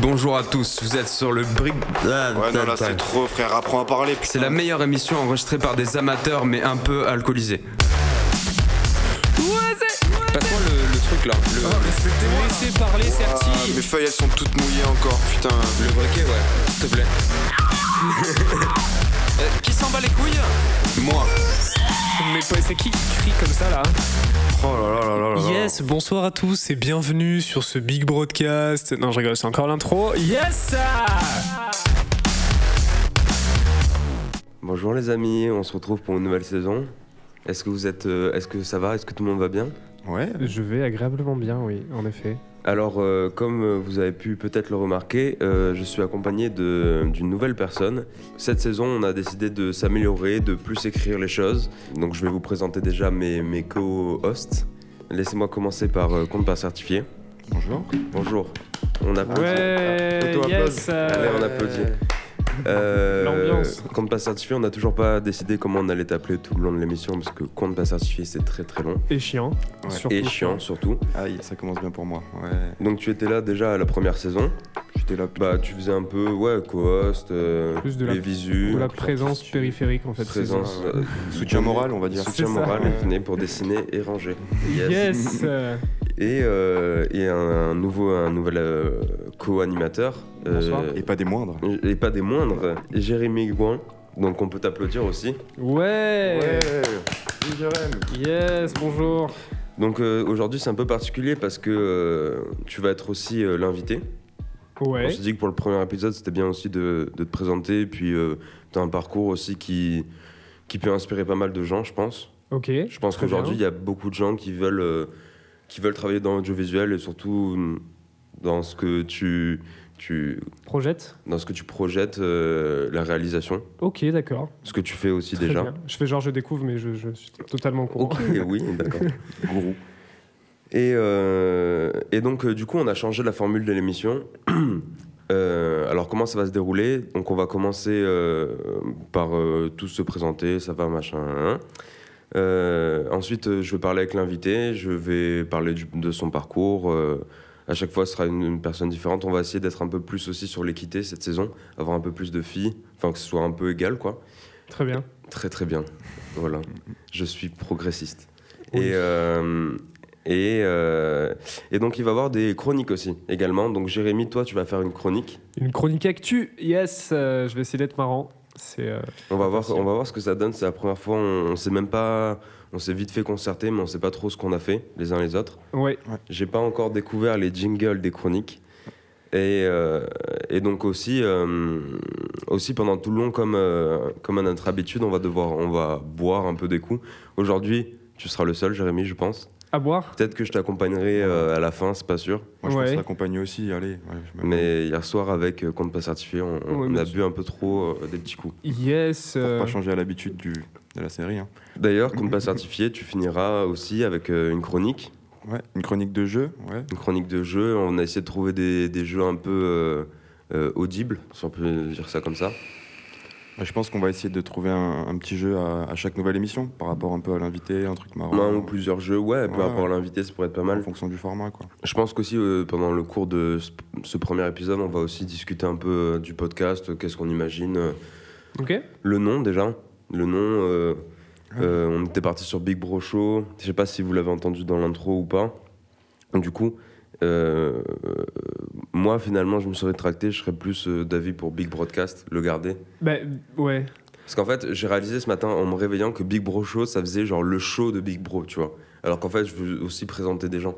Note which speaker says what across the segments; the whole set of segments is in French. Speaker 1: Bonjour à tous, vous êtes sur le brick. Ah,
Speaker 2: Ouais, non, là
Speaker 1: tata.
Speaker 2: c'est trop, frère. Apprends à parler.
Speaker 1: C'est la meilleure émission enregistrée par des amateurs mais un peu alcoolisés. Passe-moi le, le truc là, le,
Speaker 3: Ah,
Speaker 4: Laissez parler
Speaker 2: Ah, mes feuilles, elles sont toutes mouillées encore, putain.
Speaker 1: le briquet, ouais, s'il te plaît.
Speaker 4: Qui s'en bat les couilles
Speaker 1: Moi,
Speaker 4: Mais pas- c'est qui qui crie comme ça là hein
Speaker 2: Oh là là là là là.
Speaker 4: Yes, bonsoir à tous et bienvenue sur ce big broadcast. Non, je rigole, c'est encore l'intro. Yes
Speaker 5: Bonjour les amis, on se retrouve pour une nouvelle saison. Est-ce que vous êtes, euh, est-ce que ça va, est-ce que tout le monde va bien
Speaker 2: Ouais.
Speaker 3: Je vais agréablement bien, oui, en effet.
Speaker 5: Alors, euh, comme euh, vous avez pu peut-être le remarquer, euh, je suis accompagné de- d'une nouvelle personne. Cette saison, on a décidé de s'améliorer, de plus écrire les choses. Donc, je vais vous présenter déjà mes, mes co-hosts. Laissez-moi commencer par euh, compte pas certifié.
Speaker 2: Bonjour.
Speaker 5: Bonjour. On applaudit.
Speaker 3: Ouais, yes euh,
Speaker 5: Allez, on applaudit. Euh,
Speaker 3: L'ambiance.
Speaker 5: Compte pas certifié, on n'a toujours pas décidé comment on allait t'appeler tout le long de l'émission parce que compte pas certifié, c'est très très long
Speaker 3: Et chiant.
Speaker 2: Ouais.
Speaker 3: surtout.
Speaker 5: et chiant surtout.
Speaker 2: Aïe, ça commence bien pour moi. Ouais.
Speaker 5: Donc tu étais là déjà à la première saison.
Speaker 2: J'étais là. putain.
Speaker 5: Bah tu faisais un peu ouais co-host, euh,
Speaker 3: Plus de la-
Speaker 5: les visus,
Speaker 3: Ou la présence périphérique en fait. c'est ça.
Speaker 5: présence, euh,
Speaker 2: Soutien moral, on va dire.
Speaker 5: soutien
Speaker 3: C'est ça.
Speaker 5: moral, et venez pour dessiner et ranger. Yes.
Speaker 3: Yes euh,
Speaker 5: Et, euh, et un, un nouveau un nouvel euh, co-animateur euh,
Speaker 3: Bonsoir.
Speaker 2: Et pas des moindres.
Speaker 5: et, et pas des moindres, Jérémy Gouin. Donc on peut t'applaudir aussi.
Speaker 3: Ouais,
Speaker 2: Jérém.
Speaker 3: Yes, bonjour
Speaker 5: Donc euh, aujourd'hui c'est un peu particulier parce que euh, tu vas être aussi euh, l'invité. On
Speaker 3: Ouais,
Speaker 5: s'est dit que pour le premier épisode, c'était bien aussi de, de te présenter. Et puis, tu as un parcours aussi qui, qui peut inspirer pas mal de gens, je pense.
Speaker 3: ok.
Speaker 5: Je pense
Speaker 3: Très
Speaker 5: qu'aujourd'hui, il
Speaker 3: bien.
Speaker 5: y a beaucoup de gens qui veulent, euh, qui veulent travailler dans l'audiovisuel et surtout mm, dans ce que tu, tu,
Speaker 3: Projette
Speaker 5: dans ce que tu projettes, euh, la réalisation.
Speaker 3: Ok, d'accord.
Speaker 5: Ce que tu fais aussi
Speaker 3: Très
Speaker 5: déjà.
Speaker 3: bien. Je fais genre je découvre, mais je, je suis totalement au courant.
Speaker 5: Ok, oui, d'accord.
Speaker 2: Gourou.
Speaker 5: Et, euh, et donc, euh, du coup, on a changé la formule de l'émission. Euh, alors, comment ça va se dérouler Donc, on va commencer euh, par euh, tous se présenter, ça va, machin. hein. Euh, ensuite, euh, je vais parler avec l'invité, je vais parler du- de son parcours. euh, à chaque fois, ce sera une, une personne différente. On va essayer d'être un peu plus aussi sur l'équité cette saison, avoir un peu plus de filles, enfin que ce soit un peu égal, quoi.
Speaker 3: Très bien.
Speaker 5: Très très bien. Voilà. Je suis progressiste.
Speaker 3: Oui.
Speaker 5: Et, euh, et, euh, et donc il va y avoir des chroniques aussi, également. Donc Jérémy, toi, tu vas faire une chronique.
Speaker 3: Une chronique actu Yes euh, Je vais essayer d'être marrant. C'est euh,
Speaker 5: On va voir, on va voir ce que ça donne. C'est la première fois, on, on sait même pas... On s'est vite fait concerter, mais on sait pas trop ce qu'on a fait les uns les autres.
Speaker 3: Ouais,
Speaker 5: J'ai pas encore découvert les jingles des chroniques. Et, euh, et donc aussi, euh, aussi pendant tout le long, comme, euh, comme à notre habitude, on va devoir on va boire un peu des coups. Aujourd'hui, tu seras le seul, Jérémy, je pense.
Speaker 3: à boire
Speaker 5: Peut-être que je t'accompagnerai euh, à la fin, c'est pas sûr.
Speaker 2: Moi, je
Speaker 3: Ouais.
Speaker 2: pense l'accompagner aussi. Allez. Ouais, je me-
Speaker 5: Mais hier soir, avec euh, Compte pas certifié, on, on
Speaker 3: Ouais, mais
Speaker 5: a
Speaker 3: tu-
Speaker 5: bu un peu trop euh, des petits coups.
Speaker 3: Yes
Speaker 2: Pour
Speaker 3: euh,
Speaker 2: pas changer à l'habitude du... de la série. Hein.
Speaker 5: D'ailleurs, Compte pas certifié, tu finiras aussi avec euh, une chronique.
Speaker 2: Ouais. Une chronique de jeu. Ouais.
Speaker 5: Une chronique de jeu. On a essayé de trouver des, des jeux un peu euh, euh, audibles, si on peut dire ça comme ça.
Speaker 2: Ouais, Bah, Je pense qu'on va essayer de trouver un, un petit jeu à, à chaque nouvelle émission, par rapport un peu à l'invité, un truc marrant.
Speaker 5: Un ou plusieurs jeux, ouais, peu
Speaker 2: Ouais.
Speaker 5: rapport à l'invité, ça pourrait être pas
Speaker 2: En
Speaker 5: mal.
Speaker 2: fonction du format, quoi.
Speaker 5: Je pense qu'aussi, euh, pendant le cours de ce- ce premier épisode, on va aussi discuter un peu euh, du podcast, euh, qu'est-ce qu'on imagine. euh,
Speaker 3: Ok
Speaker 5: le nom, déjà. Le nom, euh, euh, on était parti sur Big Bro Show. Je sais pas si vous l'avez entendu dans l'intro ou pas. Du coup, euh, euh, moi, finalement, je me serais rétracté. Je serais plus euh, d'avis pour Big Broadcast, le garder.
Speaker 3: Bah, ouais.
Speaker 5: Parce qu'en fait, j'ai réalisé ce matin en me réveillant que Big Bro Show, ça faisait genre le show de Big Bro, tu vois. Alors qu'en fait, je veux aussi présenter des gens.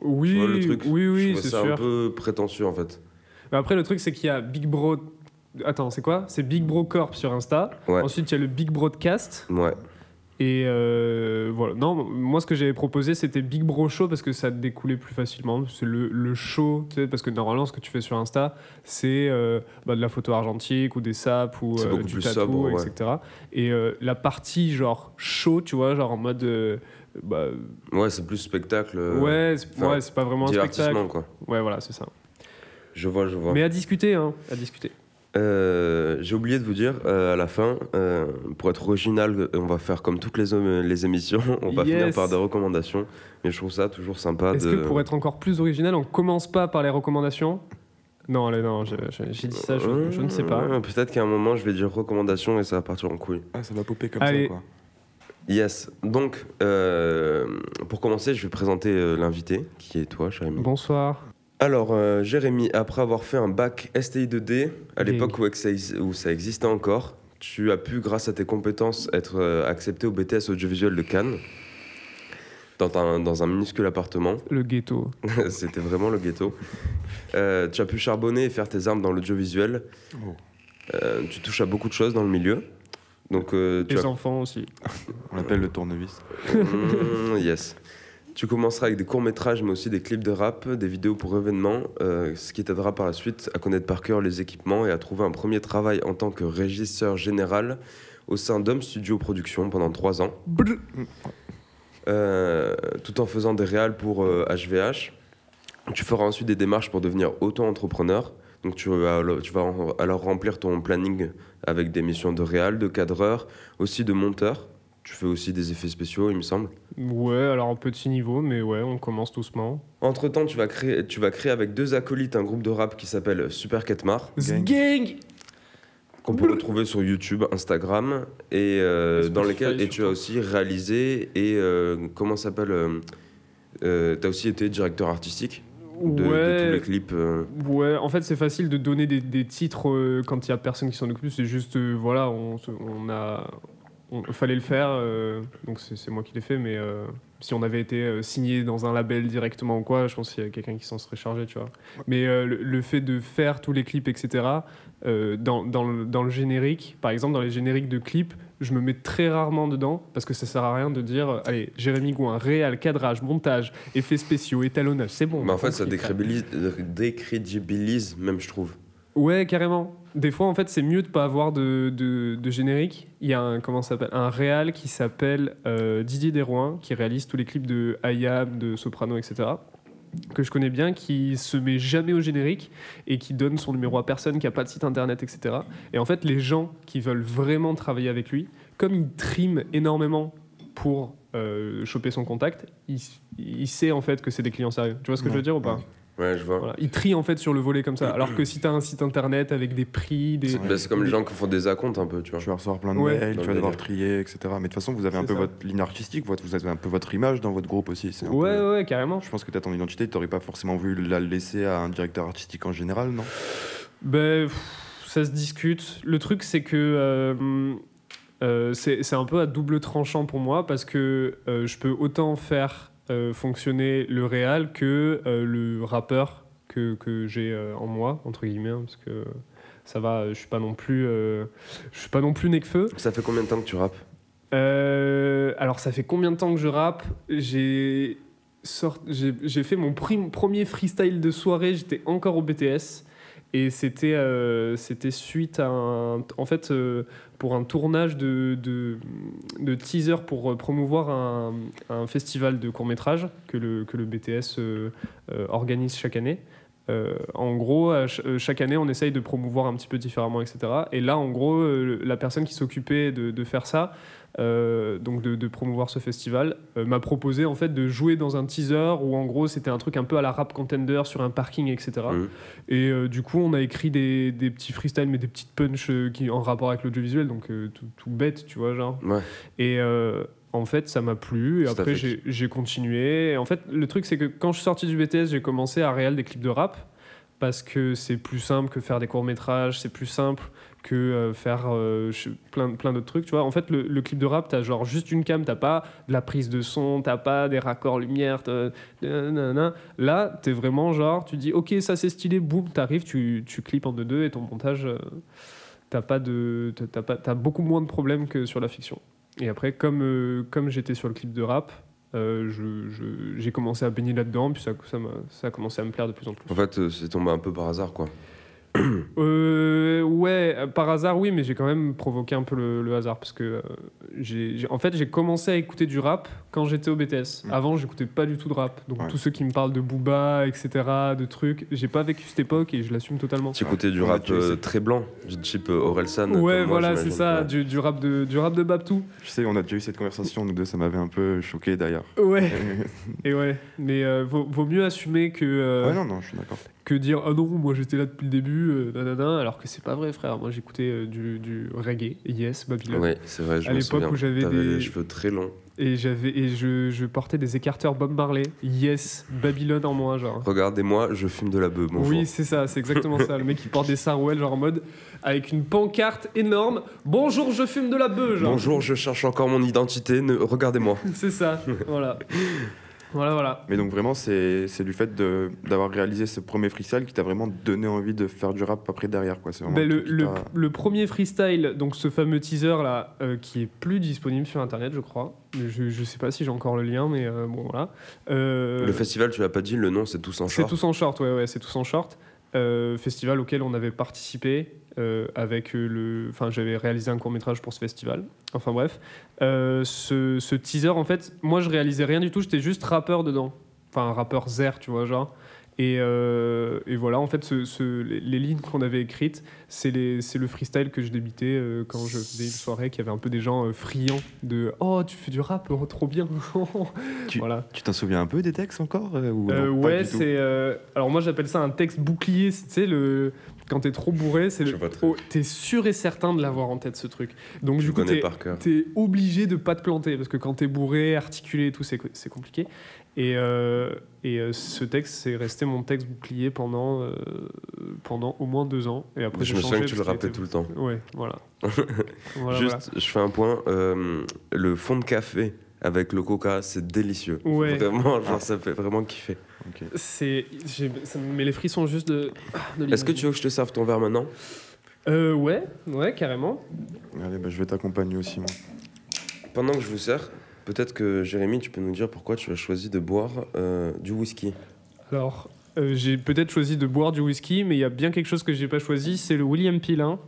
Speaker 3: Oui,
Speaker 5: Tu vois le truc
Speaker 3: oui, oui,
Speaker 5: Je trouvais
Speaker 3: c'est
Speaker 5: ça
Speaker 3: sûr.
Speaker 5: un peu prétentieux en fait.
Speaker 3: Mais après, le truc, c'est qu'il y a Big Bro. Attends, c'est quoi C'est Big Bro Corp sur Insta.
Speaker 5: Ouais.
Speaker 3: Ensuite, il y a le Big Broadcast.
Speaker 5: Ouais.
Speaker 3: Et euh, voilà. Non, moi, ce que j'avais proposé, c'était Big Bro Show parce que ça découlait plus facilement. C'est le, le show, tu sais, parce que normalement, ce que tu fais sur Insta, c'est euh, bah, de la photo argentique ou des sapes ou
Speaker 5: C'est
Speaker 3: euh,
Speaker 5: beaucoup
Speaker 3: du
Speaker 5: plus
Speaker 3: tatou,
Speaker 5: sobre, ouais.
Speaker 3: etc. Et euh, la partie, genre, show, tu vois, genre en mode. euh, bah,
Speaker 5: Ouais, c'est plus spectacle. euh,
Speaker 3: ouais, c'est
Speaker 5: enfin,
Speaker 3: ouais, c'est pas vraiment un spectacle.
Speaker 5: Divertissement quoi.
Speaker 3: Ouais, voilà, c'est ça.
Speaker 5: Je vois, je vois.
Speaker 3: Mais à discuter, hein, à discuter.
Speaker 5: Euh, j'ai oublié de vous dire euh, à la fin, euh, pour être original, on va faire comme toutes les, hommes- les émissions, on va
Speaker 3: Yes.
Speaker 5: finir par des recommandations. Mais je trouve ça toujours sympa
Speaker 3: Est-ce
Speaker 5: de.
Speaker 3: que pour être encore plus original, on commence pas par les recommandations Non, allez, non, je- je- j'ai dit ça, je, je ne sais pas.
Speaker 5: Euh, Peut-être qu'à un moment, je vais dire recommandation et ça va partir en couille.
Speaker 2: Ah, ça va popper comme
Speaker 3: Allez.
Speaker 2: ça, quoi.
Speaker 5: Yes. Donc, euh, pour commencer, je vais présenter euh, l'invité, qui est toi, cher ami.
Speaker 3: Bonsoir.
Speaker 5: Alors, euh, Jérémy, après avoir fait un bac STI2D, à
Speaker 3: Gang.
Speaker 5: l'époque où, ex- où ça existait encore, tu as pu, grâce à tes compétences, être euh, accepté au BTS audiovisuel de Cannes, dans un, dans un minuscule appartement.
Speaker 3: Le ghetto.
Speaker 5: C'était vraiment le ghetto. Euh, tu as pu charbonner et faire tes armes dans l'audiovisuel.
Speaker 2: Oh.
Speaker 5: Euh, tu touches à beaucoup de choses dans le milieu. Donc, euh, tu
Speaker 3: Les
Speaker 5: as-
Speaker 3: enfants aussi.
Speaker 2: On l'appelle le tournevis.
Speaker 5: Mm, yes. Tu commenceras avec des courts-métrages, mais aussi des clips de rap, des vidéos pour événements, euh, ce qui t'aidera par la suite à connaître par cœur les équipements et à trouver un premier travail en tant que régisseur général au sein d'Home Studio Production pendant trois ans, Euh, tout en faisant des réals pour euh, HVH. Tu feras ensuite des démarches pour devenir auto-entrepreneur. Donc tu vas, tu vas en- alors remplir ton planning avec des missions de réal, de cadreur, aussi de monteur. Tu fais aussi des effets spéciaux, il me semble.
Speaker 3: Ouais, alors un petit niveau, mais ouais, on commence doucement.
Speaker 5: Entre temps, tu vas, créer, tu vas créer avec deux acolytes un groupe de rap qui s'appelle Super Ketmar,
Speaker 2: Gang.
Speaker 3: Gang
Speaker 5: qu'on peut retrouver sur YouTube, Instagram, et, euh,
Speaker 3: Et
Speaker 5: dans
Speaker 3: Spotify
Speaker 5: lesquels. Et tu as
Speaker 3: surtout.
Speaker 5: aussi réalisé et. euh, comment ça s'appelle euh, euh, T'as aussi été directeur artistique de, de tous les
Speaker 3: Ouais.
Speaker 5: clips. euh.
Speaker 3: Ouais, en fait, c'est facile de donner des, des titres euh, quand il y a personne qui s'en occupe. C'est juste, euh, voilà, on, se- on a. On, fallait le faire, euh, donc c'est c'est moi qui l'ai fait, mais euh, si on avait été euh, signé dans un label directement ou quoi, je pense qu'il y a quelqu'un qui s'en serait chargé, tu vois. Mais euh, le, le fait de faire tous les clips, etc., euh, dans, dans le, dans le générique, par exemple, dans les génériques de clips, je me mets très rarement dedans parce que ça sert à rien de dire, euh, allez, Jérémy Gouin, réal, cadrage, montage, effets spéciaux, étalonnage, Oh, c'est bon. on
Speaker 5: Mais
Speaker 3: a
Speaker 5: Bah, en fait, ça
Speaker 3: compris, quoi.
Speaker 5: décrédibilise, décrédibilise même, je trouve.
Speaker 3: Ouais, carrément. Des fois, en fait, c'est mieux de pas avoir de, de, de générique. Il y a un, comment ça s'appelle un réal qui s'appelle euh, Didier Derouin, qui réalise tous les clips de Ayam, de Soprano, etc. Que je connais bien, qui se met jamais au générique et qui donne son numéro à personne, qui a pas de site internet, etc. Et en fait, les gens qui veulent vraiment travailler avec lui, comme il trime énormément pour euh, choper son contact, il, il sait en fait que c'est des clients sérieux. Tu vois ce que je veux dire ou pas
Speaker 5: Ouais, je vois.
Speaker 3: voilà. Ils trient en fait sur le volet comme ça. Alors que si t'as un site internet avec des prix, des.
Speaker 5: Bah, c'est comme les gens qui font des acomptes un peu, tu vois.
Speaker 2: Tu vas recevoir plein de
Speaker 3: Ouais.
Speaker 2: mails,
Speaker 5: Dans
Speaker 2: tu
Speaker 5: le
Speaker 2: vas devoir
Speaker 5: délire.
Speaker 2: trier, etc. Mais de toute façon, vous avez un
Speaker 3: C'est
Speaker 2: peu
Speaker 3: ça.
Speaker 2: votre ligne artistique, votre- vous avez un peu votre image dans votre groupe aussi. c'est un peu-
Speaker 3: Ouais, ouais, carrément.
Speaker 2: Je pense que tu as ton identité, tu n'aurais pas forcément voulu la laisser à un directeur artistique en général, non
Speaker 3: Ben, pff, ça se discute. Le truc, c'est que euh, euh, c'est c'est un peu à double tranchant pour moi parce que euh, je peux autant faire euh, fonctionner le réal que euh, le rappeur que, que j'ai euh, en moi, entre guillemets, hein, parce que ça va, je suis pas non plus, euh, je suis pas non plus Necfeu.
Speaker 5: Ça fait combien de temps que tu rappes
Speaker 3: Euh, alors, ça fait combien de temps que je rappe J'ai sort- j'ai- j'ai fait mon prim- premier freestyle de soirée, j'étais encore au BTS. Et c'était euh, c'était suite à un. En fait, euh, pour un tournage de, de, de teaser pour euh, promouvoir un, un festival de court-métrage que le, que le BTS euh, euh, organise chaque année. Euh, en gros, à ch- euh, chaque année, on essaye de promouvoir un petit peu différemment, etc. Et là, en gros, euh, la personne qui s'occupait de, de faire ça, euh, donc de, de promouvoir ce festival, euh, m'a proposé en fait de jouer dans un teaser où en gros c'était un truc un peu à la rap contender sur un parking, etc.
Speaker 5: Mhm.
Speaker 3: Et euh, du coup, on a écrit des, des petits freestyles, mais des petites punches euh, qui en rapport avec l'audiovisuel, donc euh, tout, tout bête, tu vois, genre.
Speaker 5: Ouais.
Speaker 3: Et euh, en fait, ça m'a plu. Et
Speaker 5: Ça t'a
Speaker 3: après,
Speaker 5: fait
Speaker 3: j'ai j'ai continué. Et en fait, le truc, c'est que quand je suis sorti du BTS, j'ai commencé à réal des clips de rap. Parce que c'est plus simple que faire des courts-métrages, c'est plus simple que euh, faire euh, je- plein, plein d'autres trucs. Tu vois, en fait, le, le clip de rap, t'as genre juste une cam, t'as pas de la prise de son, t'as pas des raccords lumière. t'as- nanana. Là, t'es vraiment genre, tu dis, ok, ça c'est stylé, boum, t'arrives, tu, tu clips en 2-2 et ton montage, euh, t'as pas de, t'as- t'as pas, t'as beaucoup moins de problèmes que sur la fiction. Et après, comme, euh, comme j'étais sur le clip de rap, euh, je- je- j'ai commencé à baigner là-dedans, puis ça, ça, m'a- ça a commencé à me plaire de plus en plus.
Speaker 5: En fait, euh, c'est tombé un peu par hasard, quoi.
Speaker 3: Euh, ouais, euh, par hasard, oui, mais j'ai quand même provoqué un peu le, le hasard parce que euh, j'ai, j'ai- en fait, j'ai commencé à écouter du rap quand j'étais au BTS.
Speaker 2: Mm.
Speaker 3: Avant, j'écoutais pas du tout de rap. Donc,
Speaker 2: Ouais.
Speaker 3: tous ceux qui me parlent de Booba, etc., de trucs, j'ai pas vécu cette époque et je l'assume totalement.
Speaker 5: Tu écoutais du
Speaker 2: Ouais,
Speaker 5: rap
Speaker 2: tu sais.
Speaker 5: euh, très blanc, du type euh, Orelsan. comme
Speaker 3: Ouais,
Speaker 5: moi,
Speaker 3: voilà, c'est
Speaker 5: j'imagine.
Speaker 3: ça,
Speaker 5: Ouais.
Speaker 3: du, du rap de, du rap de Babtou.
Speaker 2: Je sais, on a déjà eu cette conversation, nous deux, ça m'avait un peu choqué d'ailleurs.
Speaker 3: Ouais.
Speaker 2: Euh,
Speaker 3: Et ouais, mais euh, vaut, vaut mieux assumer que. euh,
Speaker 2: Ouais, non, non, je suis d'accord.
Speaker 3: que dire ah non moi j'étais là depuis le début euh, nanana alors que c'est pas vrai frère moi j'écoutais euh, du, du reggae yes Babylone
Speaker 5: Ouais, c'est vrai, je
Speaker 3: À
Speaker 5: me
Speaker 3: l'époque
Speaker 5: souviens.
Speaker 3: où j'avais
Speaker 5: T'avais
Speaker 3: des-
Speaker 5: les cheveux très longs.
Speaker 3: et j'avais et je, je portais des écarteurs Bob Marley yes Babylone en moi genre
Speaker 5: Regardez-moi, je fume de la beuh, bonjour.
Speaker 3: Oui, c'est ça, c'est exactement ça. Le mec qui porte des sarouels, genre en mode, avec une pancarte énorme. Bonjour, je fume de la beuh, genre.
Speaker 5: bonjour, je cherche encore mon identité, ne... regardez-moi.
Speaker 3: C'est ça, voilà. Voilà, voilà.
Speaker 2: Mais donc vraiment, c'est c'est du fait de- d'avoir réalisé ce premier freestyle qui t'a vraiment donné envie de faire du rap après derrière. quoi. C'est vraiment
Speaker 3: Ben,
Speaker 2: un
Speaker 3: le,
Speaker 2: truc qui
Speaker 3: le-
Speaker 2: t'a-
Speaker 3: le premier freestyle, donc ce fameux teaser là, euh, qui est plus disponible sur internet, je crois. Je, je sais pas si j'ai encore le lien, mais euh, bon, voilà. Euh,
Speaker 5: Le festival, tu l'as pas dit, le nom c'est Tous en
Speaker 3: C'est
Speaker 5: Short.
Speaker 3: tous en short, ouais, ouais, c'est tous en short. Euh, festival auquel on avait participé euh, avec euh, le. Enfin, j'avais réalisé un court métrage pour ce festival. Enfin, bref. Euh, ce, ce teaser, en fait, moi je réalisais rien du tout, j'étais juste rappeur dedans. Enfin, rappeur zer, tu vois, genre. Et, euh, et voilà, en fait, ce- ce- les, les lignes qu'on avait écrites, c'est les- c'est le freestyle que je débitais euh, quand je faisais une soirée, qu'il y avait un peu des gens euh, friands de Oh, tu fais du rap, oh, trop bien. voilà.
Speaker 2: Tu t'en souviens un peu des textes encore euh, ou
Speaker 3: Euh,
Speaker 2: non, pas
Speaker 3: ouais,
Speaker 2: du tout
Speaker 3: c'est. euh, alors moi j'appelle ça un texte bouclier, c'est- tu sais, le... quand t'es trop bourré, c'est
Speaker 5: Je
Speaker 3: le.
Speaker 5: vois très
Speaker 3: Oh, t'es sûr et certain de l'avoir en tête ce truc. Donc
Speaker 5: Je
Speaker 3: du coup,
Speaker 5: connais
Speaker 3: t'es,
Speaker 5: par cœur.
Speaker 3: t'es obligé de pas te planter parce que quand t'es bourré, articulé et tout, c'est, co- c'est compliqué. Et, euh, et euh, ce texte, c'est resté mon texte bouclier pendant, euh, pendant au moins deux ans. Et après,
Speaker 5: Je
Speaker 3: j'ai
Speaker 5: me souviens que
Speaker 3: changé
Speaker 5: tu le
Speaker 3: parce qu'il
Speaker 5: rappelais tout le temps.
Speaker 3: était- Ouais, voilà. Voilà,
Speaker 5: Juste,
Speaker 3: voilà.
Speaker 5: je fais un point. euh, le fond de café avec le coca, c'est délicieux.
Speaker 3: Ouais.
Speaker 5: Vraiment, genre, ça fait vraiment kiffer.
Speaker 3: C'est, j'ai- ça me met les frissons juste de. de
Speaker 5: Est-ce que
Speaker 3: l'imaginer.
Speaker 5: tu veux que je te serve ton verre maintenant
Speaker 3: Euh, ouais, ouais, carrément.
Speaker 2: Allez, bah, je vais t'accompagner aussi. Moi.
Speaker 5: Pendant que je vous sers, peut-être que Jérémy, tu peux nous dire pourquoi tu as choisi de boire euh, du whisky.
Speaker 3: Alors, euh, j'ai peut-être choisi de boire du whisky, mais il y a bien quelque chose que j'ai pas choisi, c'est le William Peel. hein.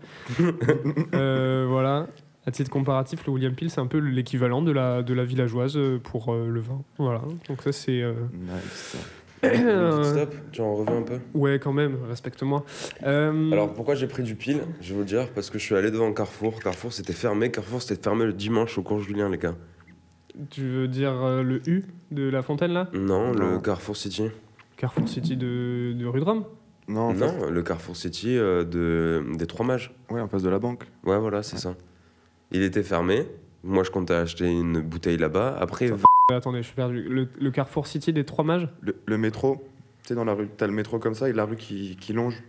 Speaker 3: Euh, voilà. À titre comparatif, le William Peel, c'est un peu l'équivalent de la, de la villageoise euh, pour euh, le vin. Voilà. Donc ça, c'est... euh,
Speaker 2: Nice.
Speaker 5: Une petite Stop, tu en reviens un peu
Speaker 3: Ouais, quand même, respecte-moi. Euh,
Speaker 5: Alors pourquoi j'ai pris du pile Je vais vous dire parce que je suis allé devant Carrefour. Carrefour c'était fermé. Carrefour c'était fermé le dimanche au cours Julien les gars.
Speaker 3: Tu veux dire euh, le U de la fontaine, là
Speaker 5: Non, le
Speaker 2: Non.
Speaker 5: Carrefour City.
Speaker 3: Carrefour City de, de rue de Rome
Speaker 2: Non, en Face,
Speaker 5: non, le Carrefour City euh, de des Trois Mages.
Speaker 2: ouais, en face de la banque.
Speaker 5: Ouais voilà c'est ça. Il était fermé. Moi je comptais acheter une bouteille là-bas. Après
Speaker 2: Putain.
Speaker 3: Euh, Attendez, je suis perdu. Le, le Carrefour City des Trois Mages
Speaker 2: Le, le métro, tu sais, dans la rue, t'as le métro comme ça et la rue qui, qui longe.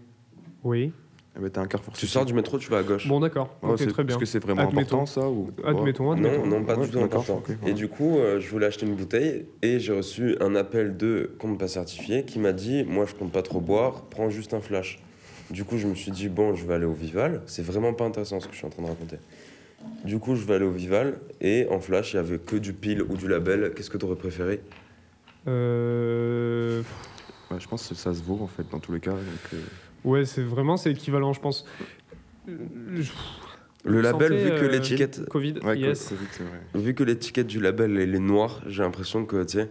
Speaker 3: Oui.
Speaker 2: Eh ben, t'as un carrefour.
Speaker 5: tu sors du métro tu vas à gauche.
Speaker 3: Bon, d'accord.
Speaker 2: Ouais,
Speaker 3: ok,
Speaker 2: c'est-
Speaker 3: très bien.
Speaker 2: Est-ce que c'est vraiment
Speaker 3: Admettons.
Speaker 2: important ça ou...
Speaker 3: Admettons, hein. admettons.
Speaker 5: Non, non, pas
Speaker 2: Ouais,
Speaker 5: du tout
Speaker 2: Ah, d'accord,
Speaker 5: important.
Speaker 2: ok,
Speaker 5: Et
Speaker 2: voilà.
Speaker 5: du coup, euh, je voulais acheter une bouteille et j'ai reçu un appel de compte pas certifié qui m'a dit Moi, je compte pas trop boire, prends juste un flash. Du coup, je me suis dit Bon, je vais aller au Vival. C'est vraiment pas intéressant ce que je suis en train de raconter. Du coup, je vais aller au Vival et en flash, il y avait que du pile ou du label. Qu'est-ce que t'aurais préféré
Speaker 3: Euh,
Speaker 2: Ouais, je pense que ça se vaut en fait dans tous les cas. donc, euh,
Speaker 3: Ouais, c'est vraiment c'est équivalent, je pense. Euh, je-
Speaker 5: Le label,
Speaker 3: santé,
Speaker 5: vu que
Speaker 3: euh,
Speaker 5: l'étiquette.
Speaker 3: Covid,
Speaker 2: Ouais, co-
Speaker 3: yes.
Speaker 2: Covid, c'est vrai.
Speaker 5: Vu que l'étiquette du label elle est noire, j'ai l'impression que, tu sais,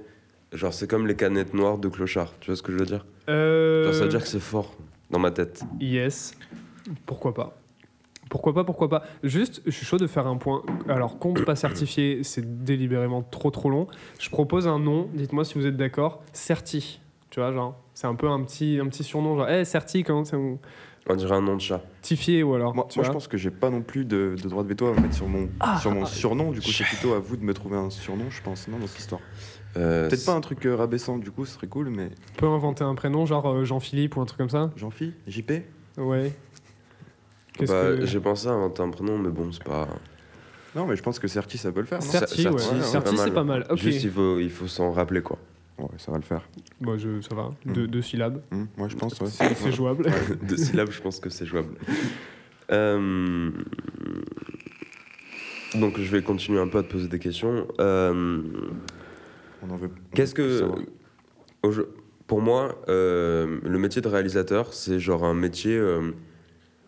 Speaker 5: genre c'est comme les canettes noires de Clochard. Tu vois ce que je veux dire
Speaker 3: Euh,
Speaker 5: Genre, Ça veut dire que c'est fort dans ma tête.
Speaker 3: Yes. Pourquoi pas Pourquoi pas Pourquoi pas Juste, je suis chaud de faire un point. Alors, compte pas certifié, c'est délibérément trop trop long. Je propose un nom. Dites-moi si vous êtes d'accord. Certi. Tu vois, genre, c'est un peu un petit un petit surnom, genre, hey, Certi, comment ça vous
Speaker 5: On dirait un nom de chat.
Speaker 3: Tifié ou alors.
Speaker 2: Moi,
Speaker 3: tu
Speaker 2: moi, je
Speaker 3: vois.
Speaker 2: pense que j'ai pas non plus de, de droit de veto en fait, sur, mon, sur mon surnom. Du coup, c'est plutôt à vous de me trouver un surnom, je pense, non, dans cette histoire.
Speaker 5: Euh,
Speaker 2: Peut-être
Speaker 3: hein.
Speaker 2: pas un truc euh, rabaissant, du coup, ce serait cool, mais
Speaker 3: On peut inventer un prénom, genre euh, Jean-Philippe ou un truc comme ça.
Speaker 2: Jean-Phi, JP
Speaker 3: Ouais. Qu'est-ce
Speaker 5: bah,
Speaker 3: que-
Speaker 5: J'ai pensé à inventer un prénom, mais bon, c'est pas.
Speaker 2: Non, mais je pense que Certi, ça peut le faire. non
Speaker 3: Certi,
Speaker 5: Cer-
Speaker 3: ouais.
Speaker 5: Certi,
Speaker 3: Certi, c'est pas mal. Ok.
Speaker 5: Juste, il faut, il faut s'en rappeler, quoi.
Speaker 2: Ouais, ça va le faire.
Speaker 3: Bon, je, ça va. Deux,
Speaker 2: Mm.
Speaker 3: deux syllabes.
Speaker 2: Hum, moi, je pense, ouais.
Speaker 3: C'est c'est jouable.
Speaker 5: Deux syllabes, je pense que c'est jouable. Euh, Donc, je vais continuer un peu à te poser des questions. Euh,
Speaker 2: On en veut.
Speaker 5: Qu'est-ce que.
Speaker 2: savoir.
Speaker 5: au jeu- Pour moi, euh, le métier de réalisateur, c'est genre un métier euh,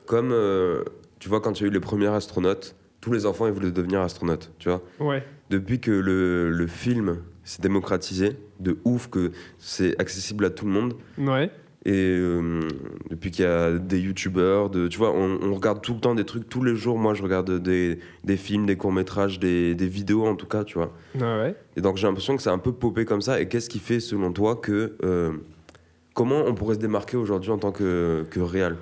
Speaker 5: comme. euh, tu vois, quand il y a eu les premiers astronautes, tous les enfants, ils voulaient devenir astronautes, tu vois.
Speaker 3: Ouais.
Speaker 5: depuis que le, le film s'est démocratisé, de ouf que c'est accessible à tout le monde,
Speaker 3: Ouais.
Speaker 5: et euh, depuis qu'il y a des youtubeurs, de, tu vois, on, on regarde tout le temps des trucs, tous les jours, moi je regarde des, des films, des courts-métrages, des, des vidéos en tout cas, tu vois.
Speaker 3: Ouais, ouais.
Speaker 5: Et donc j'ai l'impression que c'est un peu popé comme ça, et qu'est-ce qui fait selon toi que euh, Comment on pourrait se démarquer aujourd'hui en tant que, que réal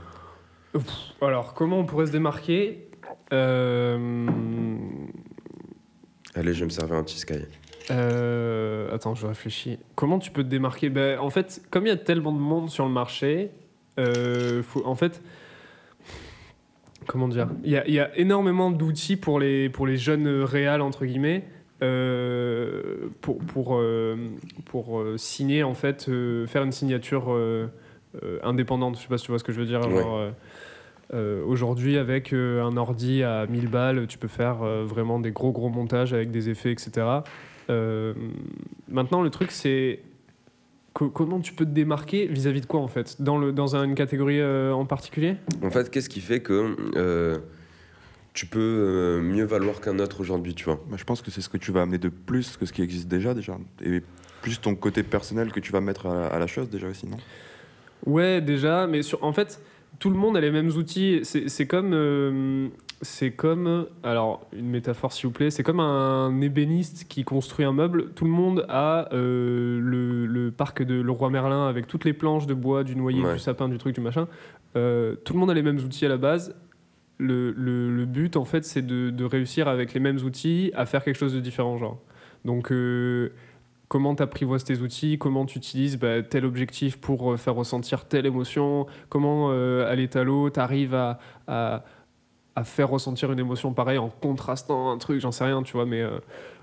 Speaker 3: Alors, comment on pourrait se démarquer Euh,
Speaker 5: Allez, je vais me servir un petit sky.
Speaker 3: euh, Attends, je réfléchis. Comment tu peux te démarquer Ben, En fait, comme il y a tellement de monde sur le marché, euh, faut- en fait. Comment dire Il y a, il y a énormément d'outils pour les, pour les jeunes euh, réals, entre guillemets. euh, pour pour, euh, pour euh, signer en fait euh, faire une signature euh, euh, indépendante je sais pas si tu vois ce que je veux dire genre,
Speaker 5: Ouais.
Speaker 3: euh, Euh, Aujourd'hui, avec euh, un ordi à 1000 balles, tu peux faire euh, vraiment des gros gros montages avec des effets, etc. Euh, maintenant, le truc, c'est co- comment tu peux te démarquer vis-à-vis de quoi en fait Dans, le, dans un- une catégorie euh, en particulier
Speaker 5: En fait, qu'est-ce qui fait que euh, tu peux euh, mieux valoir qu'un autre aujourd'hui, tu vois
Speaker 2: Moi, Bah, je pense que c'est ce que tu vas amener de plus que ce qui existe déjà, déjà. Et plus ton côté personnel que tu vas mettre à, à la chose, déjà aussi, non
Speaker 3: Ouais, déjà, mais sur, en fait, tout le monde a les mêmes outils. C'est c'est comme. euh, c'est comme. Alors, une métaphore, s'il vous plaît. C'est comme un ébéniste qui construit un meuble. Tout le monde a euh, le, le parc de Leroy Merlin avec toutes les planches de bois, du noyer,
Speaker 5: Ouais.
Speaker 3: du sapin, du truc, du machin. Euh, tout le monde a les mêmes outils à la base. Le, le- le but, en fait, c'est de, de réussir avec les mêmes outils à faire quelque chose de différent, genre. Donc. euh, comment tu apprivoises tes outils, comment tu utilises bah, tel objectif pour euh, faire ressentir telle émotion, comment euh, à l'étalot tu arrives à, à- à faire ressentir une émotion pareille en contrastant un truc, j'en sais rien, tu vois, mais euh,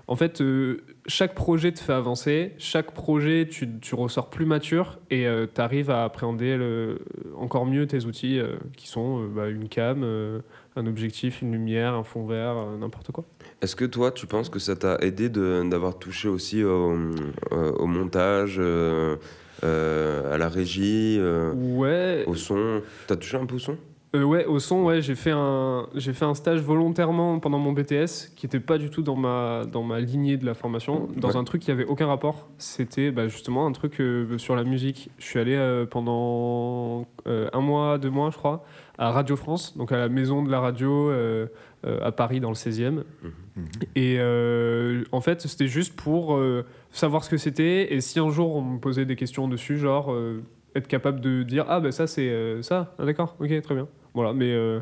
Speaker 3: en fait, euh, chaque projet te fait avancer, chaque projet tu, tu ressors plus mature et tu arrives à appréhender le- euh, encore mieux tes outils euh, qui sont euh, bah, une cam, euh, un objectif, une lumière, un fond vert, euh, n'importe quoi.
Speaker 5: Est-ce que toi, tu penses que ça t'a aidé de- d'avoir touché aussi au, euh, au montage, euh, euh, à la régie, euh,
Speaker 3: Ouais.
Speaker 5: au son T'as touché un peu au son
Speaker 3: Euh, ouais, au son, ouais, j'ai fait un j'ai fait un stage volontairement pendant mon BTS qui était pas du tout dans ma dans ma lignée de la formation, dans
Speaker 5: Ouais.
Speaker 3: un truc qui avait aucun rapport. C'était bah, justement un truc euh, sur la musique. Je suis allé euh, pendant euh, un mois, deux mois, je crois, à Radio France, donc à la maison de la radio euh, euh, à Paris dans le 16e.
Speaker 2: Mhm.
Speaker 3: Et euh, en fait, c'était juste pour euh, savoir ce que c'était et si un jour on me posait des questions dessus, genre euh, être capable de dire ah ben ça c'est euh, ça, Ah, d'accord, ok, très bien. Voilà, mais euh,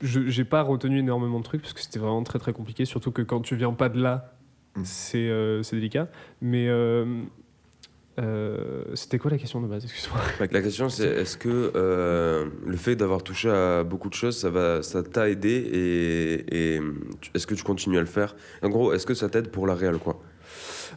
Speaker 3: je j'ai pas retenu énormément de trucs parce que c'était vraiment très très compliqué, surtout que quand tu viens pas de là,
Speaker 2: Mm.
Speaker 3: c'est euh, c'est délicat. Mais euh, euh, c'était quoi la question de base Excuse-moi.
Speaker 5: La question, c'est est-ce que euh, le fait d'avoir touché à beaucoup de choses, ça va, ça t'a aidé et, et, tu- est-ce que tu continues à le faire En gros, est-ce que ça t'aide pour la réelle, quoi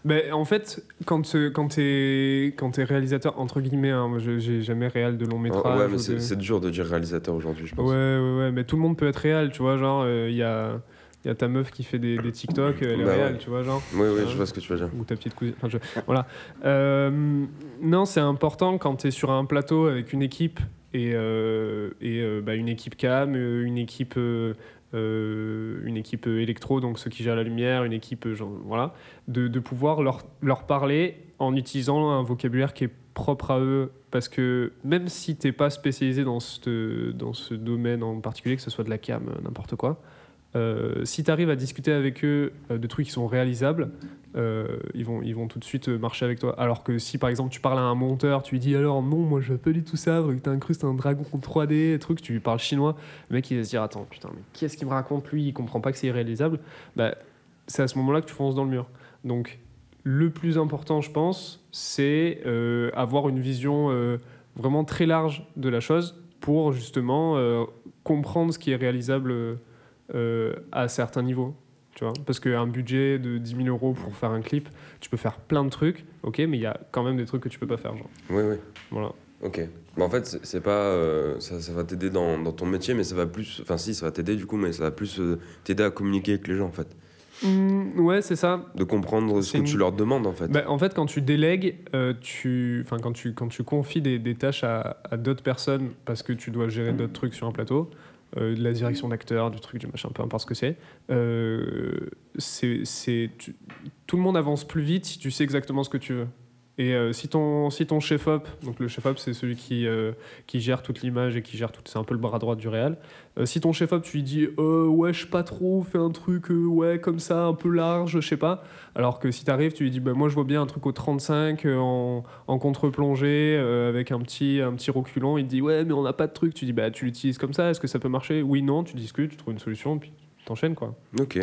Speaker 3: Ben, en fait, quand, euh, quand t'es quand es réalisateur, entre guillemets, hein, moi, je- j'ai jamais réel de long métrage.
Speaker 5: Oh, Ouais, mais
Speaker 3: ou
Speaker 5: c'est
Speaker 3: de-
Speaker 5: c'est dur de dire réalisateur aujourd'hui, je
Speaker 3: Ouais,
Speaker 5: pense.
Speaker 3: ouais, ouais, mais tout le monde peut être réel, tu vois, genre, il y, a, y a ta meuf qui fait des, des TikTok, euh, elle est
Speaker 5: Bah
Speaker 3: réelle,
Speaker 5: ouais.
Speaker 3: tu vois, genre,
Speaker 5: Oui, oui, je vois ce que tu veux dire.
Speaker 3: ou ta petite cousine, enfin, je- voilà. Euh, non, c'est important quand tu es sur un plateau avec une équipe, et, euh, et euh, bah, une équipe cam, euh, une équipe, euh, euh, une équipe électro, donc ceux qui gèrent la lumière, une équipe, euh, genre, voilà, de, de pouvoir leur, leur parler en utilisant un vocabulaire qui est propre à eux. Parce que même si t'es pas spécialisé dans ce, dans ce domaine en particulier, que ce soit de la cam, euh, n'importe quoi, euh, si tu arrives à discuter avec eux euh, de trucs qui sont réalisables, euh, ils, vont, ils vont tout de suite euh, marcher avec toi. Alors que si par exemple tu parles à un monteur, tu lui dis alors non, moi je veux pas du tout ça, faudrait que t'incrustes un dragon en 3D, truc, tu lui parles chinois, le mec il va se dire attends, putain, mais qu'est-ce qu'il me raconte lui, il comprend pas que c'est irréalisable. Bah, c'est à ce moment-là que tu fonces dans le mur. Donc le plus important, je pense, c'est euh, avoir une vision euh, vraiment très large de la chose pour justement euh, comprendre ce qui est réalisable euh, à certains niveaux. Tu vois Parce qu'un budget de 10 000 euros pour faire un clip, tu peux faire plein de trucs, ok, mais il y a quand même des trucs que tu peux pas faire. Genre.
Speaker 5: Oui, oui.
Speaker 3: Voilà.
Speaker 5: Ok. Mais en fait, c'est- c'est pas. euh, ça, ça va t'aider dans, dans ton métier, mais ça va plus. Enfin, si, ça va t'aider du coup, mais ça va plus euh, t'aider à communiquer avec les gens en fait.
Speaker 3: Mm, ouais, c'est ça.
Speaker 5: De comprendre
Speaker 3: C'est
Speaker 5: ce que
Speaker 3: une-
Speaker 5: tu leur demandes en fait.
Speaker 3: Bah, en fait, quand tu délègues, euh, tu, enfin, quand tu, quand tu confies des, des tâches à, à d'autres personnes parce que tu dois gérer d'autres trucs sur un plateau, euh, de la direction d'acteur, du truc, du machin, peu importe ce que c'est, euh, c'est, c'est- tu- tout le monde avance plus vite si tu sais exactement ce que tu veux. Et euh, si ton, si ton chef-op, donc le chef-op c'est celui qui, euh, qui gère toute l'image et qui gère tout, c'est un peu le bras droit du réel. Euh, si ton chef-op tu lui dis euh, ouais je sais pas trop, fais un truc euh, ouais comme ça un peu large, je sais pas. Alors que si t'arrives tu lui dis bah, moi je vois bien un truc au 35 euh, en, en contre-plongée euh, avec un petit, un petit reculon, il te dit ouais mais on n'a pas de truc. Tu dis bah tu l'utilises comme ça, est-ce que ça peut marcher Oui non, tu discutes, tu trouves une solution puis t'enchaînes quoi.
Speaker 5: Ok.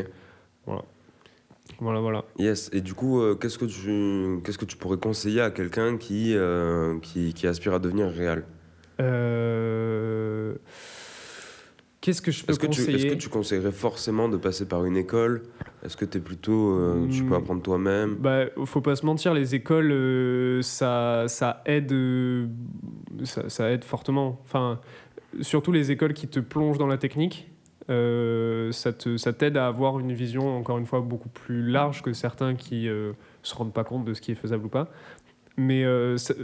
Speaker 3: Voilà voilà.
Speaker 5: Yes. Et du coup, euh, qu'est-ce que tu qu'est-ce que tu pourrais conseiller à quelqu'un qui, euh, qui qui aspire à devenir réel
Speaker 3: Euh, Qu'est-ce que je peux
Speaker 5: Est-ce que, tu,
Speaker 3: conseiller
Speaker 5: est-ce que tu conseillerais forcément de passer par une école Est-ce que t'es plutôt. euh, Tu peux
Speaker 3: Hmm.
Speaker 5: apprendre toi-même
Speaker 3: Bah, faut pas se mentir, les écoles, euh, ça, ça aide, euh, ça, ça aide fortement. Enfin, surtout les écoles qui te plongent dans la technique, euh, ça te, ça t'aide à avoir une vision encore une fois beaucoup plus large que certains qui euh, se rendent pas compte de ce qui est faisable ou pas. Mais euh, ça,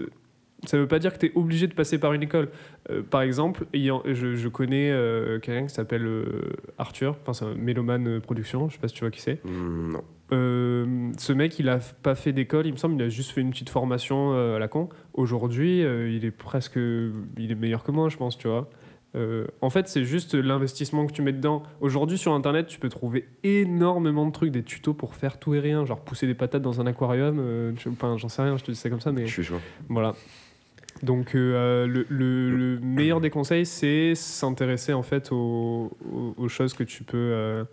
Speaker 3: ça veut pas dire que tu es obligé de passer par une école. Euh, par exemple, ayant- je, je connais euh, quelqu'un qui s'appelle euh, Arthur, enfin c'est un méloman euh, production, je sais pas si tu vois qui c'est.
Speaker 5: Hmm, Non.
Speaker 3: Euh, ce mec, il a pas fait d'école, il me semble, il a juste fait une petite formation euh, à la con. Aujourd'hui, euh, il est presque, il est meilleur que moi, je pense, tu vois. Euh, en fait, c'est juste l'investissement que tu mets dedans. Aujourd'hui, sur Internet, tu peux trouver énormément de trucs, des tutos pour faire tout et rien, genre pousser des patates dans un aquarium. euh, je- enfin, j'en sais rien, je te dis ça comme ça, mais
Speaker 5: Je suis chaud.
Speaker 3: voilà. Donc euh, euh, le, le- le meilleur des conseils, c'est s'intéresser en fait aux, aux- aux choses que tu peux euh,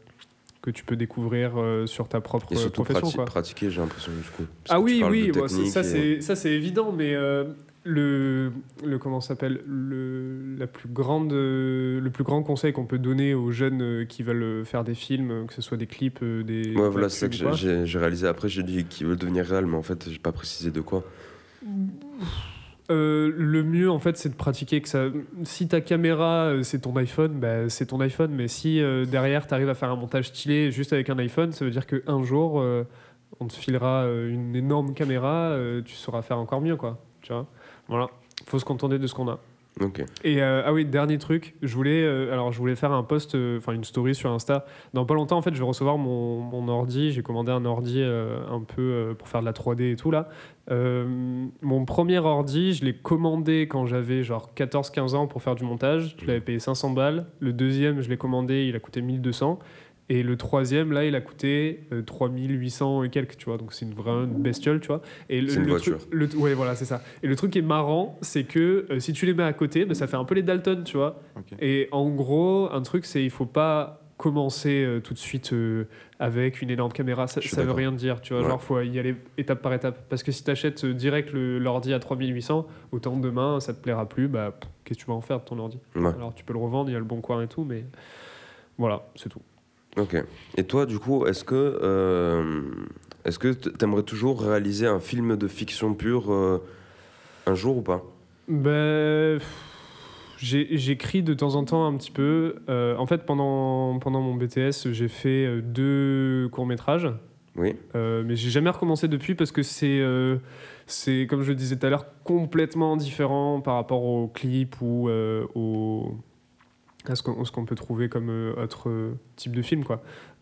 Speaker 3: que tu peux découvrir euh, sur ta propre
Speaker 5: Et
Speaker 3: euh,
Speaker 5: surtout
Speaker 3: profession.
Speaker 5: prati-
Speaker 3: quoi.
Speaker 5: pratiquer, j'ai l'impression du coup. Parce
Speaker 3: Ah
Speaker 5: que tu
Speaker 3: oui,
Speaker 5: parles de
Speaker 3: oui, bah, c'est-
Speaker 5: technique
Speaker 3: ça
Speaker 5: et-
Speaker 3: c'est ça c'est évident, mais euh, le le comment ça s'appelle le la plus grande euh, le plus grand conseil qu'on peut donner aux jeunes euh, qui veulent euh, faire des films, euh, que ce soit des clips, euh, des
Speaker 5: Ouais, voilà, c'est ça
Speaker 3: webtoons
Speaker 5: que
Speaker 3: ou quoi.
Speaker 5: j'ai- j'ai j'ai réalisé. Après, j'ai dit qu'ils veulent devenir réel, mais en fait, j'ai pas précisé de quoi.
Speaker 3: Euh, le mieux en fait c'est de pratiquer que ça si ta caméra euh, c'est ton iPhone bah, c'est ton iPhone mais si euh, derrière tu arrives à faire un montage stylé juste avec un iPhone ça veut dire que un jour euh, on te filera euh, une énorme caméra euh, tu sauras faire encore mieux quoi tu vois voilà faut se contenter de ce qu'on a
Speaker 5: Ok.
Speaker 3: et euh, ah oui, dernier truc, je voulais, euh, alors je voulais faire un post, euh, enfin une story sur Insta. Dans pas longtemps, en fait, je vais recevoir mon, mon ordi. J'ai commandé un ordi euh, un peu euh, pour faire de la 3D et tout là. Euh, mon premier ordi, je l'ai commandé quand j'avais genre 14-15 ans pour faire du montage. Je l'avais payé 500 balles. Le deuxième, je l'ai commandé, il a coûté 1200. Et le troisième, là, il a coûté euh, 3800 et quelques, tu vois. Donc c'est une vraie bestiole, tu vois. Et le,
Speaker 5: C'est une
Speaker 3: le
Speaker 5: voiture.
Speaker 3: truc- le- ouais, voilà, c'est ça. Et le truc qui est marrant, c'est que euh, si tu les mets à côté, bah, ça fait un peu les Dalton, tu vois.
Speaker 2: Ok.
Speaker 3: Et en gros, un truc, c'est il faut pas commencer euh, tout de suite euh, avec une énorme caméra. Ça,
Speaker 5: Je suis
Speaker 3: ça veut
Speaker 5: d'accord.
Speaker 3: rien dire, tu vois.
Speaker 5: Ouais.
Speaker 3: Genre, faut y aller étape par étape. Parce que si tu achètes direct le- l'ordi à 3800, autant demain, ça te plaira plus, bah, pff, qu'est-ce que tu vas en faire de ton ordi
Speaker 5: Ouais.
Speaker 3: Alors, tu peux le revendre, il y a le bon coin et tout, mais voilà, c'est tout.
Speaker 5: Ok. Et toi, du coup, est-ce que euh, est-ce que t- t'aimerais toujours réaliser un film de fiction pure euh, un jour ou pas
Speaker 3: Ben, pff, j'ai- j'écris de temps en temps un petit peu. Euh, en fait, pendant, pendant mon BTS, j'ai fait euh, deux courts-métrages.
Speaker 5: Oui.
Speaker 3: Euh, mais j'ai jamais recommencé depuis parce que c'est, euh, c'est comme je le disais tout à l'heure, complètement différent par rapport aux clips ou euh, au- à ce qu'on, ce qu'on peut trouver comme euh, autre euh, type de film. Quoi.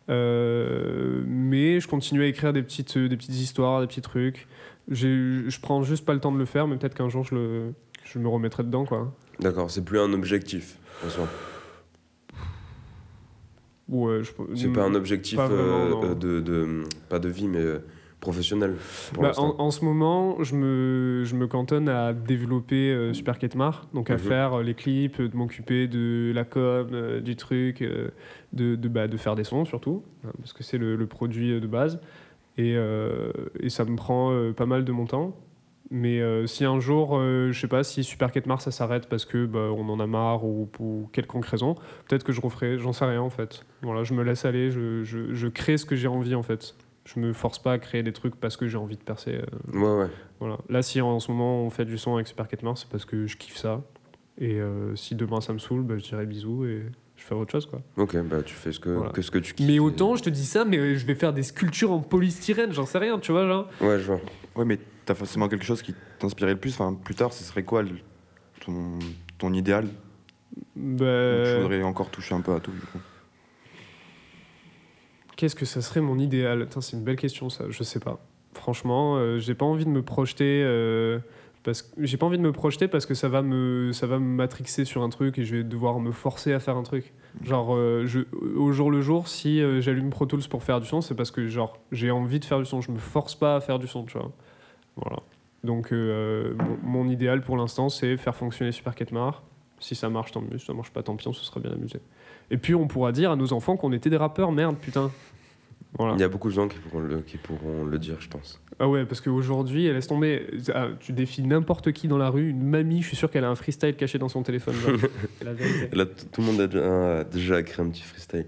Speaker 3: Euh, mais je continue à écrire des petites, euh, des petites histoires, des petits trucs. J'ai, je prends juste pas le temps de le faire, mais peut-être qu'un jour je, le, je me remettrai dedans. Quoi.
Speaker 5: D'accord. C'est plus un objectif. en soi.
Speaker 3: Ou, euh, je-
Speaker 5: C'est pas un objectif
Speaker 3: pas vraiment,
Speaker 5: euh,
Speaker 3: non.
Speaker 5: de, de- pas de vie, mais euh, professionnel. Pour
Speaker 3: Bah,
Speaker 5: l'instant.
Speaker 3: en, en ce moment, je me, je me cantonne à développer euh, Super Ketmar, donc à
Speaker 5: Mhm.
Speaker 3: faire euh, les clips, euh, de m'occuper de la com, euh, du truc, euh, de, de, bah, de faire des sons surtout, hein, parce que c'est le, le produit euh, de base. Et, euh, et ça me prend euh, pas mal de mon temps. Mais euh, si un jour, euh, je sais pas, si Super Ketmar ça s'arrête parce que bah, on en a marre ou pour quelconque raison, peut-être que je referai, j'en sais rien en fait. Voilà, je me laisse aller, je, je, je crée ce que j'ai envie en fait. Je me force pas à créer des trucs parce que j'ai envie de percer. euh,
Speaker 5: Ouais, ouais.
Speaker 3: voilà. Là, si en, en ce moment on fait du son avec Super Ketmar, c'est parce que je kiffe ça. Et euh, si demain ça me saoule, bah, je dirais bisous et je ferai autre chose quoi.
Speaker 5: Ok. Bah, tu fais ce que,
Speaker 3: Voilà.
Speaker 5: que ce que tu kiffes.
Speaker 3: Mais autant je te dis ça, mais euh, je vais faire des sculptures en polystyrène, j'en sais rien, tu vois genre.
Speaker 5: Ouais, je vois.
Speaker 2: Ouais, mais t'as forcément quelque chose qui t'inspirait le plus. Enfin, plus tard, ce serait quoi le- ton, ton idéal
Speaker 3: Bah,
Speaker 2: Tu voudrais encore toucher un peu à tout, du coup.
Speaker 3: Qu'est-ce que ça serait mon idéal Putain, C'est une belle question, ça. Je sais pas. Franchement, euh, j'ai pas envie de me projeter. euh, parce que j'ai pas envie de me projeter parce que ça va me ça va me matrixer sur un truc et je vais devoir me forcer à faire un truc. Genre euh, je, au jour le jour si euh, j'allume Pro Tools pour faire du son, c'est parce que genre j'ai envie de faire du son, je me force pas à faire du son, tu vois. Voilà. Donc euh, mon, mon idéal pour l'instant, c'est faire fonctionner Super Ketmar. Si ça marche, tant mieux. Si ça marche pas, tant pis, on se serait bien amusé. Et puis on pourra dire à nos enfants qu'on était des rappeurs, merde, putain. Voilà.
Speaker 5: Il y a beaucoup de gens qui pourront le, qui pourront le dire, je pense.
Speaker 3: Ah ouais, parce qu'aujourd'hui, laisse tomber. Ah, tu défies n'importe qui dans la rue, une mamie, je suis sûr qu'elle a un freestyle caché dans son téléphone. genre. la vérité.
Speaker 5: Là, t- tout le monde a déjà, a déjà écrit un petit freestyle.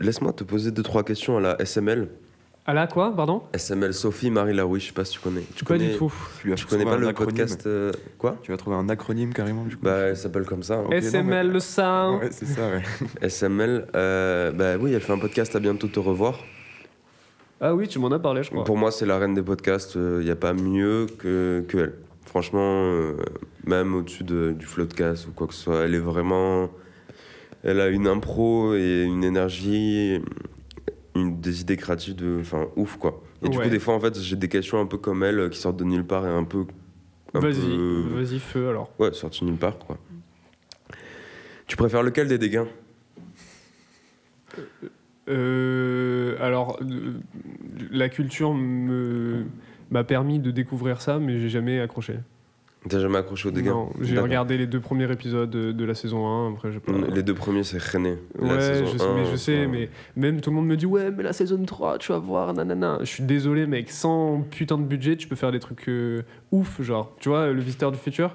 Speaker 5: Laisse-moi te poser deux, trois questions à la SML.
Speaker 3: Ah là, quoi, pardon
Speaker 5: SML Sophie Marie Laroui, je sais pas si tu connais. Tu
Speaker 3: Pas
Speaker 5: connais,
Speaker 3: du tout.
Speaker 2: Tu, vas
Speaker 5: Tu connais
Speaker 2: trouver un
Speaker 5: pas le
Speaker 2: acronyme.
Speaker 5: podcast euh, Quoi
Speaker 2: Tu vas trouver un acronyme carrément du coup.
Speaker 5: Bah, elle s'appelle comme ça. hein.
Speaker 2: Ok, non,
Speaker 3: SML
Speaker 2: mais-
Speaker 3: le sound.
Speaker 2: Ouais, c'est ça, ouais.
Speaker 5: SML, euh, bah oui, elle fait un podcast à bientôt te revoir.
Speaker 3: Ah oui, tu m'en as parlé, je crois.
Speaker 5: Pour moi, c'est la reine des podcasts. Il n'y a pas mieux que, que elle. Franchement, euh, même au-dessus de- du floodcast ou quoi que ce soit, elle est vraiment. Elle a une impro et une énergie, une, des idées créatives de. Enfin, ouf quoi. Et du
Speaker 3: Ouais.
Speaker 5: coup, des fois, en fait, j'ai des questions un peu comme elle euh, qui sortent de nulle part et un peu. un
Speaker 3: Vas-y,
Speaker 5: peu-
Speaker 3: vas-y, feu alors.
Speaker 5: Ouais, sorties nulle part quoi. Tu préfères lequel des dégâts
Speaker 3: Euh, alors, euh, la culture me- m'a permis de découvrir ça, mais j'ai jamais accroché.
Speaker 5: T'as jamais accroché aux dégâts
Speaker 3: Non, j'ai
Speaker 5: D'accord. Mm.
Speaker 3: regardé les deux premiers épisodes de, de la saison 1, après j'ai pas...
Speaker 5: Les deux premiers, c'est René. La
Speaker 3: Ouais,
Speaker 5: saison
Speaker 3: je sais, mais
Speaker 5: 1,
Speaker 3: je sais,
Speaker 5: enfin,
Speaker 3: mais même tout le monde me dit ouais, mais la saison 3, tu vas voir, nanana. Je suis désolé, mec, sans putain de budget, tu peux faire des trucs euh, ouf, genre. Tu vois, le visiteur du futur,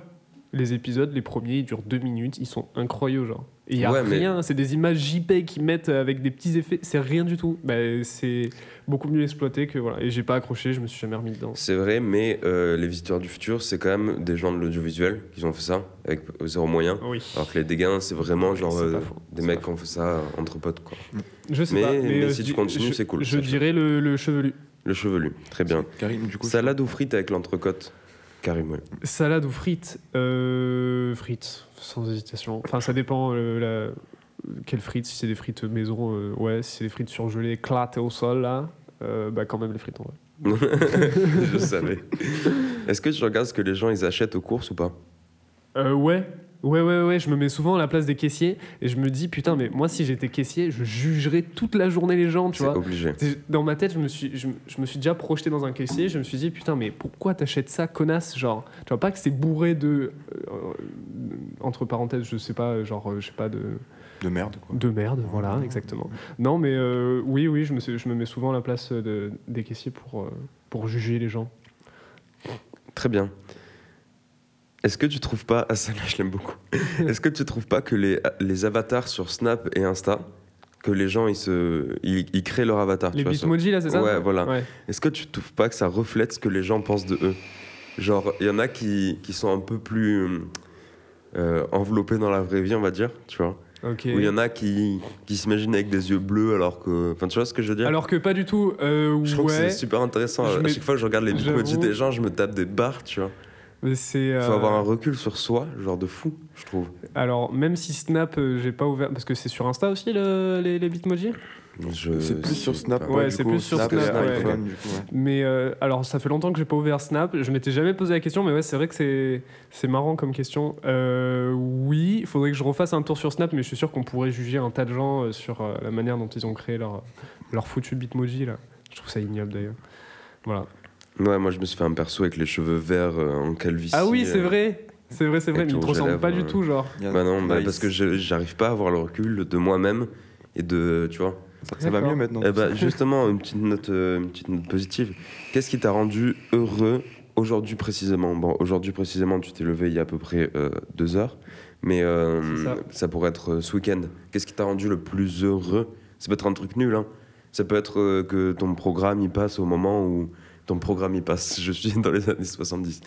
Speaker 3: les épisodes, les premiers, ils durent deux minutes, ils sont incroyables, genre. Et il y a
Speaker 5: Ouais, mais-
Speaker 3: rien, c'est des images JPEG qu'ils mettent avec des petits effets, c'est rien du tout. Bah, c'est beaucoup mieux exploité que voilà. Et j'ai pas accroché, je me suis jamais remis dedans.
Speaker 5: C'est vrai, mais euh, les visiteurs du futur, c'est quand même des gens de l'audiovisuel qui ont fait ça, avec zéro moyen.
Speaker 3: Oui.
Speaker 5: Alors que les dégâts, c'est vraiment genre
Speaker 3: c'est
Speaker 5: euh,
Speaker 3: pas faux,
Speaker 5: des
Speaker 3: c'est
Speaker 5: mecs
Speaker 3: pas
Speaker 5: qui ont fait ça euh, entre potes. Quoi.
Speaker 3: Je sais
Speaker 5: mais-
Speaker 3: pas.
Speaker 5: mais
Speaker 3: euh, je
Speaker 5: si tu
Speaker 3: dis-
Speaker 5: continues,
Speaker 3: je-
Speaker 5: c'est cool,
Speaker 3: Je
Speaker 5: ça, je
Speaker 3: dirais le, le chevelu.
Speaker 5: Le chevelu, très bien.
Speaker 2: Karim, du coup.
Speaker 5: Salade ou frites avec l'entrecôte Karim, ouais.
Speaker 3: Salade ou frites euh, Frites, sans hésitation. Enfin, ça dépend euh, la- quelles frites. Si c'est des frites maison, euh, ouais. Si c'est des frites surgelées, éclatées au sol, là, euh, bah quand même les frites en vrai.
Speaker 5: Je savais. Est-ce que tu regardes ce que les gens ils achètent aux courses ou pas
Speaker 3: Euh, ouais. Ouais, ouais, ouais, je me mets souvent à la place des caissiers et je me dis, putain, mais moi, si j'étais caissier, je jugerais toute la journée les gens, tu
Speaker 5: C'est
Speaker 3: vois.
Speaker 5: obligé.
Speaker 3: C'est- Dans ma tête, je me, suis, je, me- je me suis déjà projeté dans un caissier. Je me suis dit, putain, mais pourquoi t'achètes ça, connasse Genre, tu vois pas que c'est bourré de. euh, entre parenthèses, je sais pas, genre, euh, je sais pas, de.
Speaker 2: De merde, quoi.
Speaker 3: De merde, voilà, exactement. Non, mais euh, oui, oui, je me, suis- je me mets souvent à la place de, des caissiers pour, euh, pour juger les gens.
Speaker 5: Très bien. Est-ce que tu trouves pas. Ah, celle-là, je l'aime beaucoup. Est-ce que tu trouves pas que les, les avatars sur Snap et Insta, que les gens ils, se, ils, ils créent leur avatar
Speaker 3: Les
Speaker 5: Bah, tu vois, sur-
Speaker 3: bitmojis, là, c'est ça
Speaker 5: Ouais, voilà.
Speaker 3: Ouais.
Speaker 5: Est-ce que tu trouves pas que ça reflète ce que les gens pensent de eux Genre, il y en a qui, qui sont un peu plus euh, euh, enveloppés dans la vraie vie, on va dire, tu vois.
Speaker 3: Ok.
Speaker 5: Ou il y en a qui, qui s'imaginent avec des yeux bleus alors que. Enfin, tu vois ce que je veux dire
Speaker 3: Alors que pas du tout. euh,
Speaker 5: Je trouve que
Speaker 3: ouais,
Speaker 5: c'est super intéressant.
Speaker 3: Je
Speaker 5: à
Speaker 3: mets-
Speaker 5: chaque fois que je regarde les bitmojis
Speaker 3: J'avoue.
Speaker 5: des gens, je me tape des barres, tu vois.
Speaker 3: mais c'est.
Speaker 5: Faut
Speaker 3: euh,
Speaker 5: avoir un recul sur soi, genre de fou, je trouve.
Speaker 3: Alors, même si Snap, euh, j'ai pas ouvert. Parce que c'est sur Insta aussi, le- les, les bitmojis
Speaker 5: Je-
Speaker 2: C'est plus sur Snap.
Speaker 5: Euh, pas-
Speaker 3: Ouais,
Speaker 2: du
Speaker 3: c'est
Speaker 2: coup,
Speaker 3: plus sur
Speaker 2: et
Speaker 3: Snap, ouais.
Speaker 2: iPhone, du coup, ouais.
Speaker 3: Mais euh, alors, ça fait longtemps que j'ai pas ouvert Snap. Je m'étais jamais posé la question, mais ouais, c'est vrai que c'est c'est marrant comme question. Euh, oui, il faudrait que je refasse un tour sur Snap, mais je suis sûr qu'on pourrait juger un tas de gens euh, sur euh, la manière dont ils ont créé leur, leur foutu Bitmoji là. Je trouve ça ignoble d'ailleurs. Voilà.
Speaker 5: Ouais, moi je me suis fait un perso avec les cheveux verts euh, en calvitie.
Speaker 3: Ah oui,
Speaker 5: euh.
Speaker 3: c'est vrai, c'est vrai, c'est vrai.
Speaker 5: avec
Speaker 3: Mais ils
Speaker 5: le
Speaker 3: te
Speaker 5: rouge à
Speaker 3: ressemblent pas
Speaker 5: lèvres,
Speaker 3: du tout, genre.
Speaker 2: Il y a-
Speaker 5: Bah non, bah
Speaker 2: Nice.
Speaker 5: parce que je- j'arrive pas à avoir le recul de moi-même et de. Tu vois.
Speaker 2: Ça va
Speaker 3: D'accord.
Speaker 2: mieux maintenant.
Speaker 5: Eh bah, justement, une petite note, euh, une petite note positive. Qu'est-ce qui t'a rendu heureux aujourd'hui précisément Bon, aujourd'hui précisément, tu t'es levé il y a à peu près euh, deux heures, mais euh,
Speaker 3: C'est
Speaker 5: ça.
Speaker 3: ça.
Speaker 5: pourrait être euh, ce week-end. Qu'est-ce qui t'a rendu le plus heureux Ça peut être un truc nul, hein. Ça peut être euh, que ton programme y passe au moment où ton programme y passe. Je suis dans les années 70.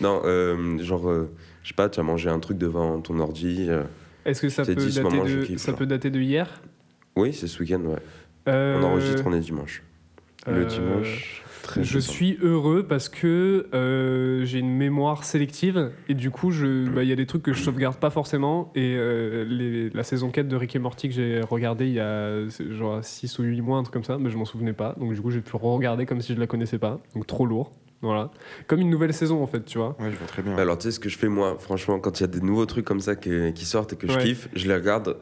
Speaker 5: Non, euh, genre, euh, je sais pas, tu as mangé un truc devant ton ordi. euh.
Speaker 3: Est-ce que ça
Speaker 5: t'ai
Speaker 3: peut
Speaker 5: dit, ce
Speaker 3: dater
Speaker 5: moment, je
Speaker 3: de
Speaker 5: kiffe,
Speaker 3: ça
Speaker 5: là.
Speaker 3: peut dater de hier
Speaker 5: Oui, c'est ce week-end, ouais.
Speaker 3: Euh,
Speaker 5: On enregistre, on est dimanche. Le
Speaker 3: euh,
Speaker 5: dimanche. Très
Speaker 3: je
Speaker 5: sympa.
Speaker 3: suis heureux parce que euh, j'ai une mémoire sélective et du coup, je- bah, il y a des trucs que je sauvegarde pas forcément. Et euh, les- la saison 4 de Rick et Morty que j'ai regardé il y a c'est genre 6 ou 8 mois, un truc comme ça, mais je m'en souvenais pas. Donc du coup, j'ai pu regarder comme si je la connaissais pas. Donc trop lourd. Voilà. Comme une nouvelle saison en fait, tu vois.
Speaker 2: Ouais, je vois très bien.
Speaker 5: Mais Alors, tu sais ce que je fais, moi, franchement, quand il y a des nouveaux trucs comme ça que- qui sortent et que je
Speaker 3: Ouais.
Speaker 5: kiffe, je les regarde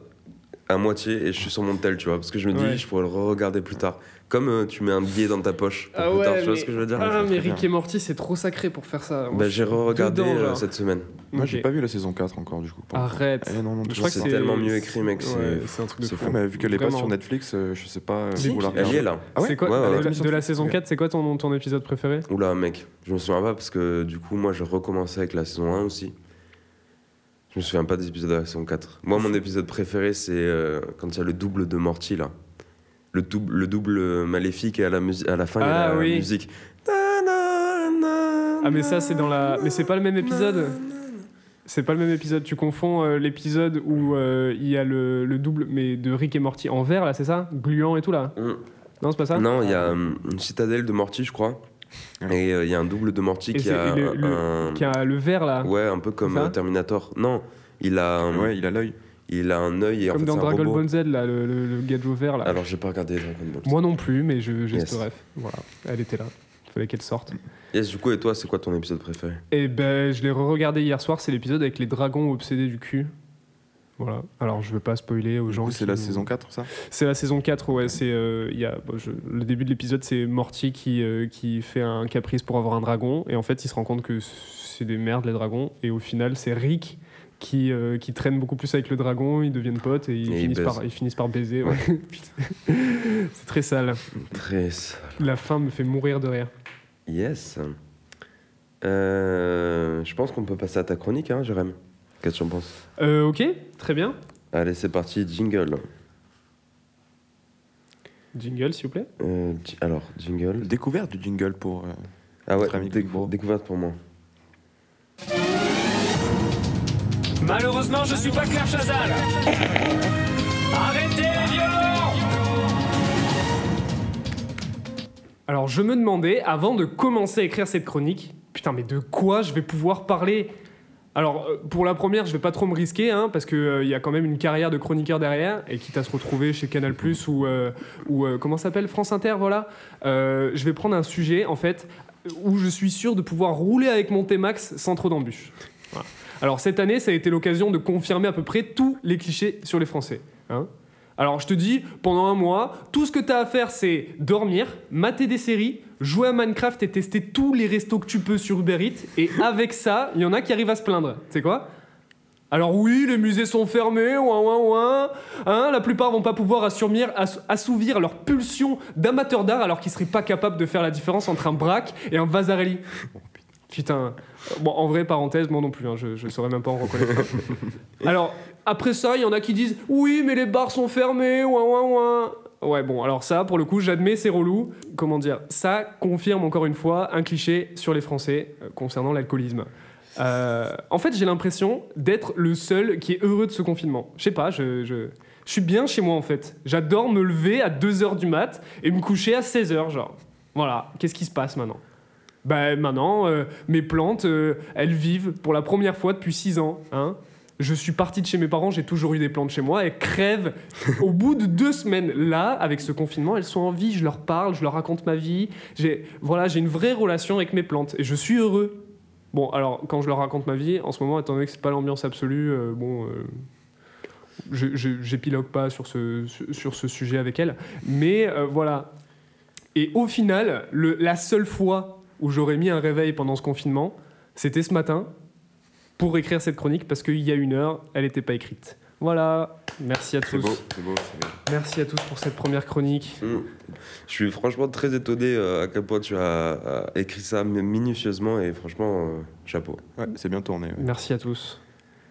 Speaker 5: à moitié et je suis sur mon tel, tu vois, parce que je me dis,
Speaker 3: Ouais.
Speaker 5: je pourrais le re-regarder plus tard. Comme euh, tu mets un billet dans ta poche pour plus tard, tu vois ce que je veux dire
Speaker 3: Ah,
Speaker 2: très
Speaker 3: mais
Speaker 2: bien.
Speaker 3: Rick et Morty, c'est trop sacré pour faire ça. Moi,
Speaker 5: Bah, J'ai re-regardé
Speaker 3: dedans,
Speaker 5: euh,
Speaker 3: genre.
Speaker 5: cette semaine.
Speaker 2: Moi, j'ai
Speaker 3: Ok. Ah,
Speaker 2: pas vu la saison 4 encore, du coup. pour l'instant.
Speaker 3: Arrête.
Speaker 2: Eh non, non,
Speaker 3: Je
Speaker 2: toujours
Speaker 3: crois que
Speaker 2: pas.
Speaker 5: c'est tellement mieux écrit, mec, c'est-
Speaker 3: ouais, C'est un truc de
Speaker 5: c'est
Speaker 3: fou.
Speaker 2: Ouais, mais vu qu'elle est pas
Speaker 3: Vraiment.
Speaker 2: sur Netflix, euh, je sais pas. euh,
Speaker 3: Si.
Speaker 2: où la
Speaker 5: Elle y
Speaker 2: regarder.
Speaker 5: est là.
Speaker 2: Ah ouais
Speaker 3: c'est quoi
Speaker 5: Ouais, ouais,
Speaker 3: de
Speaker 5: ouais.
Speaker 3: la- de la saison 4 C'est quoi ton, ton épisode préféré
Speaker 5: Oula, mec, je me souviens pas parce que du coup, moi, je recommençais avec la saison 1 aussi. Je me souviens pas des épisodes de la saison 4. Moi, mon épisode préféré, c'est euh, quand il y a le double de Morty, là. Le double, le double euh, maléfique et à la, musi- à la fin, il y a
Speaker 3: Ah
Speaker 5: la
Speaker 3: oui.
Speaker 5: musique.
Speaker 3: Ah
Speaker 5: Ah,
Speaker 3: mais ça c'est dans la... Mais c'est pas le même épisode C'est pas le même épisode, tu confonds euh, l'épisode où euh, il y a le, le double mais de Rick et Morty en vert là, c'est ça Gluant et tout là Non, c'est pas ça
Speaker 5: Hum,
Speaker 3: Ah.
Speaker 5: Non, il y a euh, une citadelle de Morty, je crois. Et euh, il y a un double de Morty
Speaker 3: Et
Speaker 5: qui
Speaker 3: c'est-
Speaker 5: a,
Speaker 3: et le- le-
Speaker 5: un...
Speaker 3: Qui a le vert là
Speaker 5: Ouais, un peu comme
Speaker 3: C'est ça
Speaker 5: euh, Terminator. Non, il a, un-
Speaker 2: Ouais, il a l'œil.
Speaker 5: il a un œil et en
Speaker 3: Comme
Speaker 5: fait,
Speaker 3: dans
Speaker 5: c'est un
Speaker 3: Dragon
Speaker 5: robot.
Speaker 3: Ball Z là, le, le, le gadget vert là.
Speaker 5: Alors, j'ai pas regardé Dragon Ball.
Speaker 3: Moi non plus, mais je, j'ai
Speaker 5: Yes.
Speaker 3: ce ref. Voilà, elle était là. Fallait qu'elle sorte.
Speaker 5: Yes, du coup, et toi, c'est quoi ton épisode préféré
Speaker 3: Et ben, je l'ai re-regardé hier soir, c'est l'épisode avec les dragons obsédés du cul. Voilà. Alors, je veux pas spoiler aux
Speaker 2: Du
Speaker 3: gens.
Speaker 2: coup, c'est
Speaker 3: qui-
Speaker 2: la saison 4, ça
Speaker 3: C'est la saison 4, ouais. C'est, euh, il y a, bon, je- le début de l'épisode, c'est Morty qui, euh, qui fait un caprice pour avoir un dragon. Et en fait, il se rend compte que c'est des merdes, les dragons. Et au final, c'est Rick qui, euh, qui traîne beaucoup plus avec le dragon. Ils deviennent potes et ils,
Speaker 5: Et ils
Speaker 3: finissent,
Speaker 5: baisent.
Speaker 3: par, ils finissent par baiser. ouais. Putain. c'est très sale.
Speaker 5: Très.
Speaker 3: La fin me fait mourir de rire.
Speaker 5: Yes. Euh, je pense qu'on peut passer à ta chronique, hein, Jérém Qu'est-ce que tu en penses
Speaker 3: Euh, ok, très bien.
Speaker 5: Allez, c'est parti, jingle.
Speaker 3: Jingle, s'il vous plaît.
Speaker 5: Euh, ji- alors, jingle.
Speaker 2: Découverte du jingle pour. euh,
Speaker 5: Ah ouais,
Speaker 2: Notre ami
Speaker 5: déc-
Speaker 2: Big Bro.
Speaker 5: découverte pour moi.
Speaker 6: Malheureusement, je suis pas Claire Chazal. Arrêtez les violons
Speaker 3: Alors je me demandais, avant de commencer à écrire cette chronique, putain mais de quoi je vais pouvoir parler Alors euh, pour la première, je vais pas trop me risquer, hein, parce qu'il y a quand même une carrière de chroniqueur derrière, et quitte à se retrouver chez Canal ⁇ ou, euh, ou euh, comment ça s'appelle France Inter, voilà, Euh, je vais prendre un sujet en fait où je suis sûr de pouvoir rouler avec mon T-Max sans trop d'embûches. Voilà. Alors cette année, ça a été l'occasion de confirmer à peu près tous les clichés sur les Français. hein. Alors je te dis, pendant un mois, tout ce que t'as à faire c'est dormir, mater des séries, jouer à Minecraft et tester tous les restos que tu peux sur Uber Eats. Et avec ça, il y en a qui arrivent à se plaindre. Tu sais quoi alors oui, les musées sont fermés, ouin ouin ouin. Hein, la plupart vont pas pouvoir assouvir, ass- assouvir leur pulsion d'amateur d'art alors qu'ils seraient pas capables de faire la différence entre un braque et un Vasarelli. Putain. Bon, en vrai, parenthèse, moi non plus, hein, je, je saurais même pas en reconnaître. un. alors, après ça, il y en a qui disent Oui, mais les bars sont fermés, ouin ouin ouin. Ouais, bon, alors ça, pour le coup, j'admets, c'est relou. Comment dire Ça confirme encore une fois un cliché sur les Français euh, concernant l'alcoolisme. Euh, en fait, j'ai l'impression d'être le seul qui est heureux de ce confinement. Je sais pas, je, je, je suis bien chez moi en fait. J'adore me lever à 2h du mat et me coucher à 16h, genre. Voilà, qu'est-ce qui se passe maintenant Bah maintenant, euh, mes plantes, euh, elles vivent pour la première fois depuis 6 ans. Hein je suis parti de chez mes parents, j'ai toujours eu des plantes chez moi, elles crèvent au bout de deux semaines. Là, avec ce confinement, elles sont en vie, je leur parle, je leur raconte ma vie. J'ai, voilà, j'ai une vraie relation avec mes plantes et je suis heureux. Bon, alors, quand je leur raconte ma vie, en ce moment, étant donné que c'est pas l'ambiance absolue, euh, bon, euh, je- je- j'épilogue pas sur ce, sur ce sujet avec elle. Mais euh, voilà. Et au final, le- la seule fois où j'aurais mis un réveil pendant ce confinement, c'était ce matin pour écrire cette chronique parce qu'il y a une heure, elle n'était pas écrite. Voilà. Merci à
Speaker 2: C'est
Speaker 3: tous.
Speaker 2: beau, c'est beau. c'est beau.
Speaker 3: Merci à tous pour cette première chronique.
Speaker 5: Mm. Je suis franchement très étonné euh, à quel point tu as euh, écrit ça mi- minutieusement et franchement, euh, chapeau.
Speaker 2: Ouais, c'est bien tourné. Ouais,
Speaker 3: Merci à tous.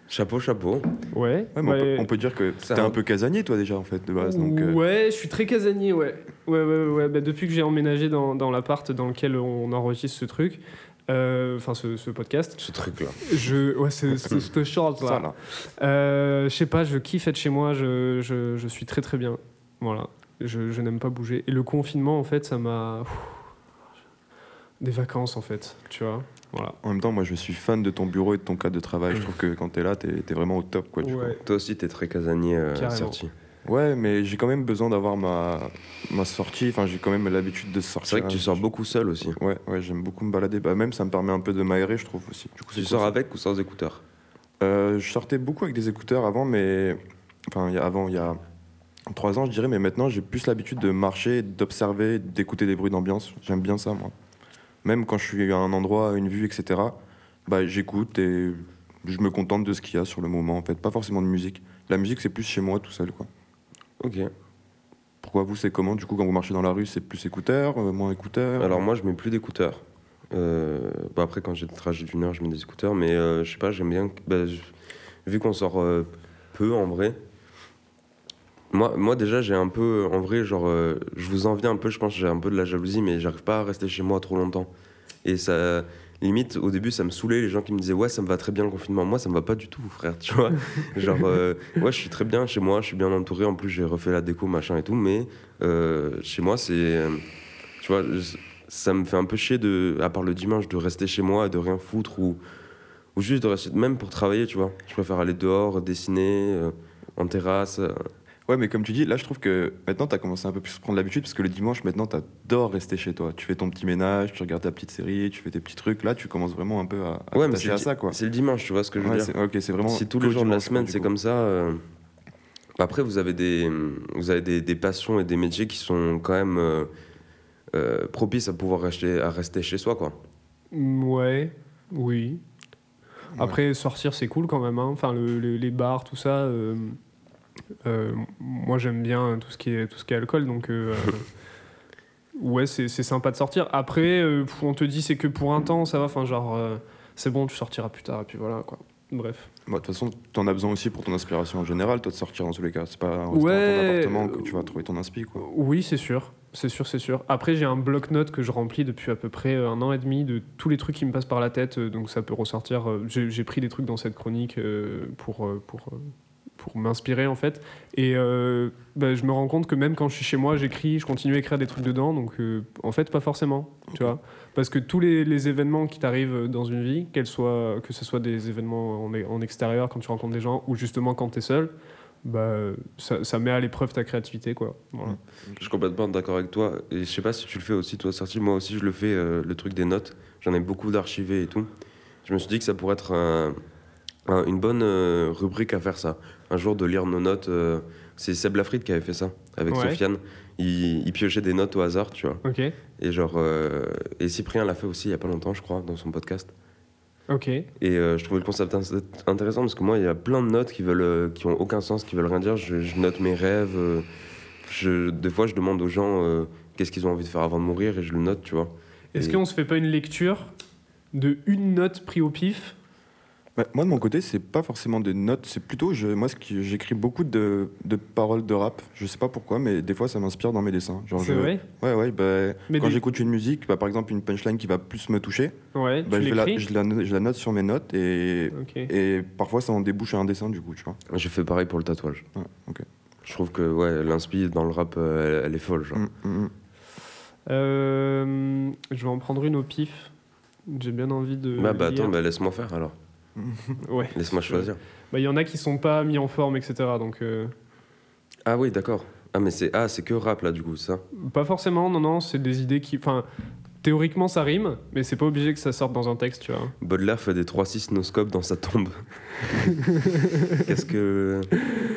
Speaker 5: Chapeau, chapeau.
Speaker 3: Ouais.
Speaker 2: Ouais, mais on, peut,
Speaker 3: Ouais.
Speaker 2: on peut dire que t'es
Speaker 5: va.
Speaker 2: un peu casanier, toi, déjà, en fait, de base. Donc, euh,
Speaker 3: Ouais, je suis très casanier, ouais. Ouais, ouais, ouais. Bah, depuis que j'ai emménagé dans, dans l'appart dans lequel on enregistre ce truc, euh, enfin ce, ce podcast,
Speaker 5: Ce truc-là.
Speaker 3: je. Ouais, c'est c'est- c'est short,
Speaker 2: ça,
Speaker 3: là.
Speaker 2: là.
Speaker 3: Euh, je sais pas, je kiffe être chez moi, je, je- je suis très très bien. Voilà. Je, je n'aime pas bouger. Et le confinement, en fait, ça m'a. des vacances en fait, tu vois. Voilà.
Speaker 2: En même temps, moi, je suis fan de ton bureau et de ton cadre de travail. Je trouve que quand t'es là, t'es t'es vraiment au top, quoi. du coup.
Speaker 3: Ouais.
Speaker 5: Toi aussi, t'es très casanier, euh,
Speaker 3: Carrément.
Speaker 5: sorti.
Speaker 2: Ouais, mais j'ai quand même besoin d'avoir ma, ma sortie. Enfin, j'ai quand même l'habitude de sortir.
Speaker 5: C'est vrai que tu sors beaucoup seul aussi.
Speaker 2: Ouais, ouais, j'aime beaucoup me balader. Bah, même, ça me permet un peu de m'aérer, je trouve aussi. Du coup, c'est
Speaker 5: Tu
Speaker 2: cool,
Speaker 5: sors
Speaker 2: ça.
Speaker 5: avec ou sans écouteurs
Speaker 2: Euh, Je sortais beaucoup avec des écouteurs avant, mais. Enfin, il y a- avant, il y a trois ans, je dirais, mais maintenant, j'ai plus l'habitude de marcher, d'observer, d'écouter des bruits d'ambiance. J'aime bien ça, moi. Même quand je suis à un endroit, à une vue, etc., bah, j'écoute et je me contente de ce qu'il y a sur le moment, en fait. Pas forcément de musique. La musique, c'est plus chez moi, tout seul, quoi.
Speaker 5: Ok.
Speaker 2: Pourquoi vous, c'est comment Du coup, quand vous marchez dans la rue, c'est plus écouteur, euh, moins écouteur
Speaker 5: Alors moi, je mets plus d'écouteurs. Euh, bah, après, quand j'ai le trajet d'une heure, je mets des écouteurs. Mais euh, je sais pas, j'aime bien. que- bah, je- vu qu'on sort euh, peu en vrai, moi, moi déjà, j'ai un peu. En vrai, genre, euh, je vous envie un peu, je pense, j'ai un peu de la jalousie, mais j'arrive pas à rester chez moi trop longtemps. Et ça. Limite, au début, ça me saoulait les gens qui me disaient Ouais, ça me va très bien le confinement. Moi, ça me va pas du tout, frère. Tu vois Genre, euh, ouais, je suis très bien chez moi, je suis bien entouré. En plus, j'ai refait la déco, machin et tout. Mais euh, chez moi, c'est. euh, Tu vois, je- ça me fait un peu chier de, à part le dimanche, de rester chez moi et de rien foutre ou, ou juste de rester, même pour travailler, tu vois. Je préfère aller dehors, dessiner, euh, en terrasse. euh.
Speaker 2: Ouais, mais comme tu dis, là, je trouve que maintenant, t'as commencé un peu plus à prendre l'habitude parce que le dimanche, maintenant, t'adores rester chez toi. Tu fais ton petit ménage, tu regardes ta petite série, tu fais tes petits trucs. Là, tu commences vraiment un peu à, à
Speaker 5: Ouais, mais
Speaker 2: t'attacher
Speaker 5: c'est
Speaker 2: à
Speaker 5: le di-
Speaker 2: ça, quoi.
Speaker 5: C'est le dimanche, tu vois ce que je veux
Speaker 2: Ouais,
Speaker 5: dire.
Speaker 2: c'est- ok, c'est vraiment.
Speaker 5: Si tous
Speaker 2: que
Speaker 5: les jours de la
Speaker 2: dimanche,
Speaker 5: semaine
Speaker 2: du
Speaker 5: c'est
Speaker 2: coup.
Speaker 5: comme ça, euh, après vous avez des vous avez des, des passions et des métiers qui sont quand même euh, euh, propices à pouvoir rester à rester chez soi quoi.
Speaker 3: Mm, Ouais, oui. Après, sortir, c'est cool quand même. hein. Enfin, le- le- les bars, tout ça. euh, euh, moi, j'aime bien tout ce qui est, tout ce qui est alcool, donc. euh, ouais, c'est c'est sympa de sortir. Après, euh, pff, on te dit c'est que pour un temps, ça va. Enfin, genre, euh, c'est bon, tu sortiras plus tard, et puis voilà, quoi. Bref.
Speaker 2: Bah, De toute façon, t'en as besoin aussi pour ton inspiration en général, toi, de sortir dans tous les cas. C'est pas en restant
Speaker 3: Ouais,
Speaker 2: dans ton appartement que
Speaker 3: euh,
Speaker 2: tu vas trouver ton inspi, quoi.
Speaker 3: Oui, c'est sûr. C'est sûr, c'est sûr. Après, j'ai un bloc-notes que je remplis depuis à peu près euh, un an et demi de tous les trucs qui me passent par la tête. euh, Donc ça peut ressortir. euh, J'ai j'ai pris des trucs dans cette chronique euh, pour, euh, pour, euh, pour m'inspirer en fait. Et euh, bah, je me rends compte que même quand je suis chez moi, j'écris, je continue à écrire des trucs dedans. Donc euh, en fait, pas forcément. Tu vois Parce que tous les, les événements qui t'arrivent euh, dans une vie, qu'elles soient, que ce soit des événements en, en extérieur quand tu rencontres des gens ou justement quand tu es seul, bah, euh, ça, ça met à l'épreuve ta créativité. Quoi. Voilà.
Speaker 5: Je suis complètement d'accord avec toi et je sais pas si tu le fais aussi toi sorti, moi aussi je le fais euh, le truc des notes. J'en ai beaucoup d'archivés et tout. Je me suis dit que ça pourrait être un- un- une bonne euh, rubrique à faire ça. Un jour de lire nos notes. euh, c'est Seb Lafrite qui avait fait ça avec
Speaker 3: Ouais.
Speaker 5: Sofiane. Il- il piochait des notes au hasard, tu vois.
Speaker 3: Ok,
Speaker 5: Et genre, euh, et Cyprien l'a fait aussi il y a pas longtemps, je crois, dans son podcast.
Speaker 3: ok.
Speaker 5: Et euh, je trouvais le concept in- intéressant parce que moi, il y a plein de notes qui veulent, euh, qui ont aucun sens, qui veulent rien dire. Je, je note mes rêves. euh, je, des fois, je demande aux gens euh, qu'est-ce qu'ils ont envie de faire avant de mourir et je le note, tu vois.
Speaker 3: Est-ce
Speaker 5: Et-
Speaker 3: qu'on se fait pas une lecture de une note prise au pif
Speaker 2: Bah, moi, de mon côté, c'est pas forcément des notes, c'est plutôt. Je, moi, ce qui- j'écris beaucoup de, de paroles de rap. Je sais pas pourquoi, mais des fois, ça m'inspire dans mes dessins. Genre,
Speaker 3: C'est
Speaker 2: je-
Speaker 3: vrai
Speaker 2: Ouais, ouais. bah,
Speaker 3: Mais
Speaker 2: quand
Speaker 3: des-
Speaker 2: j'écoute une musique, bah, par exemple, une punchline qui va plus me toucher,
Speaker 3: Ouais,
Speaker 2: bah,
Speaker 3: tu
Speaker 2: je, vais la,
Speaker 3: l'écris
Speaker 2: je la no- je la note sur mes notes et,
Speaker 3: Ok.
Speaker 2: et parfois, ça en débouche à un dessin, du coup, tu vois.
Speaker 5: Je fais pareil pour le tatouage.
Speaker 2: Ouais, ok.
Speaker 5: Je trouve que ouais, l'inspire dans le rap, euh, elle, elle est folle. Genre.
Speaker 2: Mm, mm, mm.
Speaker 3: Euh, je vais en prendre une au pif. J'ai bien envie de.
Speaker 5: bah, bah,
Speaker 3: lire.
Speaker 5: attends, bah, laisse-moi faire alors.
Speaker 3: Ouais.
Speaker 5: Laisse-moi choisir.
Speaker 3: Bah, il y en a qui sont pas mis en forme, etc. Donc, euh,
Speaker 5: Ah oui, d'accord. Ah, mais c'est ah, c'est que rap là, du coup, ça.
Speaker 3: pas forcément, non, non, c'est des idées qui. Enfin, théoriquement, ça rime, mais c'est pas obligé que ça sorte dans un texte, tu vois.
Speaker 5: Baudelaire fait des 3-6 noscopes dans sa tombe. Qu'est-ce que.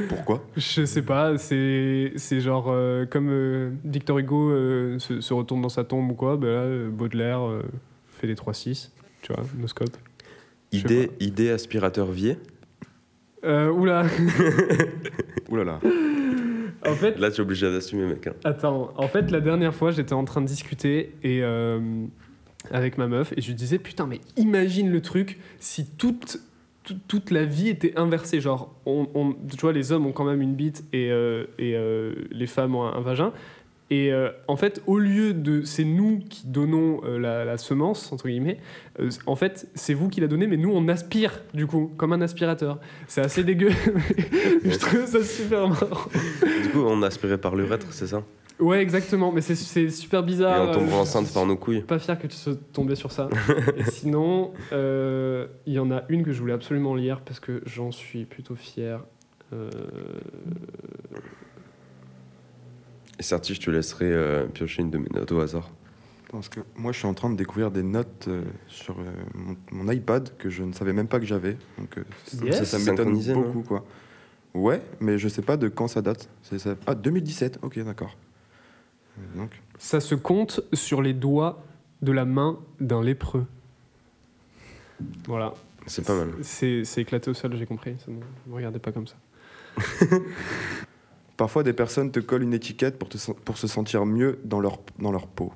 Speaker 2: Pourquoi
Speaker 3: Je sais pas, c'est c'est genre euh, comme euh, Victor Hugo euh, se, se retourne dans sa tombe ou quoi, bah là, euh, Baudelaire euh, fait des 3-6, tu vois, nos scopes. Je sais
Speaker 5: Idée, idée aspirateur vier.
Speaker 3: Euh, oula
Speaker 2: Ouh là là.
Speaker 3: En fait,
Speaker 5: Là, tu es obligé d'assumer, mec. hein.
Speaker 3: Attends, en fait, la dernière fois, j'étais en train de discuter et, euh, avec ma meuf et je lui disais Putain, mais imagine le truc si toute, tout- toute la vie était inversée. Genre, on, on- tu vois, les hommes ont quand même une bite et, euh, et euh, les femmes ont un, un vagin. Et euh, en fait, au lieu de. C'est nous qui donnons euh, la, la semence, entre guillemets, euh, en fait, c'est vous qui la donnez, mais nous, on aspire, du coup, comme un aspirateur. C'est assez dégueu. je trouve ça super marrant.
Speaker 5: Du coup, on aspirait par l'urètre, c'est ça
Speaker 3: Ouais, exactement, mais c'est- c'est super
Speaker 5: Et
Speaker 3: bizarre.
Speaker 5: on tombe
Speaker 3: euh,
Speaker 5: enceinte par nos couilles.
Speaker 3: pas fier que tu sois tombé sur ça. Et sinon, euh, il y en a une que je voulais absolument lire parce que j'en suis plutôt fier. Euh,
Speaker 5: Et Certi, je te laisserai euh, piocher une de mes notes au hasard.
Speaker 2: Parce que moi, je suis en train de découvrir des notes euh, sur euh, mon, mon iPad que je ne savais même pas que j'avais. Donc euh, ça-
Speaker 3: Yes.
Speaker 2: ça, ça m'étonne
Speaker 5: Synchronisé, non
Speaker 2: beaucoup, quoi. Ouais, mais je sais pas de quand ça date. C'est ça- Ah, 2017. Ok, d'accord. Euh, Donc,
Speaker 3: ça se compte sur les doigts de la main d'un lépreux. Voilà.
Speaker 5: C'est pas mal.
Speaker 3: C'est c'est éclaté au sol, j'ai compris. ça Ne me regardez pas comme ça.
Speaker 2: parfois, des personnes te collent une étiquette pour, te sen- pour se sentir mieux dans leur, dans leur peau.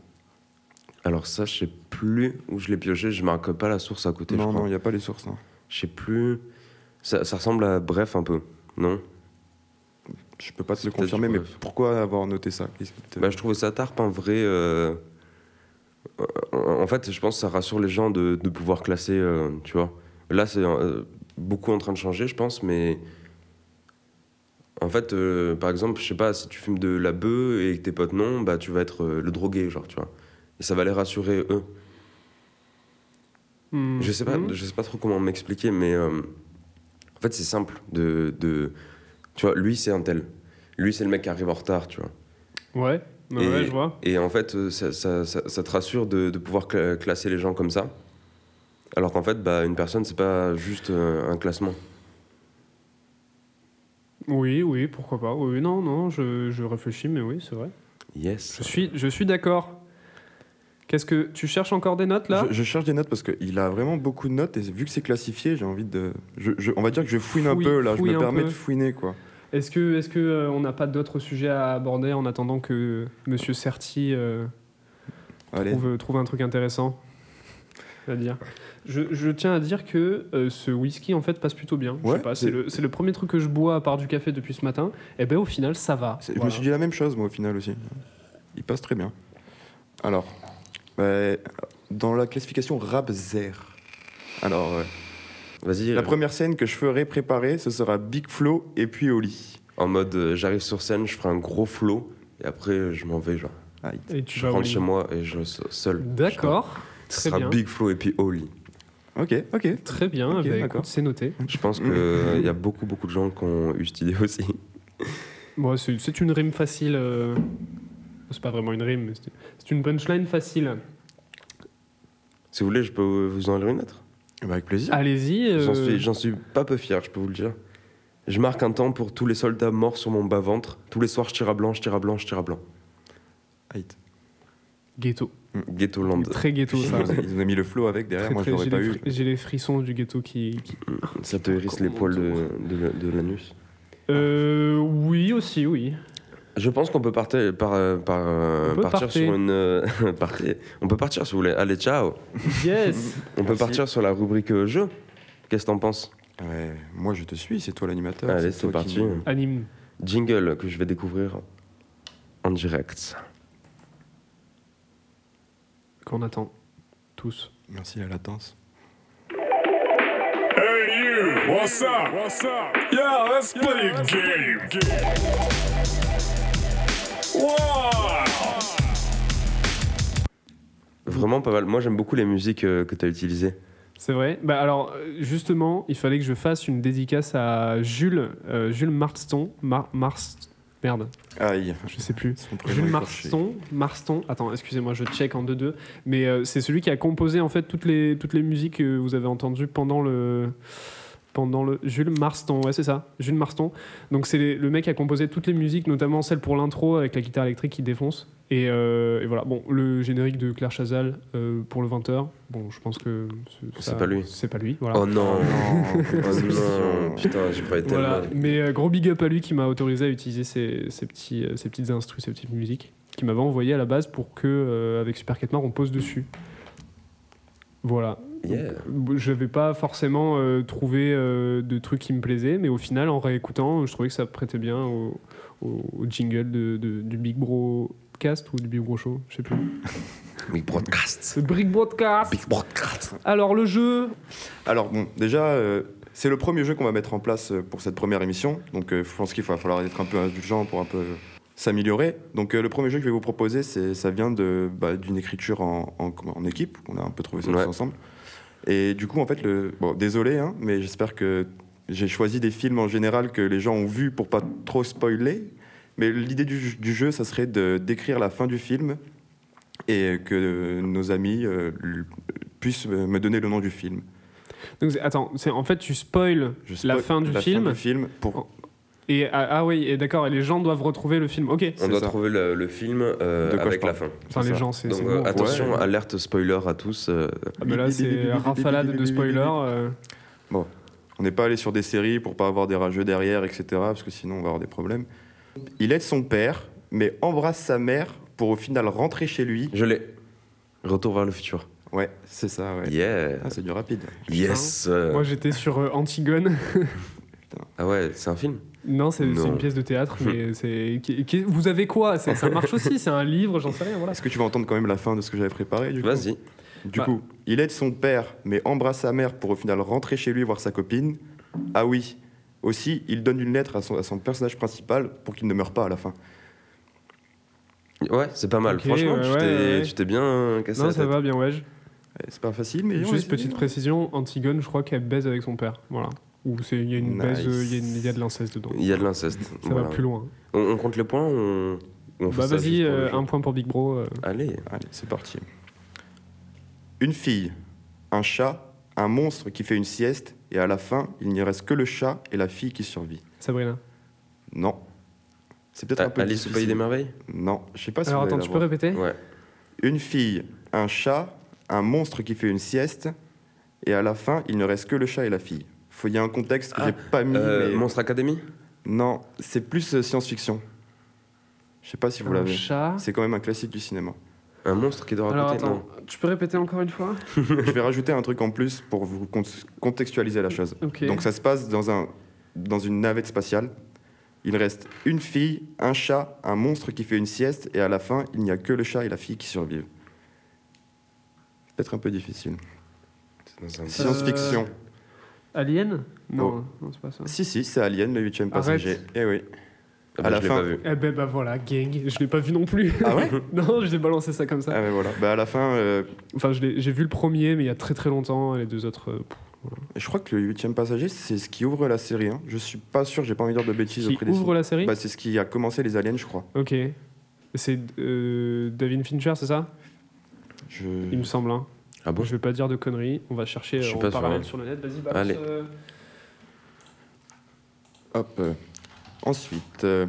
Speaker 5: Alors ça, je sais plus où je l'ai pioché. Je marque pas la source à côté, je
Speaker 2: Non,
Speaker 5: crois.
Speaker 2: non, il n'y a pas les sources. non.
Speaker 5: Je sais plus. Ça, ça ressemble à bref un peu, non
Speaker 2: Je peux pas te
Speaker 5: C'est
Speaker 2: le
Speaker 5: peut-être
Speaker 2: confirmer,
Speaker 5: du
Speaker 2: mais
Speaker 5: bref.
Speaker 2: pourquoi avoir noté ça Qu'est-ce qui te-
Speaker 5: Bah, je trouve ça tarpe un vrai. euh, En en fait, je pense que ça rassure les gens de, de pouvoir classer, euh, tu vois. Là, c'est euh, beaucoup en train de changer, je pense, mais. En fait, euh, par exemple, je sais pas, si tu fumes de la bœuf et que tes potes non, bah tu vas être euh, le drogué, genre, tu vois. Et ça va les rassurer, eux.
Speaker 3: Hmm.
Speaker 5: Je sais pas,
Speaker 3: Hmm.
Speaker 5: je sais pas trop comment m'expliquer, mais euh, en fait c'est simple de, de- tu vois, lui c'est un tel, lui c'est le mec qui arrive en retard, tu vois.
Speaker 3: Ouais, ouais,
Speaker 5: Et-
Speaker 3: ouais, je vois.
Speaker 5: Et en fait euh, ça, ça- ça- ça te rassure de, de pouvoir cla- classer les gens comme ça, alors qu'en fait bah une personne c'est pas juste euh, un classement.
Speaker 3: Oui, oui, pourquoi pas. Oui, non, non, je, je réfléchis, mais oui, c'est vrai.
Speaker 5: Yes.
Speaker 3: Je suis, je suis d'accord. Qu'est-ce que tu cherches encore des notes là
Speaker 2: je, je cherche des notes parce qu'il a vraiment beaucoup de notes et vu que c'est classifié, j'ai envie de. je- je- on va dire que je fouine
Speaker 3: Fouille-
Speaker 2: un peu là, je
Speaker 3: fouille
Speaker 2: me
Speaker 3: un
Speaker 2: permets
Speaker 3: peu.
Speaker 2: de fouiner quoi.
Speaker 3: Est-ce que, est-ce que euh, on n'a pas d'autres sujets à aborder en attendant que Monsieur Certi euh,
Speaker 2: Allez.
Speaker 3: trouve, euh, trouve un truc intéressant à dire je, je tiens à dire que euh, ce whisky en fait passe plutôt bien. je
Speaker 2: Ouais,
Speaker 3: sais pas, c'est
Speaker 2: c'est-
Speaker 3: le, c'est le premier truc que je bois à part du café depuis ce matin. Et ben au final ça va.
Speaker 2: C'est- Je
Speaker 3: Voilà.
Speaker 2: me suis dit la même chose, moi, au final aussi. Il passe très bien. Alors, bah, dans la classification Rabzer. Alors, euh,
Speaker 5: Vas-y.
Speaker 2: la
Speaker 5: euh,
Speaker 2: première scène que je ferai préparer, ce sera Big Flo et puis Oli.
Speaker 5: En mode euh, j'arrive sur scène, je ferai un gros flow et après euh, je m'en vais genre.
Speaker 2: Aïe.
Speaker 3: Et tu
Speaker 5: Je
Speaker 3: vas au
Speaker 5: rentre
Speaker 3: lit.
Speaker 5: chez moi et je seul. seul.
Speaker 3: Bah D'accord,
Speaker 5: Ce
Speaker 3: très
Speaker 5: sera
Speaker 3: bien.
Speaker 5: Big Flow et puis Oli.
Speaker 2: Ok, ok.
Speaker 3: très bien.
Speaker 2: Ok,
Speaker 3: Eh ben,
Speaker 2: d'accord.
Speaker 3: écoute, c'est noté.
Speaker 5: Je pense qu'il y a beaucoup beaucoup de gens qui ont eu cette idée aussi.
Speaker 3: Bon, c'est c'est une rime facile. euh, C'est pas vraiment une rime, mais c'est- c'est une punchline facile.
Speaker 5: Si vous voulez, je peux vous en lire une autre
Speaker 2: Bah, avec plaisir.
Speaker 3: Allez-y. euh,
Speaker 5: J'en suis, j'en suis pas peu fier, je peux vous le dire. Je marque un temps pour tous les soldats morts sur mon bas-ventre. Tous les soirs, je tire à blanc, je tire à blanc, je tire à blanc.
Speaker 2: Aïe.
Speaker 3: Ghetto.
Speaker 5: Ghetto Land.
Speaker 3: Très ghetto,
Speaker 2: Ils
Speaker 3: ça.
Speaker 2: nous ont- ils nous ont mis le flow avec derrière,
Speaker 3: Très,
Speaker 2: moi je
Speaker 3: très-
Speaker 2: l'aurais
Speaker 3: j'ai
Speaker 2: pas
Speaker 3: les
Speaker 2: eu.
Speaker 3: fri- J'ai les frissons du ghetto qui. qui-
Speaker 5: Ça te hérisse les poils de, de- de l'anus.
Speaker 3: Euh, oui, aussi, oui.
Speaker 5: Je pense qu'on peut partir, par, euh, par, euh,
Speaker 3: On peut
Speaker 5: partir
Speaker 3: partir.
Speaker 5: sur une. euh, partir. On peut partir si vous voulez. Allez, ciao
Speaker 3: Yes
Speaker 5: On peut partir sur la rubrique euh, jeu. Qu'est-ce que t'en penses
Speaker 2: Ouais, moi je te suis, c'est toi l'animateur.
Speaker 5: Allez, c'est
Speaker 2: toi
Speaker 5: parti.
Speaker 2: qui-
Speaker 3: Anime.
Speaker 5: Jingle que je vais découvrir en direct.
Speaker 3: Qu'on attend. Tous.
Speaker 2: Merci la latence.
Speaker 6: Hey you, what's up? What's up? Yeah, let's play a game. Wow!
Speaker 5: Vraiment pas mal. Moi, j'aime beaucoup les musiques euh, que t'as utilisées.
Speaker 3: C'est vrai. Bah alors, euh, justement, il fallait que je fasse une dédicace à Jules, euh, Jules Marston. Mar Mars. Merde,
Speaker 2: Aïe.
Speaker 3: je sais plus.
Speaker 2: Son prénom
Speaker 3: Jules
Speaker 2: écorché.
Speaker 3: Marston, Marston, attends, excusez-moi, je check en 2-2, mais euh, c'est celui qui a composé en fait toutes les, toutes les musiques que vous avez entendues pendant le. Pendant le. Jules Marston, ouais, c'est ça, Jules Marston. Donc c'est les- le mec qui a composé toutes les musiques, notamment celle pour l'intro avec la guitare électrique qui défonce. Et, euh, et voilà, bon, le générique de Claire Chazal euh, pour le 20h, bon, je pense que. ça-
Speaker 5: C'est pas lui.
Speaker 3: C'est pas lui, voilà.
Speaker 5: Oh non,
Speaker 2: Non,
Speaker 5: oh non, putain, j'ai pas été
Speaker 3: Voilà,
Speaker 5: mal.
Speaker 3: mais euh, gros big up à lui qui m'a autorisé à utiliser ces, ces petits, euh, ces petites instrus, ces petites musiques, qui m'avait envoyé à la base pour que, euh, avec Super Quête Noire, on pose dessus. Voilà.
Speaker 5: Yeah.
Speaker 3: Je n'avais pas forcément euh, trouvé euh, de trucs qui me plaisaient, mais au final, en réécoutant, je trouvais que ça prêtait bien au, au- au jingle de, de- du Big Bro Cast ou du Big Bro Show, je sais plus.
Speaker 5: Big Broadcast.
Speaker 3: Le Big Broadcast
Speaker 5: Big Broadcast.
Speaker 3: Alors, le jeu
Speaker 2: Alors bon, déjà, euh, c'est le premier jeu qu'on va mettre en place euh, pour cette première émission, donc euh, je pense qu'il va falloir être un peu indulgent pour un peu s'améliorer. Donc euh, le premier jeu que je vais vous proposer, c'est, ça vient de, bah, d'une écriture en, en- en équipe. On a un peu trouvé ça tous
Speaker 5: Ouais.
Speaker 2: ensemble. Et du coup, en fait, le, bon, désolé, hein, mais j'espère que j'ai choisi des films en général que les gens ont vus pour pas trop spoiler. Mais l'idée du, du jeu, ça serait de décrire la fin du film et que nos amis euh, l- puissent me donner le nom du film.
Speaker 3: Donc, c'est- attends, c'est en fait tu spoil
Speaker 2: Je
Speaker 3: la
Speaker 2: spoil-
Speaker 3: fin du
Speaker 2: la
Speaker 3: film
Speaker 2: fin du film pour
Speaker 3: et ah, ah oui et d'accord et les gens doivent retrouver le film. Ok.
Speaker 5: On
Speaker 3: c'est
Speaker 5: doit
Speaker 3: ça.
Speaker 5: trouver le, le film euh,
Speaker 2: De quoi
Speaker 5: avec
Speaker 2: je
Speaker 5: la
Speaker 2: parle
Speaker 5: fin.
Speaker 3: Enfin
Speaker 2: c'est
Speaker 3: les
Speaker 2: ça.
Speaker 3: gens c'est.
Speaker 5: Donc
Speaker 3: c'est
Speaker 5: euh,
Speaker 3: lourd.
Speaker 5: attention, alerte spoiler à tous. euh,
Speaker 3: Ah, mais là c'est rafalade de spoilers. euh.
Speaker 2: On n'est pas allé sur des séries pour pas avoir des rageux derrière, etc. Parce que sinon, on va avoir des problèmes. Il aide son père, mais embrasse sa mère pour au final rentrer chez lui.
Speaker 5: je l'ai. Retour vers le futur.
Speaker 2: Ouais, c'est ça, ouais.
Speaker 5: Yeah.
Speaker 2: Ah, c'est du rapide.
Speaker 5: Yes. euh,
Speaker 3: Moi j'étais sur euh, Antigone.
Speaker 5: ah ouais, c'est un film.
Speaker 3: non c'est c'est
Speaker 5: Non.
Speaker 3: une pièce de théâtre mais c'est. qui- qui- Vous avez quoi C'est- Ça marche aussi. C'est un livre. J'en sais rien. Voilà.
Speaker 2: Est-ce que tu vas entendre quand même la fin de ce que j'avais préparé du coup
Speaker 5: Vas-y.
Speaker 2: Du
Speaker 3: Bah.
Speaker 2: coup, il aide son père, mais embrasse sa mère pour au final rentrer chez lui voir sa copine. Ah oui, aussi, il donne une lettre à son, à son personnage principal pour qu'il ne meure pas à la fin.
Speaker 5: Ouais, c'est pas mal.
Speaker 3: Ok,
Speaker 5: Franchement,
Speaker 3: ouais,
Speaker 5: tu
Speaker 3: ouais,
Speaker 5: t'es-
Speaker 3: ouais.
Speaker 5: tu t'es bien cassé
Speaker 3: Non
Speaker 5: la
Speaker 3: ça
Speaker 5: tête.
Speaker 3: va bien ouais. je-
Speaker 2: Eh, C'est pas facile, mais on
Speaker 3: Juste
Speaker 2: essaie.
Speaker 3: petite précision, Antigone, je crois qu'elle baise avec son père. Voilà. Ou c'est- il y a une
Speaker 2: Nice.
Speaker 3: baise, euh, il y, a une- il y a de l'inceste dedans.
Speaker 5: Il y a de l'inceste.
Speaker 3: Ça va
Speaker 5: Voilà.
Speaker 3: plus loin.
Speaker 5: On, on compte les points on, on fait
Speaker 3: bah
Speaker 5: ça
Speaker 3: vas-y,
Speaker 5: juste pour le
Speaker 3: euh,
Speaker 5: jeu.
Speaker 3: un point pour Big Bro. euh.
Speaker 5: Allez.
Speaker 2: Allez, c'est parti. Une fille, un chat, un monstre qui fait une sieste, et à la fin, il n'y reste que le chat et la fille qui survit.
Speaker 3: Sabrina.
Speaker 2: Non. C'est peut-être un
Speaker 5: Ah,
Speaker 2: peu
Speaker 5: Alice au
Speaker 2: difficile.
Speaker 5: Pays des Merveilles
Speaker 2: Non, je sais pas si
Speaker 3: Alors
Speaker 2: vous allez
Speaker 3: attends,
Speaker 2: la
Speaker 3: tu peux
Speaker 2: voir.
Speaker 3: répéter
Speaker 5: Ouais.
Speaker 2: Une fille, un chat, un monstre qui fait une sieste, et à la fin, il ne reste que le chat et la fille. Faut- Il y a un contexte que
Speaker 5: Ah,
Speaker 2: j'ai pas mis.
Speaker 5: Euh,
Speaker 2: mais-
Speaker 5: Monstre Academy
Speaker 2: Non, c'est plus euh, science-fiction. Je sais pas si vous
Speaker 3: Un
Speaker 2: l'avez.
Speaker 3: chat.
Speaker 2: C'est quand même un classique du cinéma.
Speaker 5: Un monstre qui dort à
Speaker 3: Alors
Speaker 5: côté
Speaker 3: attends,
Speaker 5: Non.
Speaker 3: tu peux répéter encore une fois
Speaker 2: Je vais rajouter un truc en plus pour vous con- contextualiser la chose.
Speaker 3: Ok.
Speaker 2: Donc ça se passe dans, un, dans une navette spatiale. Il reste une fille, un chat, un monstre qui fait une sieste, et à la fin, il n'y a que le chat et la fille qui survivent. Peut-être un peu difficile.
Speaker 5: C'est dans un-
Speaker 2: Science-fiction.
Speaker 3: Alien
Speaker 2: Non,
Speaker 3: Non, c'est pas ça.
Speaker 2: Si, si, c'est Alien, le huitième passager. Eh oui.
Speaker 5: Ah bah,
Speaker 2: à la
Speaker 5: je l'ai
Speaker 2: fin.
Speaker 5: pas vu.
Speaker 3: Eh ben bah voilà, gang, je l'ai pas vu non plus.
Speaker 2: Ah ouais
Speaker 3: non, je l'ai balancé ça comme ça.
Speaker 2: Ah mais voilà. Bah, à la fin, euh,
Speaker 3: Enfin, je l'ai- j'ai vu le premier, mais il y a très très longtemps, et les deux autres. euh, pff,
Speaker 2: je crois que le huitième passager, c'est ce qui ouvre la série. hein. Je suis pas sûr, j'ai pas envie de dire de bêtises
Speaker 3: qui
Speaker 2: auprès des
Speaker 3: ouvre la série
Speaker 2: Bah, c'est ce qui a commencé les aliens, je crois.
Speaker 3: Ok. C'est euh, David Fincher, c'est ça
Speaker 2: Je...
Speaker 3: Il me semble. Hein.
Speaker 5: Ah bon
Speaker 3: Je vais pas dire de conneries, on va chercher
Speaker 5: Je suis
Speaker 3: euh, en
Speaker 5: pas sûr,
Speaker 3: parallèle
Speaker 5: hein.
Speaker 3: sur le net. Vas-y, balance.
Speaker 5: Allez.
Speaker 3: euh,
Speaker 2: Hop. euh, Ensuite, euh,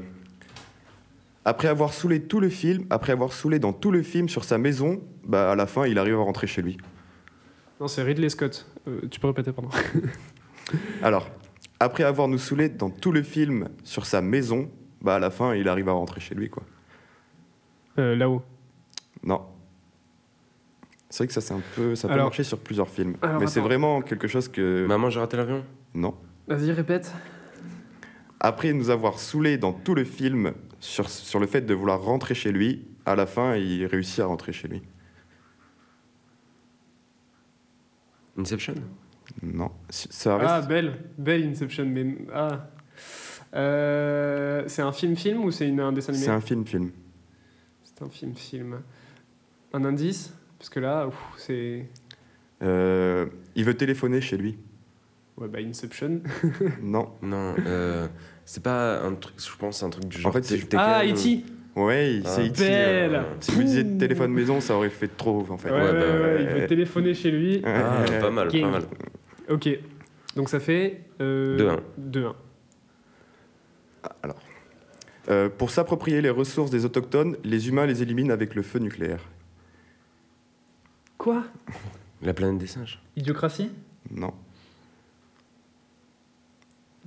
Speaker 2: après avoir saoulé tout le film, après avoir saoulé dans tout le film sur sa maison, bah à la fin, il arrive à rentrer chez lui.
Speaker 3: Non, c'est Ridley Scott. Euh, tu peux répéter, pardon.
Speaker 2: Alors, après avoir nous saoulé dans tout le film sur sa maison, bah à la fin, il arrive à rentrer chez lui, quoi.
Speaker 3: Euh, Là-haut.
Speaker 2: Non. C'est vrai que ça, c'est un peu, ça peut
Speaker 3: Alors-
Speaker 2: marcher sur plusieurs films,
Speaker 3: Alors,
Speaker 2: mais c'est
Speaker 3: attends.
Speaker 2: vraiment quelque chose que
Speaker 5: Maman, Bah, j'ai raté l'avion
Speaker 2: non.
Speaker 3: Vas-y, répète.
Speaker 2: Après nous avoir saoulé dans tout le film sur, sur le fait de vouloir rentrer chez lui, à la fin, il réussit à rentrer chez lui.
Speaker 5: Inception
Speaker 2: Non. Ça reste...
Speaker 3: Ah, belle. Belle Inception. Mais... Ah. Euh, c'est un film-film ou c'est une- un dessin
Speaker 2: C'est
Speaker 3: animé
Speaker 2: un film-film.
Speaker 3: C'est un film-film. Un indice Parce que là, ouf, c'est.
Speaker 2: Euh, il veut téléphoner chez lui.
Speaker 3: Ouais, bah Inception.
Speaker 2: Non.
Speaker 5: Non. euh, c'est pas un truc, je pense, c'est un truc du genre.
Speaker 2: fait, c'est-
Speaker 5: Tekken
Speaker 3: ah,
Speaker 5: ou-
Speaker 3: E.T.
Speaker 2: Ouais,
Speaker 5: Ah.
Speaker 2: c'est
Speaker 3: E
Speaker 2: E.T.,
Speaker 3: Belle
Speaker 2: euh, Si vous disiez téléphone maison, ça aurait fait trop, en fait.
Speaker 3: Ouais, ouais, ouais,
Speaker 5: bah,
Speaker 3: ouais, il veut téléphoner chez lui.
Speaker 5: Ah, pas mal,
Speaker 3: King.
Speaker 5: pas mal.
Speaker 3: Ok. Donc ça fait. Euh,
Speaker 5: 2-1.
Speaker 3: 2-1.
Speaker 2: Alors. Euh, pour s'approprier les ressources des autochtones, les humains les éliminent avec le feu nucléaire.
Speaker 3: Quoi
Speaker 5: La planète des singes.
Speaker 3: Idiocratie
Speaker 2: Non.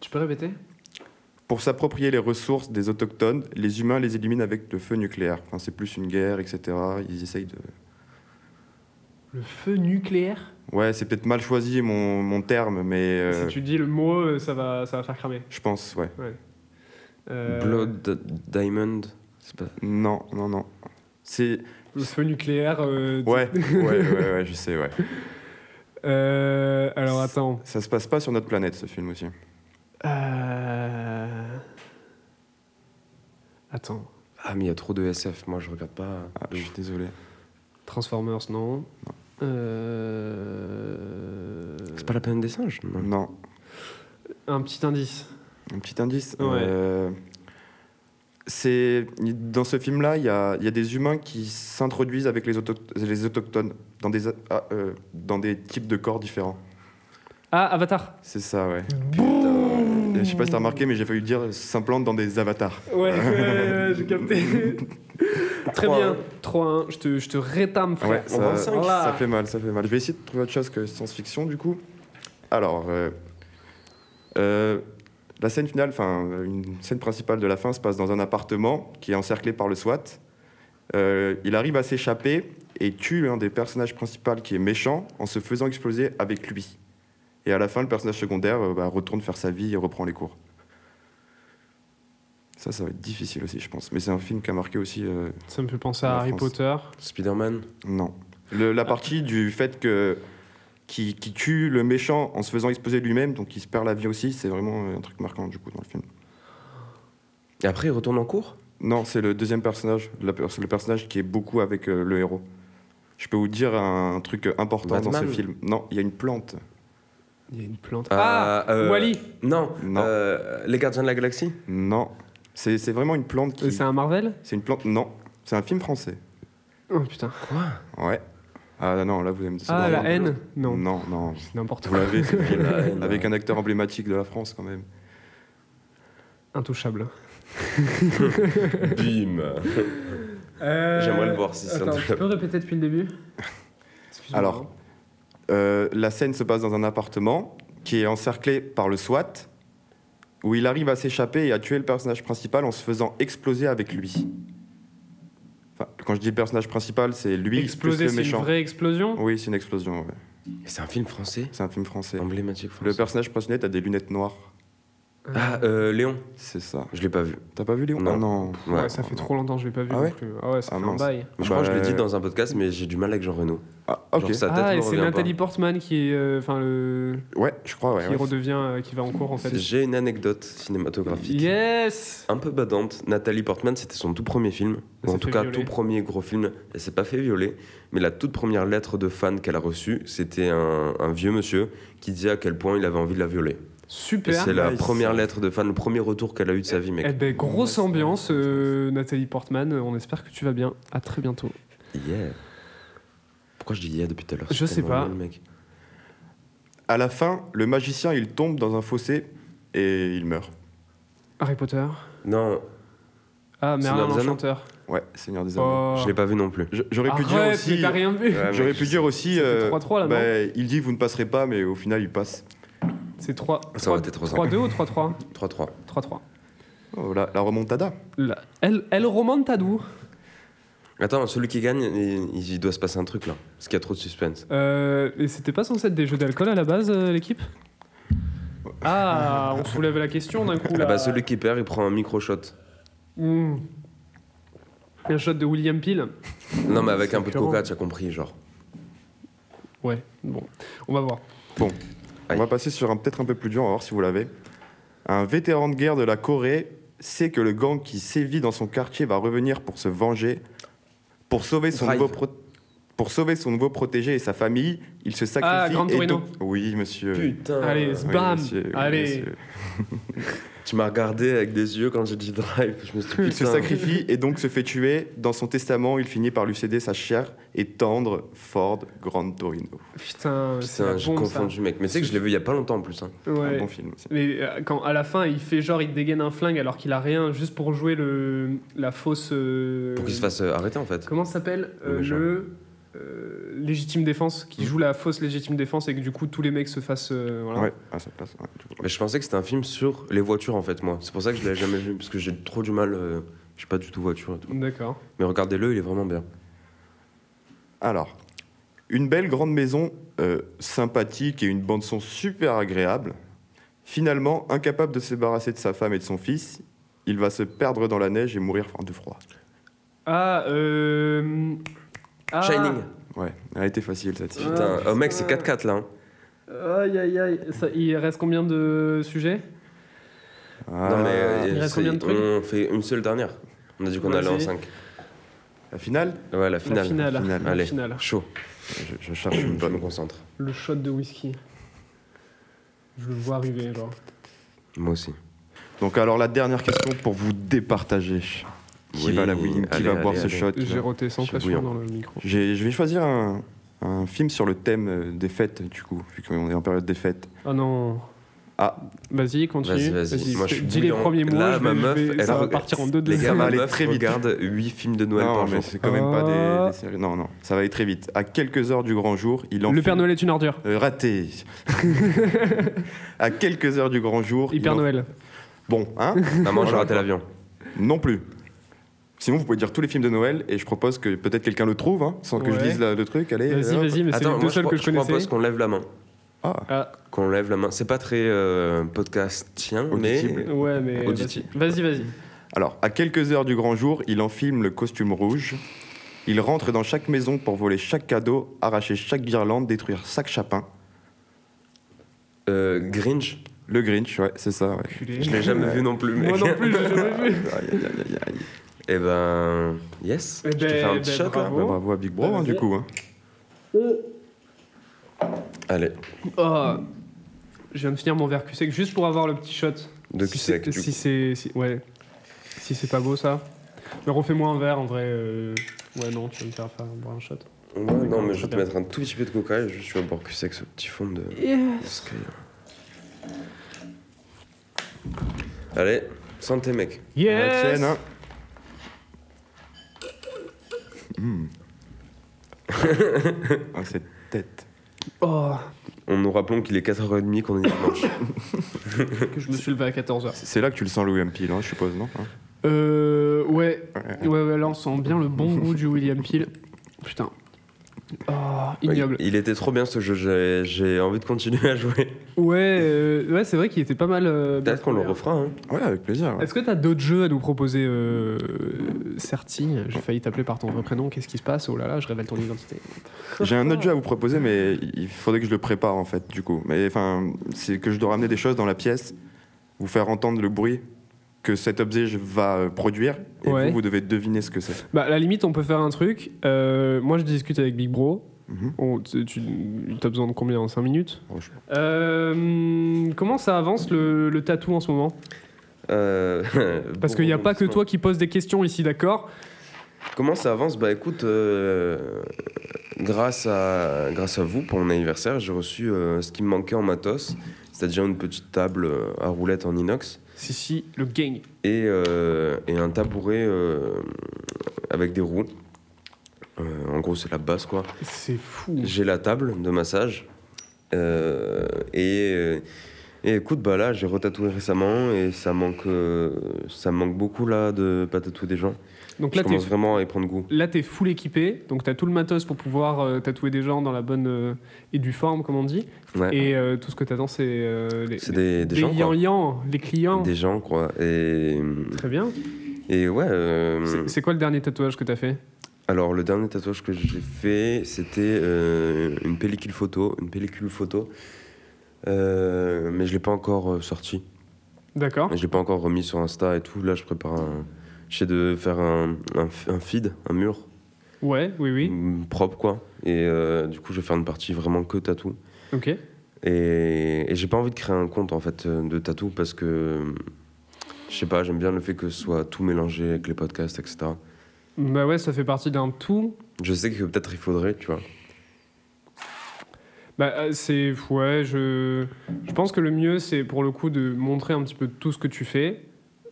Speaker 3: Tu peux répéter
Speaker 2: Pour s'approprier les ressources des autochtones, les humains les éliminent avec le feu nucléaire. Enfin, c'est plus une guerre, etc. Ils essayent de.
Speaker 3: Le feu nucléaire
Speaker 2: Ouais, c'est peut-être mal choisi mon, mon terme, mais euh,
Speaker 3: Si tu dis le mot, euh, ça va, ça va faire cramer.
Speaker 2: je pense, ouais.
Speaker 3: Euh,
Speaker 5: Blood Diamond. C'est pas.
Speaker 2: Non, non, non. C'est
Speaker 3: Le feu nucléaire. euh,
Speaker 2: ouais, ouais, ouais, ouais, je sais, ouais.
Speaker 3: euh, alors attends.
Speaker 2: Ça se passe pas sur notre planète, ce film aussi.
Speaker 3: Euh, Attends.
Speaker 5: Ah, mais il y a trop de SF, moi je regarde pas.
Speaker 2: Ah, je suis désolé.
Speaker 3: Transformers, non. Euh,
Speaker 5: C'est pas la planète des singes non.
Speaker 2: Non.
Speaker 3: Un petit indice.
Speaker 2: Un petit indice.
Speaker 3: Ouais.
Speaker 2: euh, c'est dans ce film-là, il y a, il y a des humains qui s'introduisent avec les, auto- les autochtones dans des a- ah, euh, dans des types de corps différents.
Speaker 3: Ah, Avatar.
Speaker 2: C'est ça, ouais. Putain, ouais. Je sais pas si t'as remarqué, mais j'ai failli dire s'implante dans des avatars.
Speaker 3: Ouais, ouais, ouais, ouais, j'ai capté. Très bien. 3-1. Je te, je te rétame, frère.
Speaker 2: Ouais, ça,
Speaker 3: Voilà.
Speaker 2: ça fait mal, ça fait mal. Je vais essayer de trouver autre chose que science-fiction, du coup. Alors, euh, euh, la scène finale, enfin, une scène principale de la fin se passe dans un appartement qui est encerclé par le SWAT. Euh, il arrive à s'échapper et tue un des personnages principaux qui est méchant en se faisant exploser avec lui. Et à la fin, le personnage secondaire euh, bah, retourne faire sa vie et reprend les cours. Ça, ça va être difficile aussi, je pense. Mais c'est un film qui a marqué aussi euh,
Speaker 3: Ça me fait penser à
Speaker 2: La
Speaker 3: Harry
Speaker 2: France.
Speaker 3: Potter.
Speaker 5: Spider-Man
Speaker 2: non. Le- la partie du fait que qui, qui tue le méchant en se faisant exposer lui-même, donc il se perd la vie aussi, c'est vraiment euh, un truc marquant du coup dans le film.
Speaker 5: Et après, il retourne en cours
Speaker 2: Non, c'est le deuxième personnage, la pers- le personnage qui est beaucoup avec euh, le héros. Je peux vous dire un, truc important dans
Speaker 5: Batman
Speaker 2: ce film. Non, il y a une plante.
Speaker 3: Il y a une plante.
Speaker 5: Ah,
Speaker 3: ah
Speaker 5: euh,
Speaker 3: Wally.
Speaker 5: Non.
Speaker 2: Non.
Speaker 5: euh, les gardiens de la galaxie
Speaker 2: Non, c'est c'est vraiment une plante qui.
Speaker 3: C'est un Marvel
Speaker 2: C'est une plante. Non, c'est un film français.
Speaker 3: Oh putain.
Speaker 2: Ouais. Ah non, là vous allez me dire.
Speaker 3: Ah, la haine Non.
Speaker 2: Non, non.
Speaker 3: C'est n'importe
Speaker 2: Mm. Vous
Speaker 3: quoi.
Speaker 2: l'avez. ce film.
Speaker 5: La haine,
Speaker 2: avec un acteur emblématique de la France quand même.
Speaker 3: Intouchable.
Speaker 5: Bim J'aimerais le voir si c'est
Speaker 3: Euh, Attends, tu
Speaker 5: intouchable.
Speaker 3: peux répéter depuis le début Excuse-moi.
Speaker 2: Alors, Euh, la scène se passe dans un appartement qui est encerclé par le SWAT, où il arrive à s'échapper et à tuer le personnage principal en se faisant exploser avec lui. Enfin, quand je dis le personnage principal, c'est lui plus
Speaker 3: exploser,
Speaker 2: le
Speaker 3: c'est une
Speaker 2: méchant.
Speaker 3: vraie explosion
Speaker 2: Oui, c'est une explosion. ouais.
Speaker 5: Et C'est un film français
Speaker 2: C'est un film français. Le
Speaker 5: Emblématique français.
Speaker 2: personnage principal a des lunettes noires.
Speaker 5: Ah, euh, Léon
Speaker 2: C'est ça.
Speaker 5: Je l'ai pas vu.
Speaker 2: T'as pas vu Léon
Speaker 5: Non.
Speaker 2: Ah non.
Speaker 3: Ouais, ça fait trop longtemps que je l'ai pas vu
Speaker 2: Ah
Speaker 3: non
Speaker 2: ouais
Speaker 3: plus. Ah ouais, ça
Speaker 2: Ah
Speaker 3: fait un
Speaker 2: mince.
Speaker 3: bail.
Speaker 5: Je
Speaker 2: Bah,
Speaker 5: crois que je l'ai dit
Speaker 2: euh,
Speaker 5: dans un podcast, mais j'ai du mal avec Jean Reno.
Speaker 2: Ah, ok.
Speaker 5: Genre sa tête
Speaker 3: Ah,
Speaker 5: me
Speaker 3: et c'est
Speaker 5: revient
Speaker 3: Nathalie
Speaker 5: pas.
Speaker 3: Portman qui est. euh, Enfin, le.
Speaker 2: Ouais, je crois, ouais.
Speaker 3: qui
Speaker 2: Bah ouais.
Speaker 3: redevient. euh, qui va en cours en fait.
Speaker 5: J'ai une anecdote cinématographique.
Speaker 3: Yes
Speaker 5: Un peu badante, Nathalie Portman, c'était son tout premier film,
Speaker 3: Elle
Speaker 5: ou
Speaker 3: s'est
Speaker 5: en tout
Speaker 3: fait
Speaker 5: cas
Speaker 3: violer.
Speaker 5: tout premier gros film. Elle s'est pas fait violer, mais la toute première lettre de fan qu'elle a reçue, c'était un, un vieux monsieur qui disait à quel point il avait envie de la violer. Et
Speaker 3: Super
Speaker 5: c'est la
Speaker 2: Nice.
Speaker 5: première lettre de fan, le premier retour qu'elle a eu de sa vie,
Speaker 3: Eh
Speaker 5: mec.
Speaker 3: ben, grosse ambiance, euh, Nathalie Portman. On espère que tu vas bien. À très bientôt.
Speaker 5: Yeah. Pourquoi je dis yeah depuis tout à l'heure
Speaker 3: Je
Speaker 5: C'est
Speaker 3: sais
Speaker 5: tellement
Speaker 3: pas.
Speaker 5: nul, mec.
Speaker 2: À la fin, le magicien, il tombe dans un fossé et il meurt.
Speaker 3: Harry Potter.
Speaker 5: Non,
Speaker 3: Ah, Merlin
Speaker 5: Seigneur des Anneaux.
Speaker 3: l'Enchanteur.
Speaker 2: Ouais, Seigneur des Anneaux.
Speaker 3: Oh.
Speaker 5: je l'ai pas vu non plus.
Speaker 2: Je- J'aurais pu dire
Speaker 3: Arrête,
Speaker 2: aussi.
Speaker 3: mais t'as rien vu.
Speaker 5: Ouais,
Speaker 2: J'aurais
Speaker 5: mec,
Speaker 2: pu
Speaker 5: je-
Speaker 2: dire aussi.
Speaker 3: Ça fait
Speaker 2: euh,
Speaker 3: 3-3, là, non
Speaker 2: bah, il dit vous ne passerez pas, mais au final il passe.
Speaker 3: C'est 3.
Speaker 5: Ça aurait été trop simple.
Speaker 3: 3-2 ou 3-3
Speaker 5: 3-3.
Speaker 3: 3-3.
Speaker 2: Oh, la, la remontada.
Speaker 3: La- Elle, elle remonte à d'où
Speaker 5: Attends, celui qui gagne, il, il doit se passer un truc là. Parce qu'il y a trop de suspense.
Speaker 3: Euh, et c'était pas censé être des jeux d'alcool à la base, euh, l'équipe Ah, on soulève la question d'un coup là.
Speaker 5: Ah bah, celui qui perd, il prend un micro-shot.
Speaker 3: Mmh. Un shot de William Peel
Speaker 5: Non, mais avec un peu de
Speaker 3: Différent.
Speaker 5: coca, tu as compris, genre.
Speaker 3: Ouais, bon, on va voir.
Speaker 2: On
Speaker 5: Aïe.
Speaker 2: va passer sur un peut-être un peu plus dur, on va voir si vous l'avez. Un vétéran de guerre de la Corée sait que le gang qui sévit dans son quartier va revenir pour se venger. Pour sauver son,
Speaker 5: Drive.
Speaker 2: nouveau, pro- pour sauver son nouveau protégé et sa famille, il se
Speaker 3: Ah,
Speaker 2: sacrifie.
Speaker 3: Gran
Speaker 2: et
Speaker 3: Torino.
Speaker 2: do- Oui, monsieur.
Speaker 5: Putain.
Speaker 3: Allez,
Speaker 2: Oui,
Speaker 3: bam
Speaker 2: monsieur, oui,
Speaker 3: Allez
Speaker 2: monsieur.
Speaker 5: Tu m'as regardé avec des yeux quand j'ai dit drive. Je me suis dit,
Speaker 2: Il se
Speaker 5: putain.
Speaker 2: sacrifie et donc se fait tuer. Dans son testament, il finit par lui céder sa chère et tendre Ford Grand Torino.
Speaker 3: Putain, c'est la
Speaker 5: Putain, j'ai
Speaker 3: bombe,
Speaker 5: confondu, mec. Mais tu sais que je l'ai vu il y a pas longtemps en plus. hein.
Speaker 3: ça. Ouais.
Speaker 2: Un bon film aussi.
Speaker 3: Mais euh, quand à la fin il fait genre il dégaine un flingue alors qu'il a rien juste pour jouer le la fausse euh,
Speaker 5: Pour qu'il se fasse euh, arrêter en fait.
Speaker 3: comment ça s'appelle
Speaker 5: Le
Speaker 3: Euh,
Speaker 5: méchant. Hmm.
Speaker 3: le euh, légitime défense qui joue la fausse légitime défense et que du coup tous les mecs se fassent euh, voilà.
Speaker 2: Ouais, à sa place. ouais, toujours.
Speaker 5: Mais je pensais que c'était un film sur les voitures en fait, moi. C'est pour ça que je l'ai jamais vu. Parce que j'ai trop du mal. euh, Je suis pas du tout voiture et tout.
Speaker 3: D'accord.
Speaker 5: Mais regardez-le, il est vraiment bien.
Speaker 2: Alors, une belle grande maison euh, sympathique et une bande-son super agréable. Finalement, incapable de se débarrasser de sa femme et de son fils, il va se perdre dans la neige et mourir de froid.
Speaker 3: Ah euh... ah,
Speaker 5: Shining.
Speaker 2: Ouais, elle a été facile cette
Speaker 3: Ah,
Speaker 2: idée.
Speaker 5: Putain, oh mec, c'est
Speaker 3: putain.
Speaker 5: 4-4 là. hein.
Speaker 3: Aïe aïe aïe, Ça- il reste combien de sujets
Speaker 2: Ah,
Speaker 5: Non, mais. euh,
Speaker 3: Ah. Il reste
Speaker 5: c'est-
Speaker 3: combien de trucs
Speaker 5: On fait une seule dernière. On a dit qu'on allait en
Speaker 3: Vas-y.
Speaker 5: 5.
Speaker 2: La finale
Speaker 5: Ouais, la
Speaker 3: La
Speaker 5: finale.
Speaker 3: finale. La finale.
Speaker 2: finale.
Speaker 5: Allez, chaud.
Speaker 2: je, je cherche
Speaker 5: Je
Speaker 2: une
Speaker 5: me
Speaker 2: bonne.
Speaker 5: concentre.
Speaker 3: Le shot de whisky. Je le vois arriver, genre.
Speaker 5: Moi aussi.
Speaker 2: Donc, alors, la dernière question pour vous départager. Qui
Speaker 5: Oui,
Speaker 2: va la win Qui
Speaker 5: allez,
Speaker 2: va
Speaker 5: allez,
Speaker 2: boire ce
Speaker 5: allez.
Speaker 2: shot qui
Speaker 3: J'ai
Speaker 2: va-
Speaker 3: roté sans
Speaker 5: je suis
Speaker 3: passion
Speaker 5: bouillant.
Speaker 3: dans le micro.
Speaker 2: J'ai- Je vais choisir un, un film sur le thème euh, des fêtes, du coup, vu qu'on est en période des fêtes.
Speaker 3: Ah non.
Speaker 2: Ah.
Speaker 3: Vas-y, continue.
Speaker 5: Vas-y, vas-y. Moi, je suis
Speaker 3: Dis les
Speaker 5: bouillant.
Speaker 3: premiers mots.
Speaker 5: Là,
Speaker 3: je vais-
Speaker 5: ma
Speaker 3: je
Speaker 5: meuf,
Speaker 3: vais-
Speaker 5: elle
Speaker 3: ça va
Speaker 5: regarde-
Speaker 3: partir en deux
Speaker 5: Les
Speaker 3: deux
Speaker 5: gars,
Speaker 2: va
Speaker 5: ma
Speaker 2: aller
Speaker 5: meuf
Speaker 2: très vite.
Speaker 5: regarde 8 films de Noël
Speaker 2: non,
Speaker 5: par
Speaker 2: mais
Speaker 5: jour.
Speaker 2: c'est quand même pas des, des séries. Non, non, ça va aller très vite. À quelques heures du grand jour, il en
Speaker 3: Ah. Le Père Noël est une ordure.
Speaker 2: raté. à quelques heures du grand jour, il
Speaker 3: Hyper
Speaker 2: enf-
Speaker 3: Noël.
Speaker 2: Bon, hein
Speaker 5: Maman, j'ai
Speaker 2: Voilà.
Speaker 5: raté l'avion.
Speaker 2: Non plus. Sinon, vous pouvez dire tous les films de Noël et je propose que peut-être quelqu'un le trouve, hein, sans que je
Speaker 3: Ouais.
Speaker 2: dise la- le truc. Allez.
Speaker 3: Vas-y,
Speaker 2: hop.
Speaker 3: vas-y, mais c'est
Speaker 5: Attends,
Speaker 3: les
Speaker 5: moi,
Speaker 3: deux
Speaker 5: je,
Speaker 3: seuls
Speaker 5: pro-
Speaker 3: que je
Speaker 5: je propose
Speaker 3: connaissais.
Speaker 5: qu'on lève la main.
Speaker 2: Ah,
Speaker 3: Ah,
Speaker 5: Qu'on lève la main. C'est pas très euh, podcastien, mais.
Speaker 2: Audible.
Speaker 3: ouais, mais.
Speaker 5: Auditi.
Speaker 3: Vas-y, vas-y.
Speaker 2: Alors, à quelques heures du grand jour, il enfilme le costume rouge. Il rentre dans chaque maison pour voler chaque cadeau, arracher chaque guirlande, détruire chaque chapin.
Speaker 5: Euh, Grinch.
Speaker 2: Le Grinch, ouais, c'est ça. ouais.
Speaker 3: Culé.
Speaker 5: Je l'ai jamais vu non plus, mec.
Speaker 3: Moi non plus, j'ai jamais vu.
Speaker 2: Aïe, aïe, aïe, aïe.
Speaker 5: Eh ben, yes.
Speaker 3: Eh
Speaker 5: je te
Speaker 3: ben,
Speaker 5: fais un
Speaker 3: eh
Speaker 5: petit
Speaker 3: ben,
Speaker 5: shot là.
Speaker 3: bravo.
Speaker 2: Bah, bravo à Big Bro, hein, du coup. hein.
Speaker 5: Allez,
Speaker 3: Oh. Je viens de finir mon verre cul sec juste pour avoir le petit shot.
Speaker 5: de
Speaker 3: si
Speaker 5: cul
Speaker 3: c'est-
Speaker 5: sec. du
Speaker 3: Si
Speaker 5: coup.
Speaker 3: c'est. si- ouais. Si c'est pas beau ça. Mais refais-moi un verre en vrai. euh, Ouais, non, tu vas me faire faire boire un shot.
Speaker 5: Ouais, non, mais je vais te mettre un tout petit peu de coca et juste tu vas boire cul sec ce petit fond de. de Sky. Allez, santé, mec.
Speaker 3: Yes!
Speaker 2: La tienne, hein. Mm. Ah, cette tête.
Speaker 3: Oh,
Speaker 5: On nous rappelons qu'il est 4h30 qu'on est dimanche.
Speaker 3: que je me suis levé à 14h.
Speaker 2: C'est là que tu le sens, Louis M. Peel, hein, je suppose, non hein
Speaker 3: Euh. Ouais. Ouais, ouais, là on sent bien le bon goût du William Peel. Putain. Oh, ignoble.
Speaker 5: Il était trop bien ce jeu, j'ai- j'ai envie de continuer à jouer.
Speaker 3: Ouais, euh, ouais c'est vrai qu'il était pas mal. euh,
Speaker 5: Peut-être qu'on le
Speaker 3: bien.
Speaker 5: refera, hein.
Speaker 2: Ouais, avec plaisir. ouais.
Speaker 3: Est-ce que t'as d'autres jeux à nous proposer, euh, Certi J'ai failli t'appeler par ton vrai prénom, qu'est-ce qui se passe Oh là là, je révèle ton identité.
Speaker 2: J'ai un autre jeu à vous proposer, mais il faudrait que je le prépare en fait, du coup. Mais enfin, c'est que je dois ramener des choses dans la pièce, vous faire entendre le bruit que cet objet va euh, produire, et
Speaker 3: Ouais.
Speaker 2: vous, vous devez deviner ce que c'est.
Speaker 3: Bah, à la limite, on peut faire un truc. Euh, moi, je discute avec Big Bro.
Speaker 2: Mhm.
Speaker 3: On- tu tu- t'as besoin de combien en 5 minutes
Speaker 2: Oh, je-
Speaker 3: Euh, Comment ça avance le, le tatou en ce moment
Speaker 5: Euh,
Speaker 3: Parce
Speaker 5: bon
Speaker 3: qu'il n'y a pas que
Speaker 5: rebondissement.
Speaker 3: toi qui poses des questions ici, d'accord
Speaker 5: Comment ça avance Bah écoute, euh, grâce, à, grâce à vous pour mon anniversaire, j'ai reçu euh, ce qui me manquait en matos, c'est-à-dire une petite table euh, à roulettes en inox
Speaker 3: Si, si, le gang.
Speaker 5: et, euh, et un tabouret euh, avec des roues. Euh, en gros, c'est la base quoi.
Speaker 3: C'est fou.
Speaker 5: J'ai la table de massage. Euh, et, euh, et écoute, bah là, j'ai retatoué récemment et ça manque, euh, ça manque beaucoup là de pas tatouer des gens.
Speaker 3: Donc
Speaker 5: Je
Speaker 3: là, t'es
Speaker 5: commence vraiment à y prendre goût.
Speaker 3: Là, t'es full équipé, donc t'as tout le matos pour pouvoir euh, tatouer des gens dans la bonne euh, et du forme, comme on dit.
Speaker 5: Ouais.
Speaker 3: Et euh, tout ce que t'attends, c'est euh, les,
Speaker 5: C'est des, des
Speaker 3: les
Speaker 5: gens. quoi.
Speaker 3: yans-yans, les clients.
Speaker 5: des Mm. gens quoi et
Speaker 3: Très bien.
Speaker 5: et ouais euh,
Speaker 3: C'est- C'est quoi le dernier tatouage que t'as fait
Speaker 5: alors le dernier tatouage que j'ai fait c'était euh, une pellicule photo une pellicule photo Euh, mais je l'ai pas encore euh, sorti
Speaker 3: D'accord.
Speaker 5: je l'ai pas encore remis sur Insta et tout là je prépare un j'essaie de faire un, un, f- un feed un mur
Speaker 3: Ouais, oui, oui.
Speaker 5: mm, propre quoi et euh, du coup je vais faire une partie vraiment que tatou
Speaker 3: Ok.
Speaker 5: et, et j'ai pas envie de créer un compte en fait euh, de tatou parce que euh, je sais pas j'aime bien le fait que ce soit tout mélangé avec les podcasts etc
Speaker 3: Bah ouais, ça fait partie d'un tout.
Speaker 5: Je sais que peut-être il faudrait, tu vois.
Speaker 3: Bah euh, c'est ouais, je je pense que le mieux c'est pour le coup de montrer un petit peu tout ce que tu fais.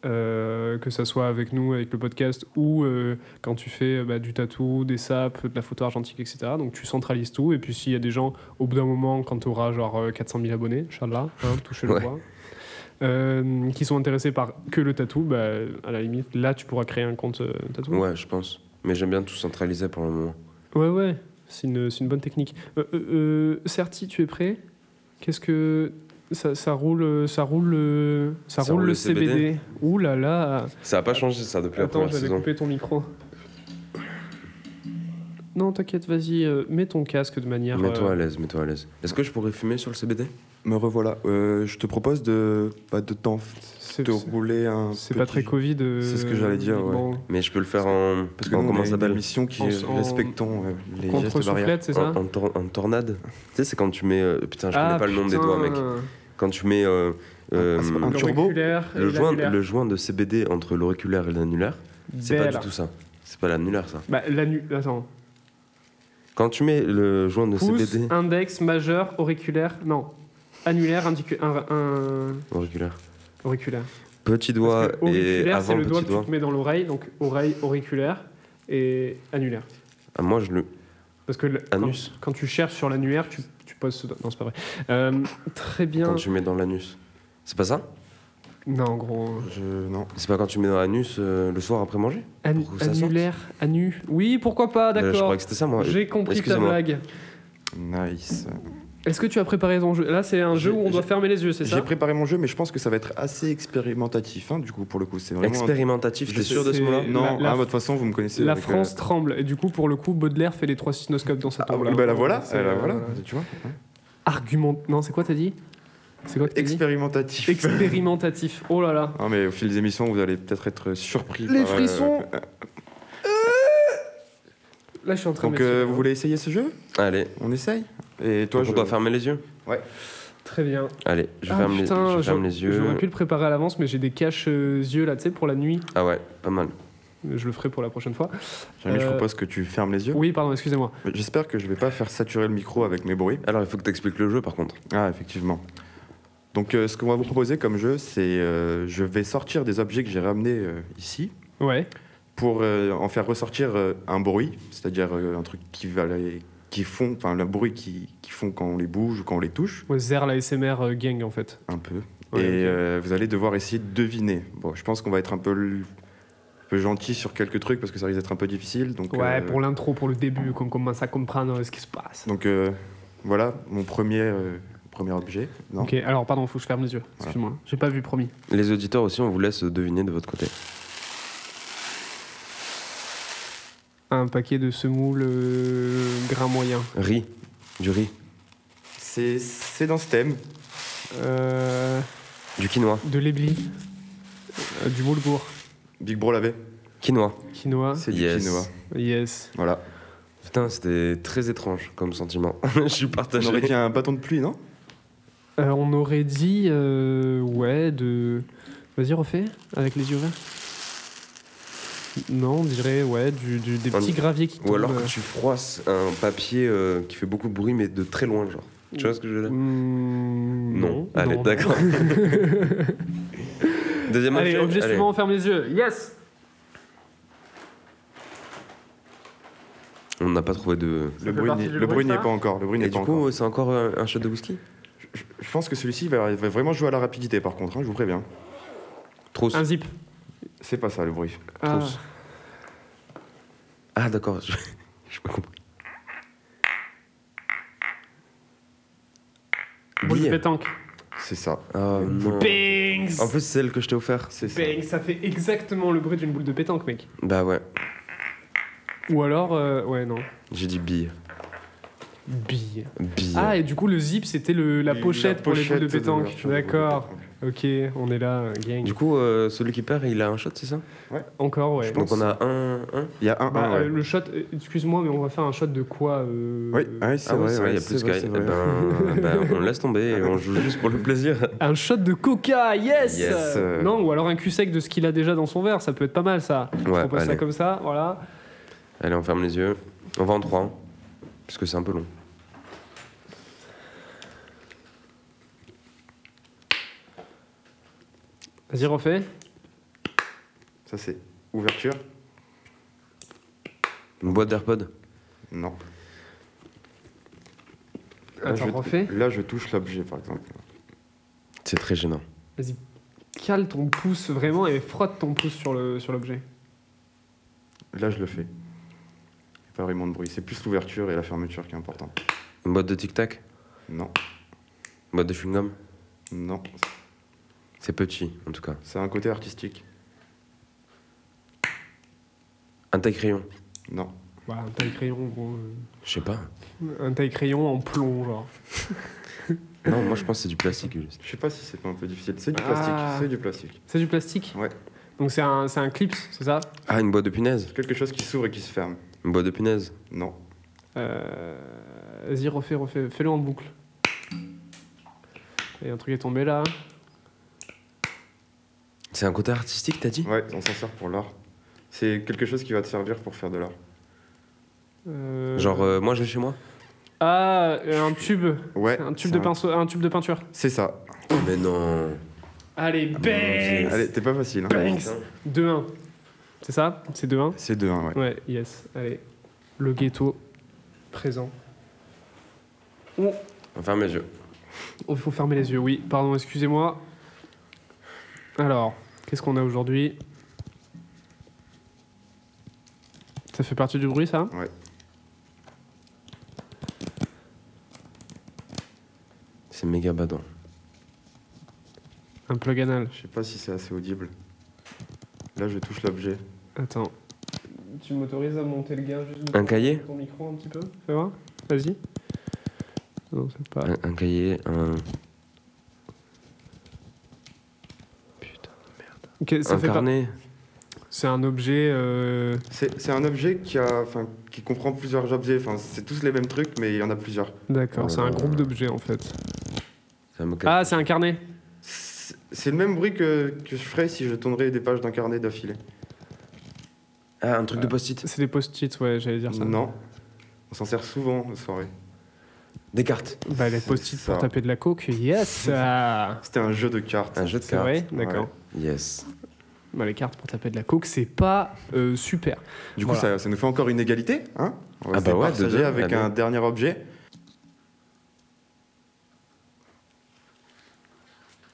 Speaker 3: euh, que ça soit avec nous, avec le podcast, ou euh, quand tu fais euh, bah, du tatou, des sapes, de la photo argentique, etc. Donc tu centralises tout. Et puis s'il y a des gens, au bout d'un moment, quand tu auras genre euh, 400 000 abonnés, Inch'Allah, hein, touchez le
Speaker 5: Ouais.
Speaker 3: bois, euh, qui sont intéressés par que le tatou, bah, à la limite, là tu pourras créer un compte euh, tatou.
Speaker 2: Mmh.
Speaker 5: Ouais, je pense. Mais j'aime bien tout centraliser pour le moment.
Speaker 3: Ouais, ouais, c'est une, c'est une bonne technique. Euh, euh, euh, Certi, tu es prêt Qu'est-ce que. Ça, ça roule, euh, ça roule, euh, ça roule le CBD. Ouh là là
Speaker 5: Ça a pas changé ça depuis
Speaker 3: Attends,
Speaker 5: la première
Speaker 3: j'avais
Speaker 5: saison.
Speaker 3: coupé ton micro. Non, t'inquiète, vas-y, euh, mets ton casque de manière.
Speaker 5: Mets-toi
Speaker 3: euh,
Speaker 5: à l'aise, mets-toi à l'aise. Est-ce que je pourrais fumer sur le CBD
Speaker 2: Me revoilà. Euh, je te propose de, bah, de t'en-
Speaker 3: c'est-
Speaker 2: te
Speaker 3: c'est-
Speaker 2: rouler un.
Speaker 3: C'est
Speaker 2: petit-
Speaker 3: pas très Covid. euh,
Speaker 2: C'est ce que j'allais dire, ouais.
Speaker 3: bon,
Speaker 5: Mais je peux le faire en.
Speaker 2: Parce que
Speaker 5: en-
Speaker 2: nous,
Speaker 5: comment
Speaker 2: on a
Speaker 5: ça
Speaker 2: une
Speaker 5: s'appelle
Speaker 2: émission qui
Speaker 3: En-
Speaker 2: est
Speaker 3: en-
Speaker 2: respectons euh, les
Speaker 3: Contre
Speaker 2: gestes barrières.
Speaker 3: soufflette, c'est ça
Speaker 5: En, en tor- en tornade Tu sais, c'est quand tu mets. euh, putain, je
Speaker 3: Ah,
Speaker 5: connais pas le nom des
Speaker 3: putain.
Speaker 5: doigts, mec. Quand tu mets. euh, euh,
Speaker 2: Ah, c'est pas un
Speaker 3: Ah, Le
Speaker 2: turbo
Speaker 3: auriculaire et
Speaker 5: le, joint,
Speaker 3: l'annulaire.
Speaker 5: le joint de CBD entre l'auriculaire et l'annulaire, c'est pas
Speaker 3: Belle.
Speaker 5: du tout ça. C'est pas l'annulaire, ça.
Speaker 3: Bah, l'annu- Attends.
Speaker 5: Quand tu mets le joint de
Speaker 3: Pouce,
Speaker 5: CBD.
Speaker 3: index, majeur, auriculaire. Non. Annulaire, indicu- un, un-
Speaker 5: Auriculaire.
Speaker 3: auriculaire.
Speaker 5: Petit doigt
Speaker 3: Parce que
Speaker 5: et
Speaker 3: auriculaire, c'est
Speaker 5: avant
Speaker 3: le
Speaker 5: petit
Speaker 3: doigt
Speaker 5: doigt.
Speaker 3: que tu te mets dans l'oreille, donc oreille, auriculaire et annulaire.
Speaker 5: Ah, moi, je le.
Speaker 3: Parce que le-
Speaker 5: Anus.
Speaker 3: Quand, quand tu cherches sur l'annuaire, tu, tu poses ce doigt. Non, c'est pas vrai. Euh, très bien.
Speaker 5: Quand tu mets dans l'anus. C'est pas ça
Speaker 3: Non, gros.
Speaker 2: Je... Non.
Speaker 5: C'est pas quand tu mets dans l'anus euh, le soir après manger
Speaker 3: An-
Speaker 5: Pour que ça sorte.
Speaker 3: annulaire, annu. Oui, pourquoi pas,
Speaker 5: Euh, Je
Speaker 3: Ah, d'accord.
Speaker 5: croyais que c'était ça, moi.
Speaker 3: J'ai compris ta
Speaker 5: Excusez-moi.
Speaker 3: blague.
Speaker 2: Nice.
Speaker 3: Est-ce que tu as préparé ton jeu Là, c'est un jeu
Speaker 2: J'ai-
Speaker 3: où on doit
Speaker 2: j'ai-
Speaker 3: fermer les yeux, c'est
Speaker 2: J'ai
Speaker 3: ça
Speaker 2: préparé mon jeu, mais je pense que ça va être assez expérimentatif, hein, du coup, pour le coup. C'est vraiment.
Speaker 5: Expérimentatif,
Speaker 2: Je
Speaker 5: t'es
Speaker 2: sais,
Speaker 5: sûr de ce
Speaker 3: c'est-
Speaker 5: mot-là
Speaker 2: Non,
Speaker 3: La- la-
Speaker 2: ah, bah, de toute façon, vous me connaissez.
Speaker 3: La
Speaker 2: avec, euh,
Speaker 3: France tremble. Et du coup, pour le coup, Baudelaire fait les trois cynoscopes dans cette
Speaker 2: Ah,
Speaker 3: tombe-là.
Speaker 2: bah, la voilà,
Speaker 3: C'est,
Speaker 2: euh, la voilà,
Speaker 3: euh,
Speaker 2: tu vois.
Speaker 3: Argument. Non, c'est quoi t'as dit C'est quoi que t'as dit
Speaker 2: Expérimentatif.
Speaker 3: Expérimentatif. Oh là là.
Speaker 2: Non, mais au fil des émissions, vous allez peut-être être surpris.
Speaker 3: Les
Speaker 2: par, euh,
Speaker 3: frissons. Euh, Là, je suis en train
Speaker 2: Donc,
Speaker 3: de.
Speaker 2: euh, vous voulez essayer ce jeu
Speaker 5: Allez,
Speaker 2: On essaye Et toi,
Speaker 5: toi,
Speaker 2: je.
Speaker 5: je dois fermer les yeux
Speaker 3: Très bien.
Speaker 5: Allez, je
Speaker 3: Ah,
Speaker 5: ferme,
Speaker 3: putain,
Speaker 5: les, je ferme
Speaker 3: j'aurais-
Speaker 5: les yeux.
Speaker 3: J'aurais pu le préparer à l'avance, mais j'ai des caches euh, yeux là, tu sais, pour la nuit.
Speaker 5: Ah ouais, pas mal.
Speaker 3: Je le ferai pour la prochaine fois.
Speaker 2: Jérémy, je
Speaker 3: Euh,
Speaker 2: propose que tu fermes les yeux.
Speaker 3: Oui, pardon, excusez-moi.
Speaker 2: J'espère que je vais pas faire saturer le micro avec mes bruits.
Speaker 5: Alors, il faut que t'expliques le jeu, par contre.
Speaker 2: Ah, effectivement. Donc, euh, ce qu'on va vous proposer comme jeu, c'est euh, je vais sortir des objets que j'ai ramenés euh, ici
Speaker 3: Ouais.
Speaker 2: pour euh, en faire ressortir euh, un bruit, c'est-à-dire euh, un truc qui va les- qui font, enfin le bruit qui, qui font quand on les bouge ou quand on les touche,
Speaker 3: Ouais, Zer, la SMR euh, gang en fait.
Speaker 2: un peu.
Speaker 3: Ouais,
Speaker 2: et
Speaker 3: ok.
Speaker 2: euh, vous allez devoir essayer de deviner. Bon, je pense qu'on va être un peu, l- un peu gentil sur quelques trucs parce que ça risque d'être un peu difficile. Donc,
Speaker 3: Ouais,
Speaker 2: euh,
Speaker 3: pour l'intro, pour le début, qu'on commence à comprendre ce qui se passe.
Speaker 2: donc euh, voilà mon premier euh, premier objet. Non.
Speaker 3: Ok, alors pardon, faut que je ferme les yeux.
Speaker 2: Voilà.
Speaker 3: Excuse-moi, j'ai pas vu, promis.
Speaker 5: Les auditeurs aussi, on vous laisse deviner de votre côté.
Speaker 3: Un paquet de semoule euh, grain moyen.
Speaker 5: Riz, du riz,
Speaker 2: C'est c'est dans ce thème.
Speaker 3: Euh,
Speaker 5: du quinoa,
Speaker 3: de l'éblis. Euh, du boulgour.
Speaker 2: Big Bro l'avait.
Speaker 5: quinoa.
Speaker 3: Quinoa.
Speaker 2: C'est du
Speaker 5: Yes.
Speaker 2: quinoa.
Speaker 3: Yes.
Speaker 2: Voilà.
Speaker 5: Putain, c'était très étrange comme sentiment. je suis
Speaker 2: On aurait dit
Speaker 5: partagé.
Speaker 2: un bâton de pluie, non
Speaker 3: Euh, on aurait dit. euh, ouais, de. Vas-y, refais, avec les yeux ouverts. Non, on dirait, ouais, du, du- des
Speaker 5: On-
Speaker 3: petits graviers qui tombent.
Speaker 5: Ou alors que
Speaker 3: euh,
Speaker 5: tu froisses un papier euh, qui fait beaucoup de bruit, mais de très loin, genre. Tu vois ce que je veux dire
Speaker 3: hmm,
Speaker 5: Non. Allez, d'accord. Deuxième
Speaker 3: Allez,
Speaker 5: objet.
Speaker 3: objet
Speaker 5: allez.
Speaker 3: suivant, on ferme les yeux. Yes
Speaker 5: On n'a pas trouvé de.
Speaker 2: Le
Speaker 3: fait
Speaker 2: bruit,
Speaker 3: partie
Speaker 2: n'y-
Speaker 3: du
Speaker 2: le
Speaker 3: bruit
Speaker 2: bruit
Speaker 3: de
Speaker 2: n'y est
Speaker 3: ça
Speaker 2: pas encore. Le bruit
Speaker 5: Et
Speaker 2: n'est
Speaker 5: du
Speaker 2: pas
Speaker 5: coup,
Speaker 2: encore.
Speaker 5: c'est encore euh, un shot de whisky
Speaker 2: Je, je pense que celui-ci va, va vraiment jouer à la rapidité, par contre. hein, je vous préviens.
Speaker 5: Trousse.
Speaker 3: Un zip.
Speaker 2: C'est pas ça le bruit.
Speaker 3: Ah,
Speaker 5: Trousse. Ah, d'accord. Je j'ai pas compris.
Speaker 3: boule de
Speaker 5: Billet.
Speaker 3: pétanque.
Speaker 2: C'est ça.
Speaker 5: Ah, non.
Speaker 3: Bings
Speaker 5: En plus, c'est celle que je t'ai offert.
Speaker 2: C'est ça.
Speaker 3: Bang, ça fait exactement le bruit d'une boule de pétanque, mec.
Speaker 5: Bah ouais,
Speaker 3: Ou alors, euh, ouais, non.
Speaker 5: j'ai dit bille.
Speaker 3: Bille.
Speaker 5: Bille.
Speaker 3: Ah, et du coup, le zip, c'était le- la pochette pour les boules de
Speaker 2: pochette euh,
Speaker 3: pétanque.
Speaker 2: l'ouverture de boules de
Speaker 3: D'accord.
Speaker 2: pétanque.
Speaker 3: Ok, on est là, euh, gang.
Speaker 5: Du coup, euh, celui qui perd, il a un shot, c'est ça
Speaker 3: Encore, ouais.
Speaker 5: Donc on a un. un.
Speaker 2: Il y a un.
Speaker 3: Bah,
Speaker 2: un, ouais.
Speaker 3: euh, le shot, euh, excuse-moi, mais on va faire un shot de quoi euh,
Speaker 2: Oui, ah oui, c'est
Speaker 5: Ah ouais,
Speaker 2: vrai.
Speaker 5: ouais, il y a
Speaker 2: c'est
Speaker 5: plus
Speaker 2: vrai,
Speaker 5: qu'à.
Speaker 2: c'est
Speaker 5: Eh
Speaker 2: vrai.
Speaker 5: Ben, ben, on laisse tomber et on joue juste pour le plaisir.
Speaker 3: Un shot de coca, yes,
Speaker 5: Yes,
Speaker 2: euh.
Speaker 3: Non, ou alors un cul sec de ce qu'il a déjà dans son verre, ça peut être pas mal ça. Je
Speaker 5: Ouais,
Speaker 3: propose ça
Speaker 5: allez.
Speaker 3: comme ça, voilà.
Speaker 5: Allez, on ferme les yeux. On va en 3, parce que c'est un peu long.
Speaker 3: Vas-y, refais.
Speaker 2: Ça, c'est ouverture
Speaker 5: Une boîte d'AirPod
Speaker 2: Non.
Speaker 5: Ah,
Speaker 2: Là,
Speaker 3: Attends, refais.
Speaker 2: je, là, je touche l'objet, par exemple.
Speaker 5: C'est très gênant.
Speaker 3: Vas-y, cale ton pouce vraiment et frotte ton pouce sur le sur l'objet.
Speaker 2: Là, je le fais. Il y a Pas vraiment de bruit. C'est plus l'ouverture et la fermeture qui est importante.
Speaker 5: Une boîte de tic-tac
Speaker 2: Non,
Speaker 5: Une boîte de chewing-gum
Speaker 2: non.
Speaker 5: C'est petit, en tout cas.
Speaker 2: C'est un côté artistique.
Speaker 5: Un taille-crayon
Speaker 2: Non.
Speaker 3: Bah, un taille-crayon, gros. euh,
Speaker 5: Je sais pas.
Speaker 3: Un taille-crayon en plomb, genre.
Speaker 5: Non, moi je pense que c'est du plastique. juste.
Speaker 2: Je sais pas si c'est pas un peu difficile. C'est du
Speaker 3: Ah.
Speaker 2: plastique, c'est du plastique.
Speaker 3: C'est du plastique
Speaker 2: Ouais.
Speaker 3: Donc c'est un, c'est un clip, c'est ça
Speaker 5: Ah, une boîte de punaise.
Speaker 2: Quelque chose qui s'ouvre et qui se ferme.
Speaker 5: Une boîte de punaise.
Speaker 2: Non.
Speaker 3: Euh, Vas-y, refais, refais. Fais-le en boucle. Et un truc est tombé là.
Speaker 5: C'est un côté artistique, t'as dit
Speaker 2: Ouais, on s'en sert pour l'art. C'est quelque chose qui va te servir pour faire de l'art.
Speaker 3: Euh,
Speaker 5: Genre, euh, moi j'ai chez moi
Speaker 3: Ah, euh, un tube.
Speaker 2: Ouais.
Speaker 3: Un
Speaker 2: c'est
Speaker 3: tube, de pinceau, un tube de peinture.
Speaker 2: C'est ça.
Speaker 5: Mais non.
Speaker 3: Allez, bang
Speaker 2: Ah, Allez, t'es pas facile. hein.
Speaker 3: Bang 2-1. C'est ça C'est 2-1
Speaker 2: C'est 2 1 ouais.
Speaker 3: Ouais, yes. Allez. Le ghetto. Présent. On-
Speaker 5: On ferme les yeux.
Speaker 3: Oh, Il faut fermer les yeux, oui. Pardon, excusez-moi. Alors, qu'est-ce qu'on a aujourd'hui Ça fait partie du bruit, ça
Speaker 5: C'est méga badant.
Speaker 3: Un plug anal.
Speaker 2: Je sais pas si c'est assez audible. Là, je touche l'objet.
Speaker 3: Attends. Tu m'autorises à monter le gain juste
Speaker 5: Un cahier
Speaker 3: ton micro un petit peu Fais voir. Vas-y. Non, c'est pas.
Speaker 5: un, un cahier, un.
Speaker 3: Ok, ça
Speaker 5: un
Speaker 3: fait pas-
Speaker 5: carnet.
Speaker 3: C'est un objet. euh,
Speaker 2: C'est c'est un objet qui, a, enfin, qui comprend plusieurs objets. Enfin, c'est tous les mêmes trucs, mais il y en a plusieurs.
Speaker 3: D'accord, c'est un
Speaker 5: Euh,
Speaker 3: groupe d'objets en fait.
Speaker 5: Ça me casse.
Speaker 3: Ah, c'est un carnet.
Speaker 2: C'est c'est le même bruit que, que je ferais si je tournerais des pages d'un carnet d'affilée.
Speaker 5: Ah, un truc de post-it.
Speaker 3: C'est des post-it, ouais, j'allais dire ça.
Speaker 2: Non. On s'en sert souvent aux soirées.
Speaker 5: Des cartes.
Speaker 3: Bah, les
Speaker 2: C'est
Speaker 3: post-it
Speaker 2: ça.
Speaker 3: pour taper de la coke, yes Ah,
Speaker 2: C'était un jeu de cartes.
Speaker 5: Un jeu de
Speaker 3: C'est
Speaker 5: cartes.
Speaker 3: vrai D'accord.
Speaker 5: Yes.
Speaker 3: Bah, les cartes pour taper de la coke, c'est pas euh, super.
Speaker 2: Du coup, ça,
Speaker 3: Voilà.
Speaker 2: ça nous fait encore une égalité. Hein On va
Speaker 5: Ah
Speaker 2: se
Speaker 5: bah ouais,
Speaker 2: partager
Speaker 5: de deux,
Speaker 2: avec
Speaker 5: allez.
Speaker 2: un dernier objet.